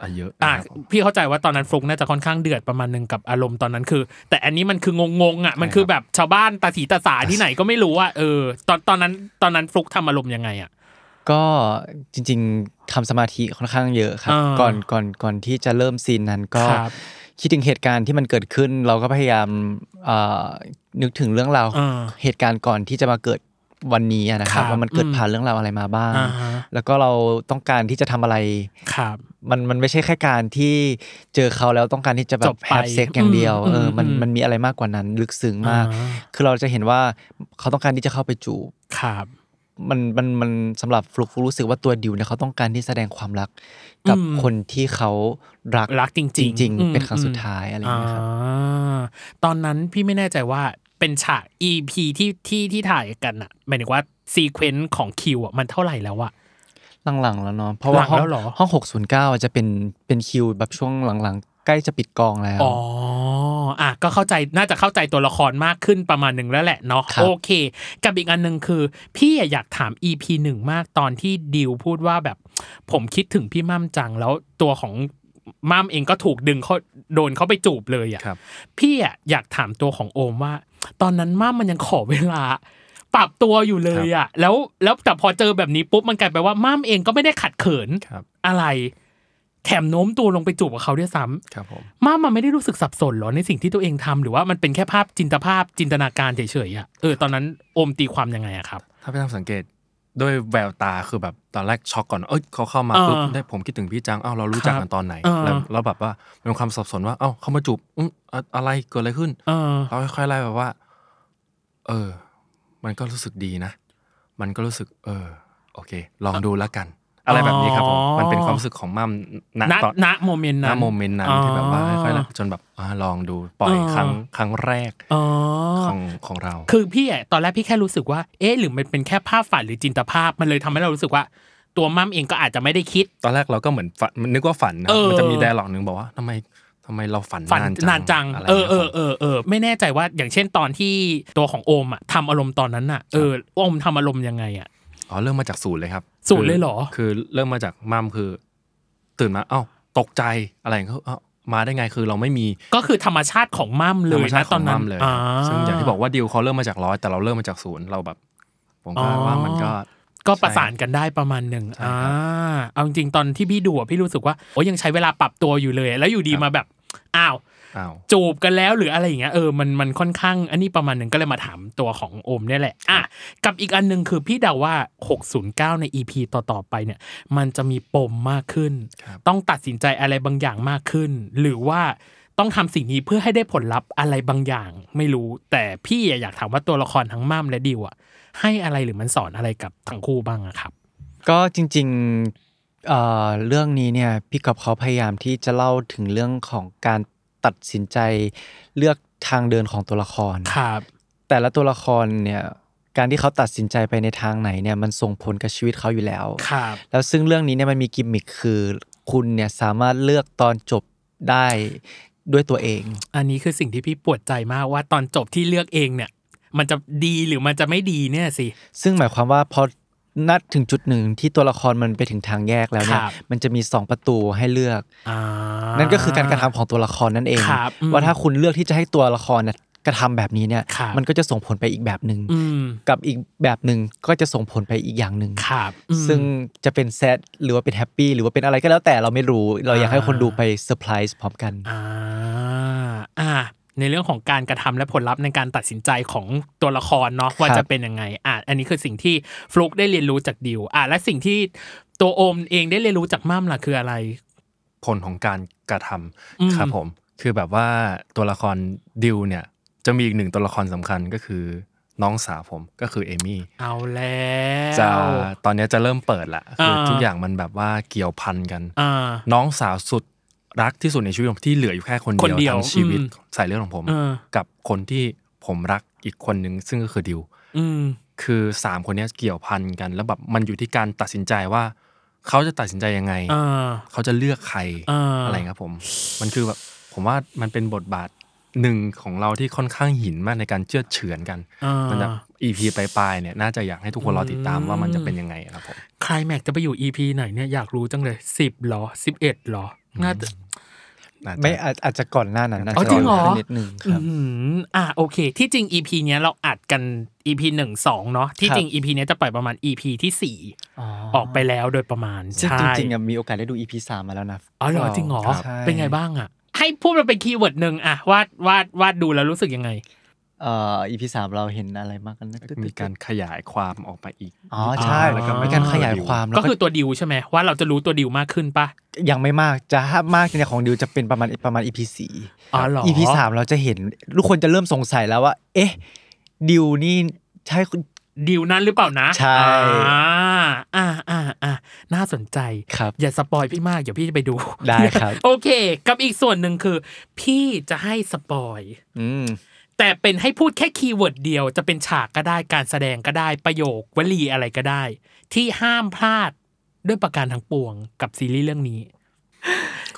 [SPEAKER 3] อ่ะเยอะ
[SPEAKER 2] อ่ะ
[SPEAKER 3] นะครับผม
[SPEAKER 2] พี่เข้าใจว่าตอนนั้นฟลุกน่าจะค่อนข้างเดือดประมาณหนึงกับอารมณ์ตอนนั้นคือ แต่อันนี้มันคืองงๆอะมันคือแบบชาวบ้านตาสีตาสาที่ไหนก็ไม่รู้อะเออตอนตอนนั้นตอนนั้นฟลุกทำอารมณ์ยังไงอะ
[SPEAKER 4] ก็จริงๆทำสมาธิค่อนข้างเยอะครับ
[SPEAKER 2] อ่า
[SPEAKER 4] ก่อนก่อนก่อนที่จะเริ่มซีนนั้นก็
[SPEAKER 2] ครับ
[SPEAKER 4] คิดถึงเหตุการณ์ที่มันเกิดขึ้น เราก็พยายามเอ่อนึกถึงเรื่องราว
[SPEAKER 2] อ่า
[SPEAKER 4] เหตุการณ์ก่อนที่จะมาเกิดวันนี้อะนะครั
[SPEAKER 2] ค
[SPEAKER 4] บ
[SPEAKER 2] รับ
[SPEAKER 4] ว่ามันเกิด
[SPEAKER 2] อืม
[SPEAKER 4] ผ่านเรื่องราวอะไรมาบ้าง
[SPEAKER 2] อ่าฮะ
[SPEAKER 4] แล้วก็เราต้องการที่จะทำอะไร
[SPEAKER 2] ครับ
[SPEAKER 4] มันมันไม่ใช่แค่การที่เจอเขาแล้วต้องการที่จะแบ
[SPEAKER 2] จ
[SPEAKER 4] บบ
[SPEAKER 2] ไป
[SPEAKER 4] แฮปเซ็กอย่างเดียว
[SPEAKER 2] อืม
[SPEAKER 4] เออมัน
[SPEAKER 2] อืม
[SPEAKER 4] มันมีอะไรมากกว่านั้นลึกซึ้งมาก
[SPEAKER 2] อ่า
[SPEAKER 4] คือเราจะเห็นว่าเขาต้องการที่จะเข้าไปจูบ
[SPEAKER 2] ครับ
[SPEAKER 4] มันมันมันสำหรับฟลุกฟลุกรู้สึกว่าตัวดิวเนี่ยเขาต้องการที่แสดงความรักกับ
[SPEAKER 2] อืม
[SPEAKER 4] คนที่เขารัก
[SPEAKER 2] รักจริงๆ
[SPEAKER 4] จริง
[SPEAKER 2] อืม
[SPEAKER 4] ๆ เป็นครั้งสุด
[SPEAKER 2] อืม
[SPEAKER 4] ท้ายอะไรอย่างเงี้ยครับ
[SPEAKER 2] อ่าตอนนั้นพี่ไม่แน่ใจว่าเป็นฉาก EP ที่ที่ที่ถ่ายกันอะหมายถึงว่าซีเควนซ์ของคิวอะมันเท่าไหร่แล้วอะ
[SPEAKER 4] หลังๆแล้วเนาะเพราะ
[SPEAKER 2] ห
[SPEAKER 4] ว่า
[SPEAKER 2] ลัง
[SPEAKER 4] ห้อง
[SPEAKER 2] แล้วเหรอ
[SPEAKER 4] ห้องหกศูนย์เก้าจะเป็นเป็นคิวแบบช่วงหลังๆ ใกล้จะปิดกองแล้ว
[SPEAKER 2] อ๋ออ่ะก็เข้าใจน่าจะเข้าใจตัวละครมากขึ้นประมาณหนึ่งแล้วแหละเนาะ
[SPEAKER 4] ครับ
[SPEAKER 2] โอเค กับอีกอันหนึ่งคือ พี่อะอยากถาม EP หนึ่งมากตอนที่ดิวพูดว่าแบบ ผมคิดถึงพี่มั่มจังแล้วตัวของมั่มเองก็ถูกดึงเขาโดนเขาไปจูบเลย
[SPEAKER 3] ครั
[SPEAKER 2] อะ่ะ
[SPEAKER 3] บ
[SPEAKER 2] พี่อะอยากถามตัวของโอมว่า ตอนนั้นมั่มมันยังขอเวลา ปรับตัวอยู่เลยอะ่ะ แล้วแล้วแต่พอเจอแบบนี้ปุ๊บมันกลายไปนว่ามั่มเองก็ไม่ได้ขัดเขิน
[SPEAKER 3] ครับ
[SPEAKER 2] อะไรแถมโน้มตัวลงไปจูบกับเขาด้วยซ้ำ
[SPEAKER 3] ครับผม
[SPEAKER 2] ม่ามันไม่ได้รู้สึกสับสนเหรอในสิ่งที่ตัวเองทำหรือว่ามันเป็นแค่ภาพจินตภาพจินตนาการเฉยๆอ่ะเออตอนนั้นโอมตีความยังไงอะครับ
[SPEAKER 3] ถ้าไปทำสังเกตด้วยแววตาคือแบบตอนแรกช็อกก่อนเอ้ยเขาเข้ามา
[SPEAKER 2] อ่า
[SPEAKER 3] ปุ๊บได้ผมคิดถึงพี่จังอ้าวเรารู้จักกันตอนไหน
[SPEAKER 2] อ่า
[SPEAKER 3] แล้วแล้วแบบว่าเป็นความสับสนว่าเอ้าเขามาจูบอืมอะอะไรเกิดอะไรขึ้น
[SPEAKER 2] เออ
[SPEAKER 3] เราค่อยๆไล่แบบว่า เออ มันก็รู้สึกดีนะ มันก็รู้สึก เออ โอเค ลองดูแล้วกัน อะไรแบบนี้ครับผม
[SPEAKER 2] อ๋อ
[SPEAKER 3] มันเป็นความรู้สึกของมั่มณ
[SPEAKER 2] ณ
[SPEAKER 3] ตอน
[SPEAKER 2] ณโมเมนต์
[SPEAKER 3] ณ
[SPEAKER 2] นั้น
[SPEAKER 3] โมเมนต์นั้นที่แบบว่าค่อยๆไล่จนแบบอ่าลองดูปล่อยครั้งครั้งแรก
[SPEAKER 2] อ๋อ
[SPEAKER 3] ของของเรา
[SPEAKER 2] คือพี่อะตอนแรกพี่แค่รู้สึกว่า เอ๊ะหรือมันเป็นแค่ภาพฝันหรือจินตภาพมันเลยทำให้เรารู้สึกว่า ตัวมั่มเองก็อาจจะไม่ได้คิด
[SPEAKER 3] ตอนแรกเราก็เหมือนฝันมันนึกว่าฝันนะ
[SPEAKER 2] เออ
[SPEAKER 3] มัจะมีแดร์หลอกหนึ่งบอกว่าทำไมทำไมเราฝัน
[SPEAKER 2] ฝันนาน
[SPEAKER 3] าน น
[SPEAKER 2] จั
[SPEAKER 3] จั
[SPEAKER 2] ง
[SPEAKER 3] งะไร
[SPEAKER 2] เออเอ
[SPEAKER 3] งี้
[SPEAKER 2] อ
[SPEAKER 3] ยครับ
[SPEAKER 2] เออเออไม่แน่ใจว่าอย่างเช่นตอนที่ตัวของโอมอะทำอารมณ์ตอนนั้นอะเออโอมทำอารมณ์ยังไงอะ
[SPEAKER 3] อ๋อเริ่มมาจากศูนย์เลยครับ
[SPEAKER 2] ศูนย์เลยเหรอ
[SPEAKER 3] คือคือเริ่มมาจากมัมคือ ตื่นมาเอ้าตกใจอะไรอย่างเงี้ยเอ้ามาได้ไงคือเราไม่มี
[SPEAKER 2] ก็คือธรรมชาติของมั่มเล
[SPEAKER 3] ธรรม
[SPEAKER 2] ย
[SPEAKER 3] ชา
[SPEAKER 2] นะ
[SPEAKER 3] ติ
[SPEAKER 2] ต
[SPEAKER 3] ข
[SPEAKER 2] อ
[SPEAKER 3] อน ง
[SPEAKER 2] นั้
[SPEAKER 3] มัน มเลยครับซึ่งอย่างที่บอกว่าดิวเขาเริ่มมาจากร้อยแต่เราเริ่มมาจากศูนย์เราแบบ ผมก็ว่ามันก็
[SPEAKER 2] ก็ประสานกันได้ประมาณหนึ่ง
[SPEAKER 3] ใช่ครับ
[SPEAKER 2] อ่าเอาจริงๆตอนที่พี่ดูอะพี่รู้สึกว่าโอ้ยยังใช้เวลาปรับตัวอยู่เลย แล้วอยู่ดี
[SPEAKER 3] ครับ
[SPEAKER 2] มาแบบอ้าว
[SPEAKER 3] อ้าว
[SPEAKER 2] จูบกันแล้วหรืออะไรอย่างเงี้ยเออมันมันค่อนข้างอันนี้ประมาณหนึ่งก็เลยมาถามตัวของโอมเนี่ยแหละอ่ะกับอีกอันหนึ่งคือพี่เดาว่า 609 ใน EP ต่อๆไปเนี่ย มันจะมีปมมากขึ้น
[SPEAKER 3] ครับ
[SPEAKER 2] ต้องตัดสินใจอะไรบางอย่างมากขึ้น หรือว่าต้องทำสิ่งนี้เพื่อให้ได้ผลลัพธ์อะไรบางอย่างไม่รู้ แต่พี่อะอยากถามว่าตัวละครทั้งม่ามและดิวอะให้อะไรหรือมันสอนอะไรกับทั้งคู่บ้างอะครับ
[SPEAKER 4] ก็จริงๆเอ่อเรื่องนี้เนี่ยพี่กับเขาพยายามที่จะเล่าถึงเรื่องของการตัดสินใจเลือกทางเดินของตัวละคร
[SPEAKER 2] ครับ
[SPEAKER 4] แต่ละตัวละครเนี่ยการที่เขาตัดสินใจไปในทางไหนเนี่ยมันส่งผลกับชีวิตเขาอยู่แล้ว
[SPEAKER 2] ครับ
[SPEAKER 4] แล้วซึ่งเรื่องนี้เนี่ยมันมีกิมมิคคือคุณเนี่ยสามารถเลือกตอนจบได้ด้วยตัวเอง
[SPEAKER 2] อันนี้คือสิ่งที่พี่ปวดใจมากว่าตอนจบที่เลือกเองเนี่ย มันจะดีหรือมันจะไม่ดีเนี่ยสิ
[SPEAKER 4] ซึ่งหมายความว่าพอนัดถึงจุดหนึ่งที่ตัวละครมันไปถึงทางแยกแล้วเนี่
[SPEAKER 2] ค
[SPEAKER 4] ย
[SPEAKER 2] รับ
[SPEAKER 4] มันจะมีสองประตูให้เลือก
[SPEAKER 2] อ่า
[SPEAKER 4] นั่นก็คือการกระทำของตัวละครนั่นเอง
[SPEAKER 2] ครับอืม
[SPEAKER 4] ว่าถ้าคุณเลือกที่จะให้ตัวละครน่ะกระทำแบบนี้เนี่ย
[SPEAKER 2] ครับ
[SPEAKER 4] มันก็จะส่งผลไปอีกแบบหนึ่ง
[SPEAKER 2] อืม
[SPEAKER 4] กับอีกแบบหนึ่งก็จะส่งผลไปอีกอย่างหนึ่ง
[SPEAKER 2] ครับอืม
[SPEAKER 4] ซึ่งจะเป็นแซดหรือว่าเป็นแฮปปี้หรือว่าเป็นอะไรก็แล้วแต่เราไม่รู้ เราอยากให้คนดูไปเซอร์ไพรส์พร้อมกัน
[SPEAKER 2] อ่าอ่า ในเรื่องของการกระทำและผลลัพธ์ในการตัดสินใจของตัวละครเนาะว่าจะเป็นยังไงอ่ะอันนี้คือสิ่งที่ฟลุกได้เรียนรู้จากดิวอ่ะและสิ่งที่ตัวโอมเองได้เรียนรู้จากมั่มล่ะคืออะไร
[SPEAKER 3] ผลของการกระทำ
[SPEAKER 2] อืม
[SPEAKER 3] ครับผม คือแบบว่าตัวละครดิวเนี่ย จะมีอีกหนึ่งตัวละครสำคัญก็คือน้องสาวผมก็คือเอมี่
[SPEAKER 2] เอาแล้ว
[SPEAKER 3] จะตอนเนี้ยจะเริ่มเปิดละคืออา ทุกอย่างมันแบบว่าเกี่ยวพันกัน
[SPEAKER 2] อ่า
[SPEAKER 3] น้องสาวสุด รักที่สุดในชีวิตผมที่เหลืออยู่แค่คน
[SPEAKER 2] คนเดี
[SPEAKER 3] เดี
[SPEAKER 2] ย
[SPEAKER 3] ยว วทั้งชีวิต
[SPEAKER 2] อืม
[SPEAKER 3] สายเลือดของผม
[SPEAKER 2] เออ
[SPEAKER 3] กับคนที่ผมรักอีกคนหนึ่งซึ่งก็คือดิว
[SPEAKER 2] อืม
[SPEAKER 3] คือสามคนเนี้ยเกี่ยวพันกัน แล้วแบบมันอยู่ที่การตัดสินใจว่า เขาจะตัดสินใจยังไง
[SPEAKER 2] เออ
[SPEAKER 3] เขาจะเลือกใคร
[SPEAKER 2] อ่า
[SPEAKER 3] อะไรครับผม มันคือแบบผมว่ามันเป็นบทบาทหนึ่งของเราที่ค่อนข้างหินมากในการเชื่อดเฉือนกัน
[SPEAKER 2] เออ
[SPEAKER 3] มันจะ EP ปลายๆเนี่ยน่าจะอยากให้ทุกคนรอติดตามว่ามันจะเป็นยังไงครับผม
[SPEAKER 2] คลายแม็กจะไปอยู่ EP ไหนเนี่ยอยากรู้จังเลยสิบหรอสิบเอ็ดหรอน่าจะ
[SPEAKER 3] น่าจะ
[SPEAKER 4] ไม่อาจอาจจะก่อนหน้านั้นนะ
[SPEAKER 2] อ๋อจริงเหรอ
[SPEAKER 4] ก่นน้านั้นนิดนึงครับ
[SPEAKER 2] อืมอ่ะโอเค ที่จริง EP เนี้ยเราอัดกัน EP หนึ่งสองเนาะที่
[SPEAKER 4] ครับ
[SPEAKER 2] จริง EP เนี้ยจะปล่อยประมาณ EP ที่สี่ออกไปแล้วโดยประมาณ
[SPEAKER 4] ซึ่ง
[SPEAKER 2] ใช่
[SPEAKER 4] จริงๆอะมีโอกาสได้ดู EP สามมาแล้วนะ
[SPEAKER 2] อ๋อเหรอจริงเหรอ
[SPEAKER 4] ใช่
[SPEAKER 2] เป็นไงบ้างอ่ะ ให้พูดมาเป็นคีย์เวิร์ดหนึ่งอ่ะวาดวาดวาดดูแล้วรู้สึกยังไง
[SPEAKER 4] เอ่อ EP สามเราเห็นอะไรมากกันนะ
[SPEAKER 3] มีการขยายความออกไปอีก
[SPEAKER 4] อ๋อใช่
[SPEAKER 2] แล้วก็
[SPEAKER 4] มีการขยายความแล้ว
[SPEAKER 2] ก็คือตัวดิวใช่ไหมว่าเราจะรู้ตัวดิวมากขึ้นปะ
[SPEAKER 4] ยังไม่มากจะมากในของดิวจะเป็นประมาณประมาณ EP สี่
[SPEAKER 2] อ๋อเหรอ
[SPEAKER 4] EP สามเราจะเห็นทุกคนจะเริ่มสงสัยแล้วว่า เอ๊ะดิวนี่ใช่
[SPEAKER 2] ดิวนั้นหรือเปล่านะ
[SPEAKER 4] ใช่
[SPEAKER 2] อ่าอ่าอ่าอ่าน่าสนใจ
[SPEAKER 4] ครับ
[SPEAKER 2] อย่าสปอยพี่มาก เดี๋ยวพี่จะไปดู
[SPEAKER 4] ได้ครับ
[SPEAKER 2] โอเค กับอีกส่วนหนึ่งคือ พี่จะให้สปอย
[SPEAKER 4] อืม
[SPEAKER 2] แต่เป็นให้พูดแค่คีย์เวิร์ดเดียวจะเป็นฉากก็ได้การแสดงก็ได้ประโยควลีอะไรก็ได้ ที่ห้ามพลาดด้วยประการทั้งปวงกับซีรีส์เรื่องนี้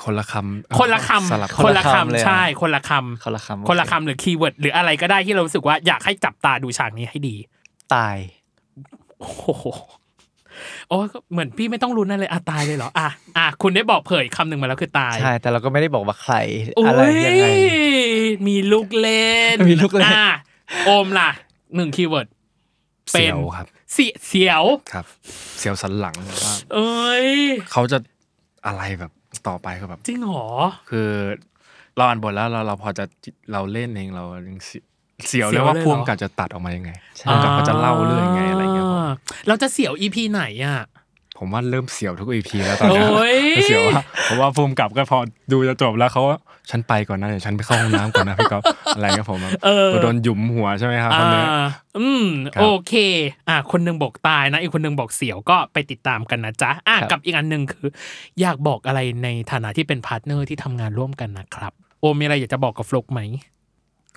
[SPEAKER 3] คนละคำ
[SPEAKER 2] คนละ
[SPEAKER 3] ส
[SPEAKER 2] คำ
[SPEAKER 3] ลับ
[SPEAKER 4] คนละคำเลยเหรอ
[SPEAKER 2] ใช่คนละคำ
[SPEAKER 4] คนละคำโอเค
[SPEAKER 2] คนละคำหรือคีย์เวิร์ดหรืออะไรก็ได้ที่เรารู้สึกว่าอยากให้จับตาดูฉากนี้ให้ดี
[SPEAKER 4] ตาย
[SPEAKER 2] โอ้โหโอ้ยเหมือนพี่ไม่ต้องรุ้นอะไรอะตายเลยเหรออ่ะอ่ะคุณได้บอกเผยคำหนึ่งมาแล้วคือตาย
[SPEAKER 4] ใช่ แต่เราก็ไม่ได้บอกว่าใคร
[SPEAKER 2] โอ้
[SPEAKER 4] อะไร
[SPEAKER 2] ย
[SPEAKER 4] ยังไง
[SPEAKER 2] มีลูกเล่น
[SPEAKER 4] มีลูกเล่น
[SPEAKER 2] อ่ะโอมล่ะหนึ่งคีย์เวิร์ด เป็น
[SPEAKER 3] เสียวครับ
[SPEAKER 2] เสียเสียว
[SPEAKER 3] ครับ เสียวสันหลังว่า
[SPEAKER 2] เอ้ย
[SPEAKER 3] เขาจะอะไรแบบต่อไปคือแบบ
[SPEAKER 2] จริงเหรอ
[SPEAKER 3] คือเราอ่านบทแล้วเราเราพอจะเราเล่นเองเรายังเสีเสียว
[SPEAKER 2] เสี
[SPEAKER 3] เลย ยว ว่า
[SPEAKER 2] เลยเหรอ
[SPEAKER 3] พ่วงกับจะตัดออกมายังไงพ่วงกับเขาจะเล่าเรื่องยังไงอะไรเงี้ยผม
[SPEAKER 2] เราจะเสียวอีพีไหนอ่ะ
[SPEAKER 3] ผมว่าเริ่มเสียวทุกอีพีแล้วตอนเนี้
[SPEAKER 2] โอ้ย
[SPEAKER 3] เสียวว่าเพราะว่าพ่วงกับก็พอดูจะจบแล้วเขาว่าฉันไปก่อนนะเดี๋ยวฉันไปเข้าห้องน้ำก่อนนะพี่ก๊อฟอะไรเงี้ยผมแบบโดนหยุมหัวใช่ไหมครับคนเนี้ย
[SPEAKER 2] อ่าอืม
[SPEAKER 3] ครับ
[SPEAKER 2] โอเค อ่ะคนหนึ่งบอกตายนะ อีกคนหนึ่งบอกเสียวก็ไปติดตามกันนะจ๊ะ อ่ะกับอีกอันหนึ่งคือ อยากบอกอะไรในฐานะที่เป็นพาร์ทเนอร์ที่ทำงานร่วมกันนะครับ โอมมีอะไรอยากจะบอกกับฟลุกไหม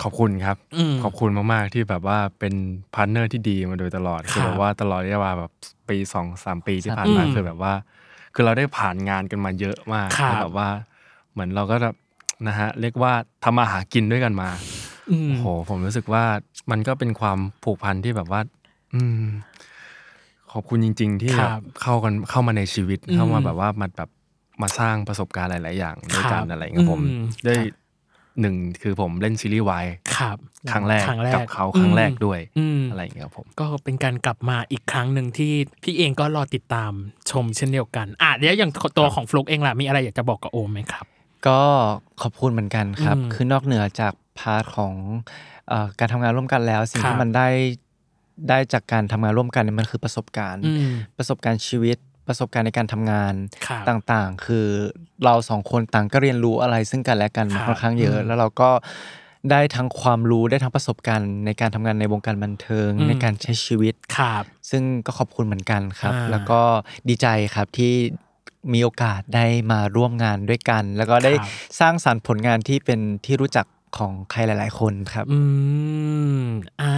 [SPEAKER 3] ขอบคุณครับ
[SPEAKER 2] อืม
[SPEAKER 3] ขอบคุณมาก ๆ ที่แบบว่าเป็นพาร์ทเนอร์ที่ดีมาโดยตลอด
[SPEAKER 2] ครับ
[SPEAKER 3] คือแบบว่าตลอดระยะเวลาแบบปีสองสามปีที่ผ่านมา
[SPEAKER 2] อืม
[SPEAKER 3] คือแบบว่า คือเราได้ผ่านงานกันมาเยอะมาก
[SPEAKER 2] ครับ
[SPEAKER 3] แล้วแบบว่า เหมือนเราก็แบบนะฮะเรียกว่าทำมาหากินด้วยกันมา
[SPEAKER 2] อืม
[SPEAKER 3] โอ้โหผมรู้สึกว่ามันก็เป็นความผูกพันที่แบบว่า อืม ขอบคุณจริง ๆ ที่
[SPEAKER 2] ค
[SPEAKER 3] แบ
[SPEAKER 2] รั
[SPEAKER 3] บบ เข้ากันเข้ามาในชีวิต
[SPEAKER 2] อืม
[SPEAKER 3] เข้ามาแบบว่ามาแบบมาสร้างประสบการณ์หลาย ๆ อย่างด้วยกัน
[SPEAKER 2] ครับ
[SPEAKER 3] อะไรเงี้ยผม
[SPEAKER 2] อืม
[SPEAKER 3] ได้หนึ่งคือผมเล่นซีรีส์วาย
[SPEAKER 2] ครับ
[SPEAKER 3] ครั้งแรก
[SPEAKER 2] ครั้งแรก
[SPEAKER 3] กับเขาครั้งแรกด้วย
[SPEAKER 2] อืม
[SPEAKER 3] อะไรอย่างเงี้ยครับผม
[SPEAKER 2] ก็เป็นการกลับมาอีกครั้งหนึ่งที่พี่เองก็รอติดตามชมเช่นเดียวกัน อ่ะเดี๋ยวอย่างตัวของฟลุกเองล่ะมีอะไรอยากจะบอกกับโอมไหมครับ
[SPEAKER 4] ก็ขอบคุณเหมือนกันครับ
[SPEAKER 2] อืม
[SPEAKER 4] คือนอกเหนือจากพาร์ทของเอ่อการทำงานร่วมกันแล้ว สิ่ง
[SPEAKER 2] ครั
[SPEAKER 4] ที่
[SPEAKER 2] บ
[SPEAKER 4] มันได้ได้จากการทำงานร่วมกันเนี่ยมันคือประสบการณ์
[SPEAKER 2] อืม
[SPEAKER 4] ประสบการณ์ชีวิตประสบการณ์ในการทำงาน
[SPEAKER 2] ครับ
[SPEAKER 4] ต่างๆ คือเราสองคนต่างก็เรียนรู้อะไรซึ่งกันและกันมาค่อนข้างเยอะ แล้วเราก็ได้ทั้งความรู้ได้ทั้งประสบการณ์ในการทำงานในวงการบันเทิงในการใช้ชีวิต
[SPEAKER 2] ครับ
[SPEAKER 4] ซึ่งก็ขอบคุณเหมือนกันครับ
[SPEAKER 2] อ่า
[SPEAKER 4] แล้วก็ดีใจครับที่มีโอกาสได้มาร่วมงานด้วยกัน แล้วก็ได้
[SPEAKER 2] ครับ
[SPEAKER 4] สร้างสารรค์ผลงานที่เป็นที่รู้จักของใครหลาย ๆ คนครับ
[SPEAKER 2] อืม อ่า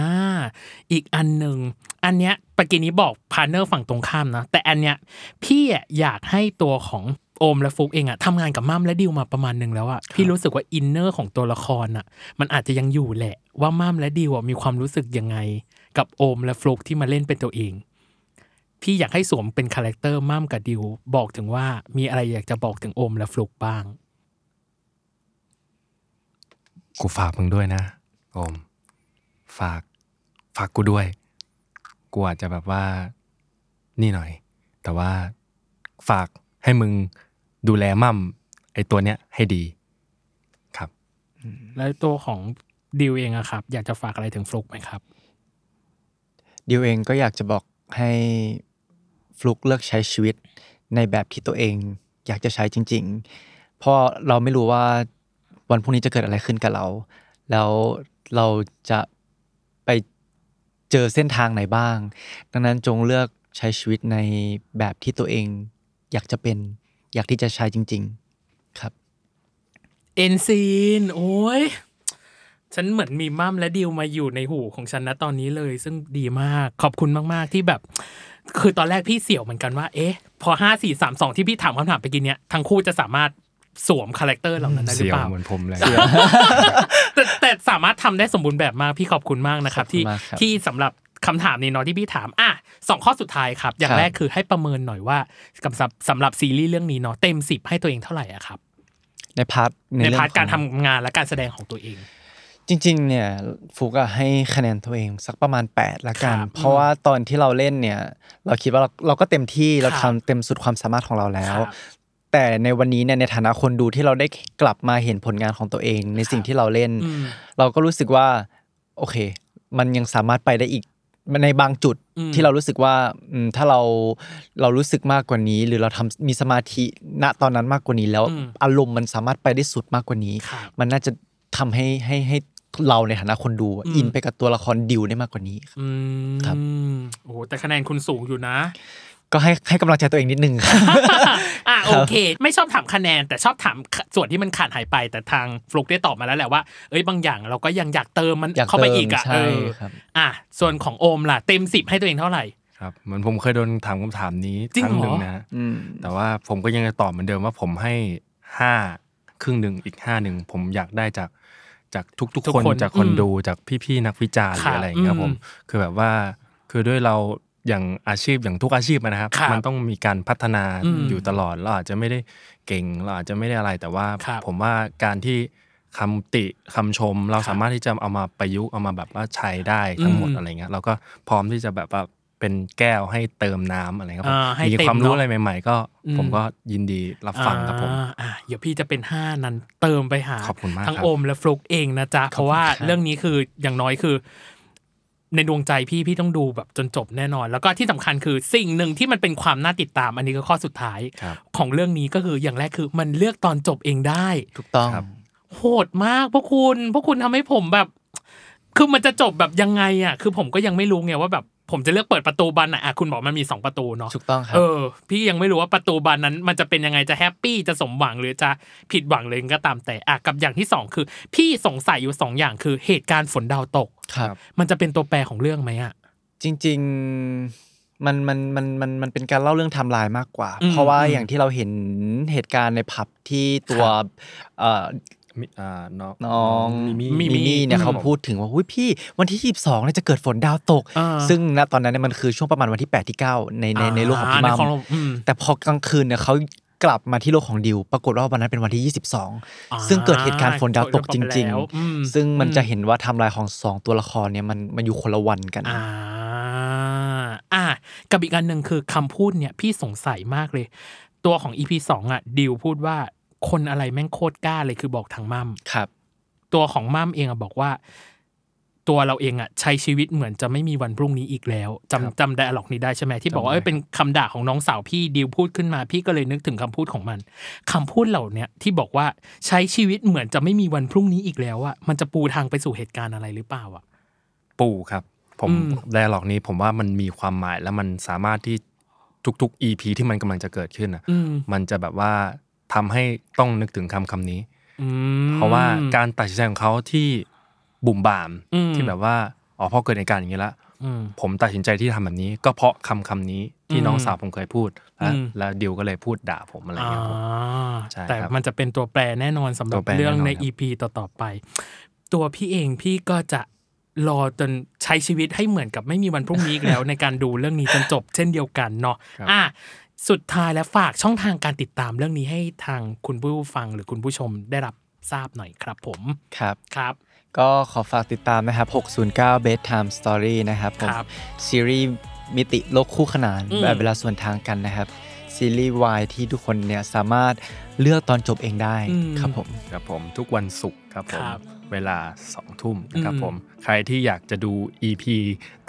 [SPEAKER 2] อีกอันหนึ่ง อันเนี้ยปกี้นี้บอกพาร์เนอร์ฝั่งตรงข้ามนะ แต่อันเนี้ยพี่อะอยากให้ตัวของโอมและฟุกเองอะทำงานกับมัมและดิวมาประมาณหนึ่งแล้วอะพี่รู้สึกว่าอินเนอร์ของตัวละครอะมันอาจจะยังอยู่แหละ ว่ามัมและดิวอะมีความรู้สึกยังไง กับโอมและฟลุกที่มาเล่นเป็นตัวเอง พี่อยากให้สวมเป็นคาแรคเตอร์มัมกับดิวบอกถึงว่ามีอะไรอยากจะบอกถึงโอมและฟลุกบ้าง
[SPEAKER 3] กูฝากมึงด้วยนะโอม ฝาก ฝากกูด้วย กูอาจจะแบบว่า นี่หน่อย แต่ว่าฝากให้มึงดูแลมั่มไอตัวเนี้ยให้ดี ครับ
[SPEAKER 2] แล้วตัวของดิวเองอะครับ อยากจะฝากอะไรถึงฟลุกไหมครับ
[SPEAKER 4] ดิวเองก็อยากจะบอกให้ฟลุกเลือกใช้ชีวิตในแบบที่ตัวเองอยากจะใช้จริง ๆ เพราะเราไม่รู้ว่าวันพรุ่งนี้จะเกิดอะไรขึ้นกับเรา แล้วเราจะไปเจอเส้นทางไหนบ้าง ดังนั้นจงเลือกใช้ชีวิตในแบบที่ตัวเองอยากจะเป็นอยากที่จะใช้จริง ๆ ครับ
[SPEAKER 2] เอ็นซีน โอ้ย ฉันเหมือนมีมั่มและดิวมาอยู่ในหูของฉันนะตอนนี้เลย ซึ่งดีมากขอบคุณมากๆที่แบบ คือตอนแรกพี่เสี่ยวเหมือนกันว่า เอ๊ะ พอห้าสี่สามสองที่พี่ถามคำถามไปกินเนี้ยทั้งคู่จะสามารถสวมคาแรคเตอร์เหล่านั้นได้หรื
[SPEAKER 3] เสี
[SPEAKER 2] อ
[SPEAKER 3] ยว
[SPEAKER 2] เปล่า
[SPEAKER 3] เหมือนผมเลย
[SPEAKER 2] แต่แต่สามารถทำได้สมบูรณ์แบบมากพี่ขอบคุณมากนะครับ
[SPEAKER 4] ขอบคุณ
[SPEAKER 2] ที่
[SPEAKER 4] มากครับ
[SPEAKER 2] ที่สำหรับคำถามนี้เนาะที่พี่ถามอ่ะสองข้อสุดท้ายครับ อย่า
[SPEAKER 4] ค
[SPEAKER 2] ง
[SPEAKER 4] รับ
[SPEAKER 2] แรกคือให้ประเมินหน่อยว่ากับสำหรับสำหรับซีรีส์เรื่องนี้เนาะเต็มสิบให้ตัวเองเท่าไหร่อะครับ
[SPEAKER 4] ในพาร์ท
[SPEAKER 2] ใน
[SPEAKER 4] เอ
[SPEAKER 2] พาร์ท
[SPEAKER 4] ของ
[SPEAKER 2] การทำงานและการแสดงของตัวเอง
[SPEAKER 4] จริงๆ เนี่ยฟุกอะให้คะแนนตัวเองสักประมาณ 8 ละกัน
[SPEAKER 2] ครับ
[SPEAKER 4] เพราะว่าตอนที่เราเล่นเนี่ย เราคิดว่าเราเราก็เต็มที่เรา
[SPEAKER 2] ครั
[SPEAKER 4] ทำ
[SPEAKER 2] บ
[SPEAKER 4] เต็มสุดความสามารถของเราแล้ว
[SPEAKER 2] ครับ
[SPEAKER 4] แต่ในวันนี้เนี่ยในฐานะคนดูที่เราได้กลับมาเห็นผลงานของตัวเอง ในสิ่งที่เราเล่น
[SPEAKER 2] อืม
[SPEAKER 4] เราก็รู้สึกว่า โอเค มันยังสามารถไปได้อีกในบางจุด
[SPEAKER 2] อืม
[SPEAKER 4] ที่เรารู้สึกว่าอืมถ้าเราเรารู้สึกมากกว่านี้ หรือเราทำมีสมาธิณตอนนั้นมากกว่านี้แล้ว อารมณ์มันสามารถไปได้สุดมากกว่านี้
[SPEAKER 2] ครับ
[SPEAKER 4] มันน่าจะทำให้ให้ให้เราในฐานะคนดูอะ
[SPEAKER 2] อืม
[SPEAKER 4] อินไปกับตัวละครดิวได้มากกว่านี้ครับ
[SPEAKER 2] อืม
[SPEAKER 4] ครับ
[SPEAKER 2] โอ้โหแต่คะแนนคุณสูงอยู่นะ
[SPEAKER 4] ก็ให้ให้กำลังใจตัวเองนิดนึง ครับ
[SPEAKER 2] อ่ะโอเค ไม่ชอบถามคะแนน แต่ชอบถามส่วนที่มันขาดหายไป แต่ทางฟลุกได้ตอบมาแล้วแหละว่าเอ้ยบางอย่างเราก็ยังอยากเติมมัน
[SPEAKER 4] อยาก
[SPEAKER 2] เข้าไปอีกอ่ะ
[SPEAKER 4] เติมใช่
[SPEAKER 2] เออ
[SPEAKER 4] ครับ
[SPEAKER 2] อ่ะส่วนของโอมล่ะเต็มสิบให้ตัวเองเท่าไหร่
[SPEAKER 3] ครับเหมือนผมเคยโดนถามคำถามนี้
[SPEAKER 2] จริง
[SPEAKER 3] ครั้ง
[SPEAKER 2] เหรอ
[SPEAKER 3] หนึ่งนะ แต่ว่าผมก็ยังจะตอบเหมือนเดิมว่าผมให้ห้าครึ่งหนึ่งอีกห้าหนึ่งผมอยากได้จากจากทุก
[SPEAKER 2] ทุก
[SPEAKER 3] ๆคน
[SPEAKER 2] คน
[SPEAKER 3] จากคน
[SPEAKER 2] อืม
[SPEAKER 3] ดูจากพี่ๆนักวิจารณ์ห
[SPEAKER 2] ครั
[SPEAKER 3] รื
[SPEAKER 2] บ
[SPEAKER 3] ออะไรอย่างเงี้ย
[SPEAKER 2] อืม
[SPEAKER 3] ผมคือแบบว่าคือด้วยเราอย่างอาชีพอย่างทุกอาชีพอะนะครับ
[SPEAKER 2] ครับ
[SPEAKER 3] มันต้องมีการพัฒนา
[SPEAKER 2] อืม
[SPEAKER 3] อยู่ตลอดเราอาจจะไม่ได้เก่งเราอาจจะไม่ได้อะไรแต่ว่า
[SPEAKER 2] ครับ
[SPEAKER 3] ผมว่าการที่คำติคำชม เรา
[SPEAKER 2] ครับ
[SPEAKER 3] สามารถที่จะเอามาประยุกต์เอามาแบบว่าใช้ได้ทั้งหมด
[SPEAKER 2] อืม
[SPEAKER 3] อะไรเงี้ยเราก็พร้อมที่จะแบบว่าเป็นแก้วให้เติมน้ำอะไรครับผม
[SPEAKER 2] อ่าให้
[SPEAKER 3] มี
[SPEAKER 2] เต็ม
[SPEAKER 3] ความรู้
[SPEAKER 2] เนาะ
[SPEAKER 3] อะไร ใหม่ๆก็
[SPEAKER 2] อืม
[SPEAKER 3] ผมก็ยินดีรับฟังครับผม
[SPEAKER 2] อ่าอ่ะเดี๋ยวพี่จะเป็น 5 นั้นเติมไปหา
[SPEAKER 3] ขอบคุณมาก
[SPEAKER 2] ทั้ง
[SPEAKER 3] ครับ
[SPEAKER 2] โอมและฟลุกเองนะจ๊ะ เพราะว่า
[SPEAKER 3] ครับ
[SPEAKER 2] เรื่องนี้คืออย่างน้อยคือ ในดวงใจพี่พี่ต้องดูแบบจนจบแน่นอน แล้วก็ที่สำคัญคือสิ่งหนึ่งที่มันเป็นความน่าติดตาม อันนี้ก็ข้อสุดท้าย
[SPEAKER 3] ครับ
[SPEAKER 2] ของเรื่องนี้ก็คืออย่างแรกคือมันเลือกตอนจบเองได้
[SPEAKER 4] ถูกต้อง
[SPEAKER 3] ครับ
[SPEAKER 2] โหดมากพวกคุณ พวกคุณทำให้ผมแบบ คือมันจะจบแบบยังไงอ่ะ คือผมก็ยังไม่รู้ไงว่าแบบผมจะเลือกเปิดประตูบานไหนอ่ะคุณบอกมันมีสองประตูเนาะ
[SPEAKER 4] ถูกต้องครั
[SPEAKER 2] เอบ อ พี่ยังไม่รู้ว่าประตูบานนั้น มันจะเป็นยังไงจะแฮปปี้จะสมหวังหรือจะผิดหวังเลยก็ตามแต่อ่ะกับอย่างที่สองคือ พี่สงสัยอยู่สองอย่างคือเหตุการณ์ฝนดาวตก
[SPEAKER 4] ครับ
[SPEAKER 2] มันจะเป็นตัวแปรของเรื่องไหมอ่ะ
[SPEAKER 4] จริงๆมันมันมันมันมันเป็นการเล่าเรื่องไทำลายมากกว่า
[SPEAKER 2] อืม
[SPEAKER 4] เพราะว่า
[SPEAKER 2] อืม
[SPEAKER 4] อย่างที่เราเห็นเหตุการณ์ในผับที่ตัว
[SPEAKER 2] ครับ
[SPEAKER 4] เอ่อ
[SPEAKER 3] มิอ่าน้อง
[SPEAKER 4] น้อง
[SPEAKER 2] มิ
[SPEAKER 4] มิ
[SPEAKER 2] มิ
[SPEAKER 4] มี่เนี่ย
[SPEAKER 2] ครับ
[SPEAKER 4] เขา
[SPEAKER 2] ผม
[SPEAKER 4] พูดถึงว่าหุ้ยพี่วันที่ 22เนี่ยจะเกิดฝนดาวตก
[SPEAKER 2] อ่า
[SPEAKER 4] ซึ่งณตอนนั้นเนี่ยมันคือช่วงประมาณวันที่ 8 ที่ 9 ในในในโลกของพี่
[SPEAKER 2] อ่า
[SPEAKER 4] มั
[SPEAKER 2] ใน
[SPEAKER 4] ม
[SPEAKER 2] ของเราอืม
[SPEAKER 4] แต่พอกลางคืนเนี่ยเขากลับมาที่โลกของดิว ปรากฏว่าวันนั้นเป็นวันที่
[SPEAKER 2] อ่า
[SPEAKER 4] 22 ซึ่งเกิดเหตุการณ์ฝนดาวตกจริง
[SPEAKER 2] แล้วอืม
[SPEAKER 4] ๆ ซึ่งมันจะเห็นว่าไทำลายของสองตัวละครเนี่ยมันมันอยู่คนละวันกัน
[SPEAKER 2] อ่าอ่ะกับอีกอันหนึ่งคือคำพูดเนี่ยพี่สงสัยมากเลย ตัวของ EP สองอ่ะดิวพูดว่าคนอะไรแม่งโคตรกล้าเลยคือบอกทางมั่ม
[SPEAKER 4] ครับ
[SPEAKER 2] ตัวของมั่มเองอ่ะบอกว่า ตัวเราเองอ่ะใช้ชีวิตเหมือนจะไม่มีวันพรุ่งนี้อีกแล้วจำจำไดอะล็อกนี้ได้ใช่ไหมที่บอกว่าเอ้ยเป็นคำด่าของน้องสาวพี่ดิวพูดขึ้นมา พี่ก็เลยนึกถึงคำพูดของมันคำพูดเหล่าเนี้ยที่บอกว่าใช้ชีวิตเหมือนจะไม่มีวันพรุ่งนี้อีกแล้วอ่ะมันจะปูทางไปสู่เหตุการณ์อะไรหรือเปล่าอ่ะ
[SPEAKER 3] ปู่ครับ ผม
[SPEAKER 2] อืม
[SPEAKER 3] ไดร์ล็อกนี้ผมว่ามันมีความหมายและมันสามารถที่ทุกๆ EP ที่มันกำลังจะเกิดขึ้นอ่ะ
[SPEAKER 2] อืม
[SPEAKER 3] มันจะแบบว่าทำให้ต้องนึกถึงคำคำนี้
[SPEAKER 2] อืม
[SPEAKER 3] เพราะว่าการตัดสินใจของเขาที่บุ่มบ่าม
[SPEAKER 2] อืม
[SPEAKER 3] ที่แบบว่าอ๋อพอเกิดเหตุการณ์อย่างนี้ละ
[SPEAKER 2] อืม
[SPEAKER 3] ผมตัดสินใจที่ทำแบบนี้ ก็เพราะคำคำนี้ที่น้องสาวผมเคยพูดและ
[SPEAKER 2] อืม
[SPEAKER 3] แล้วดิวก็เลยพูดด่าผมอะไรอย่างเงี้ยครับ ใช่ครับ
[SPEAKER 2] แต่มันจะเป็นตัวแปรแน่นอนสำหรั
[SPEAKER 3] ตั
[SPEAKER 2] บ
[SPEAKER 3] วแปร
[SPEAKER 2] เรื่องใน
[SPEAKER 3] แน่นอนครับ
[SPEAKER 2] EP ต่อๆไป ตัวพี่เองพี่ก็จะรอจนใช้ชีวิตให้เหมือนกับไม่มีวันพรุ่งนี้อีก แล้ว ในการดูเรื่องนี้จนจบ เช่นเดียวกันเนาะ
[SPEAKER 3] ครับ
[SPEAKER 2] อ่ะสุดท้ายแล้วฝากช่องทางการติดตามเรื่องนี้ให้ทางคุณผู้ฟังหรือคุณผู้ชมได้รับทราบหน่อยครับผม
[SPEAKER 4] ครับ
[SPEAKER 2] ครับ
[SPEAKER 4] ก็ขอฝากติดตามนะครับ 609 bedtime story นะครับผม
[SPEAKER 2] ครับ
[SPEAKER 4] ซีรีส์มิติโลกคู่ขนาน
[SPEAKER 2] อืม
[SPEAKER 4] แบบเวลาส่วนทางกันนะครับ ซีรีส์วายที่ทุกคนเนี่ยสามารถเลือกตอนจบเองได้ครับผม
[SPEAKER 3] ครับผมทุกวันศุกร์ครับผ
[SPEAKER 2] ค
[SPEAKER 3] ม
[SPEAKER 2] รับ
[SPEAKER 3] เวลา2ทุ่มนะครับ
[SPEAKER 2] อืม
[SPEAKER 3] ผมใครที่อยากจะดู EP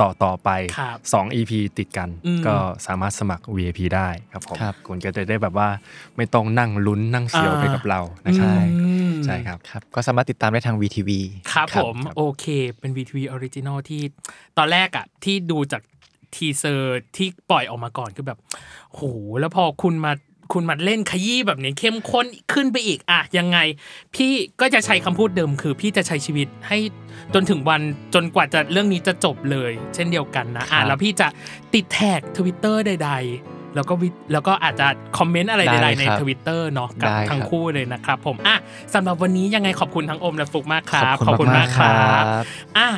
[SPEAKER 3] ต่อต่อๆไป
[SPEAKER 2] ครับ
[SPEAKER 3] 2 EP ติดกัน
[SPEAKER 2] อืม
[SPEAKER 3] ก็สามารถสมัคร VIP ได้ครับผม
[SPEAKER 4] ครับ
[SPEAKER 3] คุณก็จะได้แบบว่าไม่ต้องนั่งลุ้นนั่งเสียว
[SPEAKER 2] อ่า
[SPEAKER 3] ไปกับเรานะครับ
[SPEAKER 2] อืม
[SPEAKER 3] ใช่ครับ
[SPEAKER 4] ครับ ก็สามารถติดตามได้ทาง VTV
[SPEAKER 2] ครับผม
[SPEAKER 3] ครับ
[SPEAKER 2] โอเคเป็น VTV Original ที่ตอนแรกอะที่ดูจากทีเซอร์ที่ปล่อยออกมาก่อนคือแบบโหแล้วพอคุณมา คุณมาเล่นขยี้แบบนี้เข้มข้นขึ้นไปอีกอะยังไง พี่ก็จะใช้คำพูดเดิมคือ พี่จะใช้ชีวิตให้จนถึงวันจนกว่าจะเรื่องนี้จะจบเลย เช่นเดียวกันนะ
[SPEAKER 3] ครั
[SPEAKER 2] อ่ะ
[SPEAKER 3] บ
[SPEAKER 2] แล้วพี่จะติดแท็กทวิตเตอร์ใด ๆ แล้วก็วิแล้วก็อาจจะคอมเมนต์อะไร
[SPEAKER 4] ได้
[SPEAKER 2] ใด
[SPEAKER 4] เลย
[SPEAKER 2] ๆใน
[SPEAKER 4] ครับ
[SPEAKER 2] ทวิตเตอร์เนาะกับ
[SPEAKER 4] ได้ครับ
[SPEAKER 2] ทั้งคู่เลยนะครับผมอ่ะสำหรับวันนี้ยังไงขอบคุณทั้งอมและฟลุกมากครับ
[SPEAKER 4] ขอบคุณมากครับ
[SPEAKER 2] อ่ะ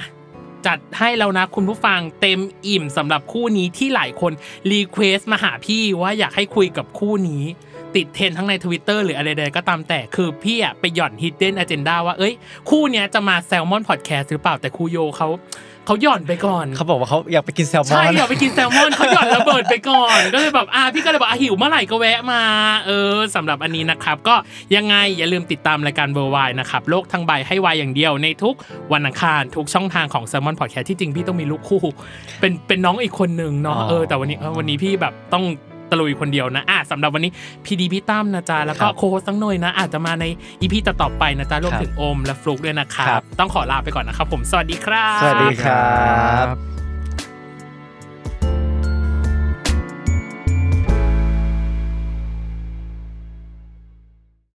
[SPEAKER 2] จัดให้แล้วนะคุณผู้ฟังเต็มอิ่มสำหรับคู่นี้ที่หลายคนรีเควสมาหาพี่ว่าอยากให้คุยกับคู่นี้ ติดเทรนด์ทั้งใน Twitter หรืออะไรใดก็ตามแต่คือพี่อะไปหย่อน Hidden Agenda ว่าเอ้ย คู่เนี้ยจะมาแซลมอนพอดแคสต์หรือเปล่าแต่ครูโยเขาเขาหย่อนไปก่อน
[SPEAKER 4] เขาบอกว่าเขาอยากไปกินแซลมอน
[SPEAKER 2] ใช่อยากไปกินแซลมอนเขาหย่อนระเบิดไปก่อน ก็เลยแบบอ่ะพี่ก็เลยบอกอ่ะหิวเมื่อไหร่ก็แวะมา เออสำหรับอันนี้นะครับ ก็ยังไงอย่าลืมติดตามรายการเบอร์ไวนะครับโลกทั้งใบให้วายอย่างเดียวในทุกวันอังคารทุกช่องทางของแซลมอนพอดแคสที่จริงพี่ต้องมีลูกคู่ เป็นเป็นน้องอีกคนนึงเนาะ
[SPEAKER 4] อ๋อ
[SPEAKER 2] เออแต่วันนี้เออวันนี้พี่แบบต้องตะลุยคนเดียวนะอ่ะสำหรับวันนี้พีดีพี่ตั้มนะจ๊ะแล้วก็
[SPEAKER 4] ครับ
[SPEAKER 2] โค้ชตั้งหน่อยนะ อาจจะมาในอีพีต่อๆไปนะจ๊ะรวม
[SPEAKER 4] ครับ
[SPEAKER 2] ถึงโอมและฟลุกด้วยนะครั
[SPEAKER 4] ครับ บ
[SPEAKER 2] ต้องขอลาไปก่อนนะครับผมสวัสดีครับ
[SPEAKER 4] สวัสดีครับ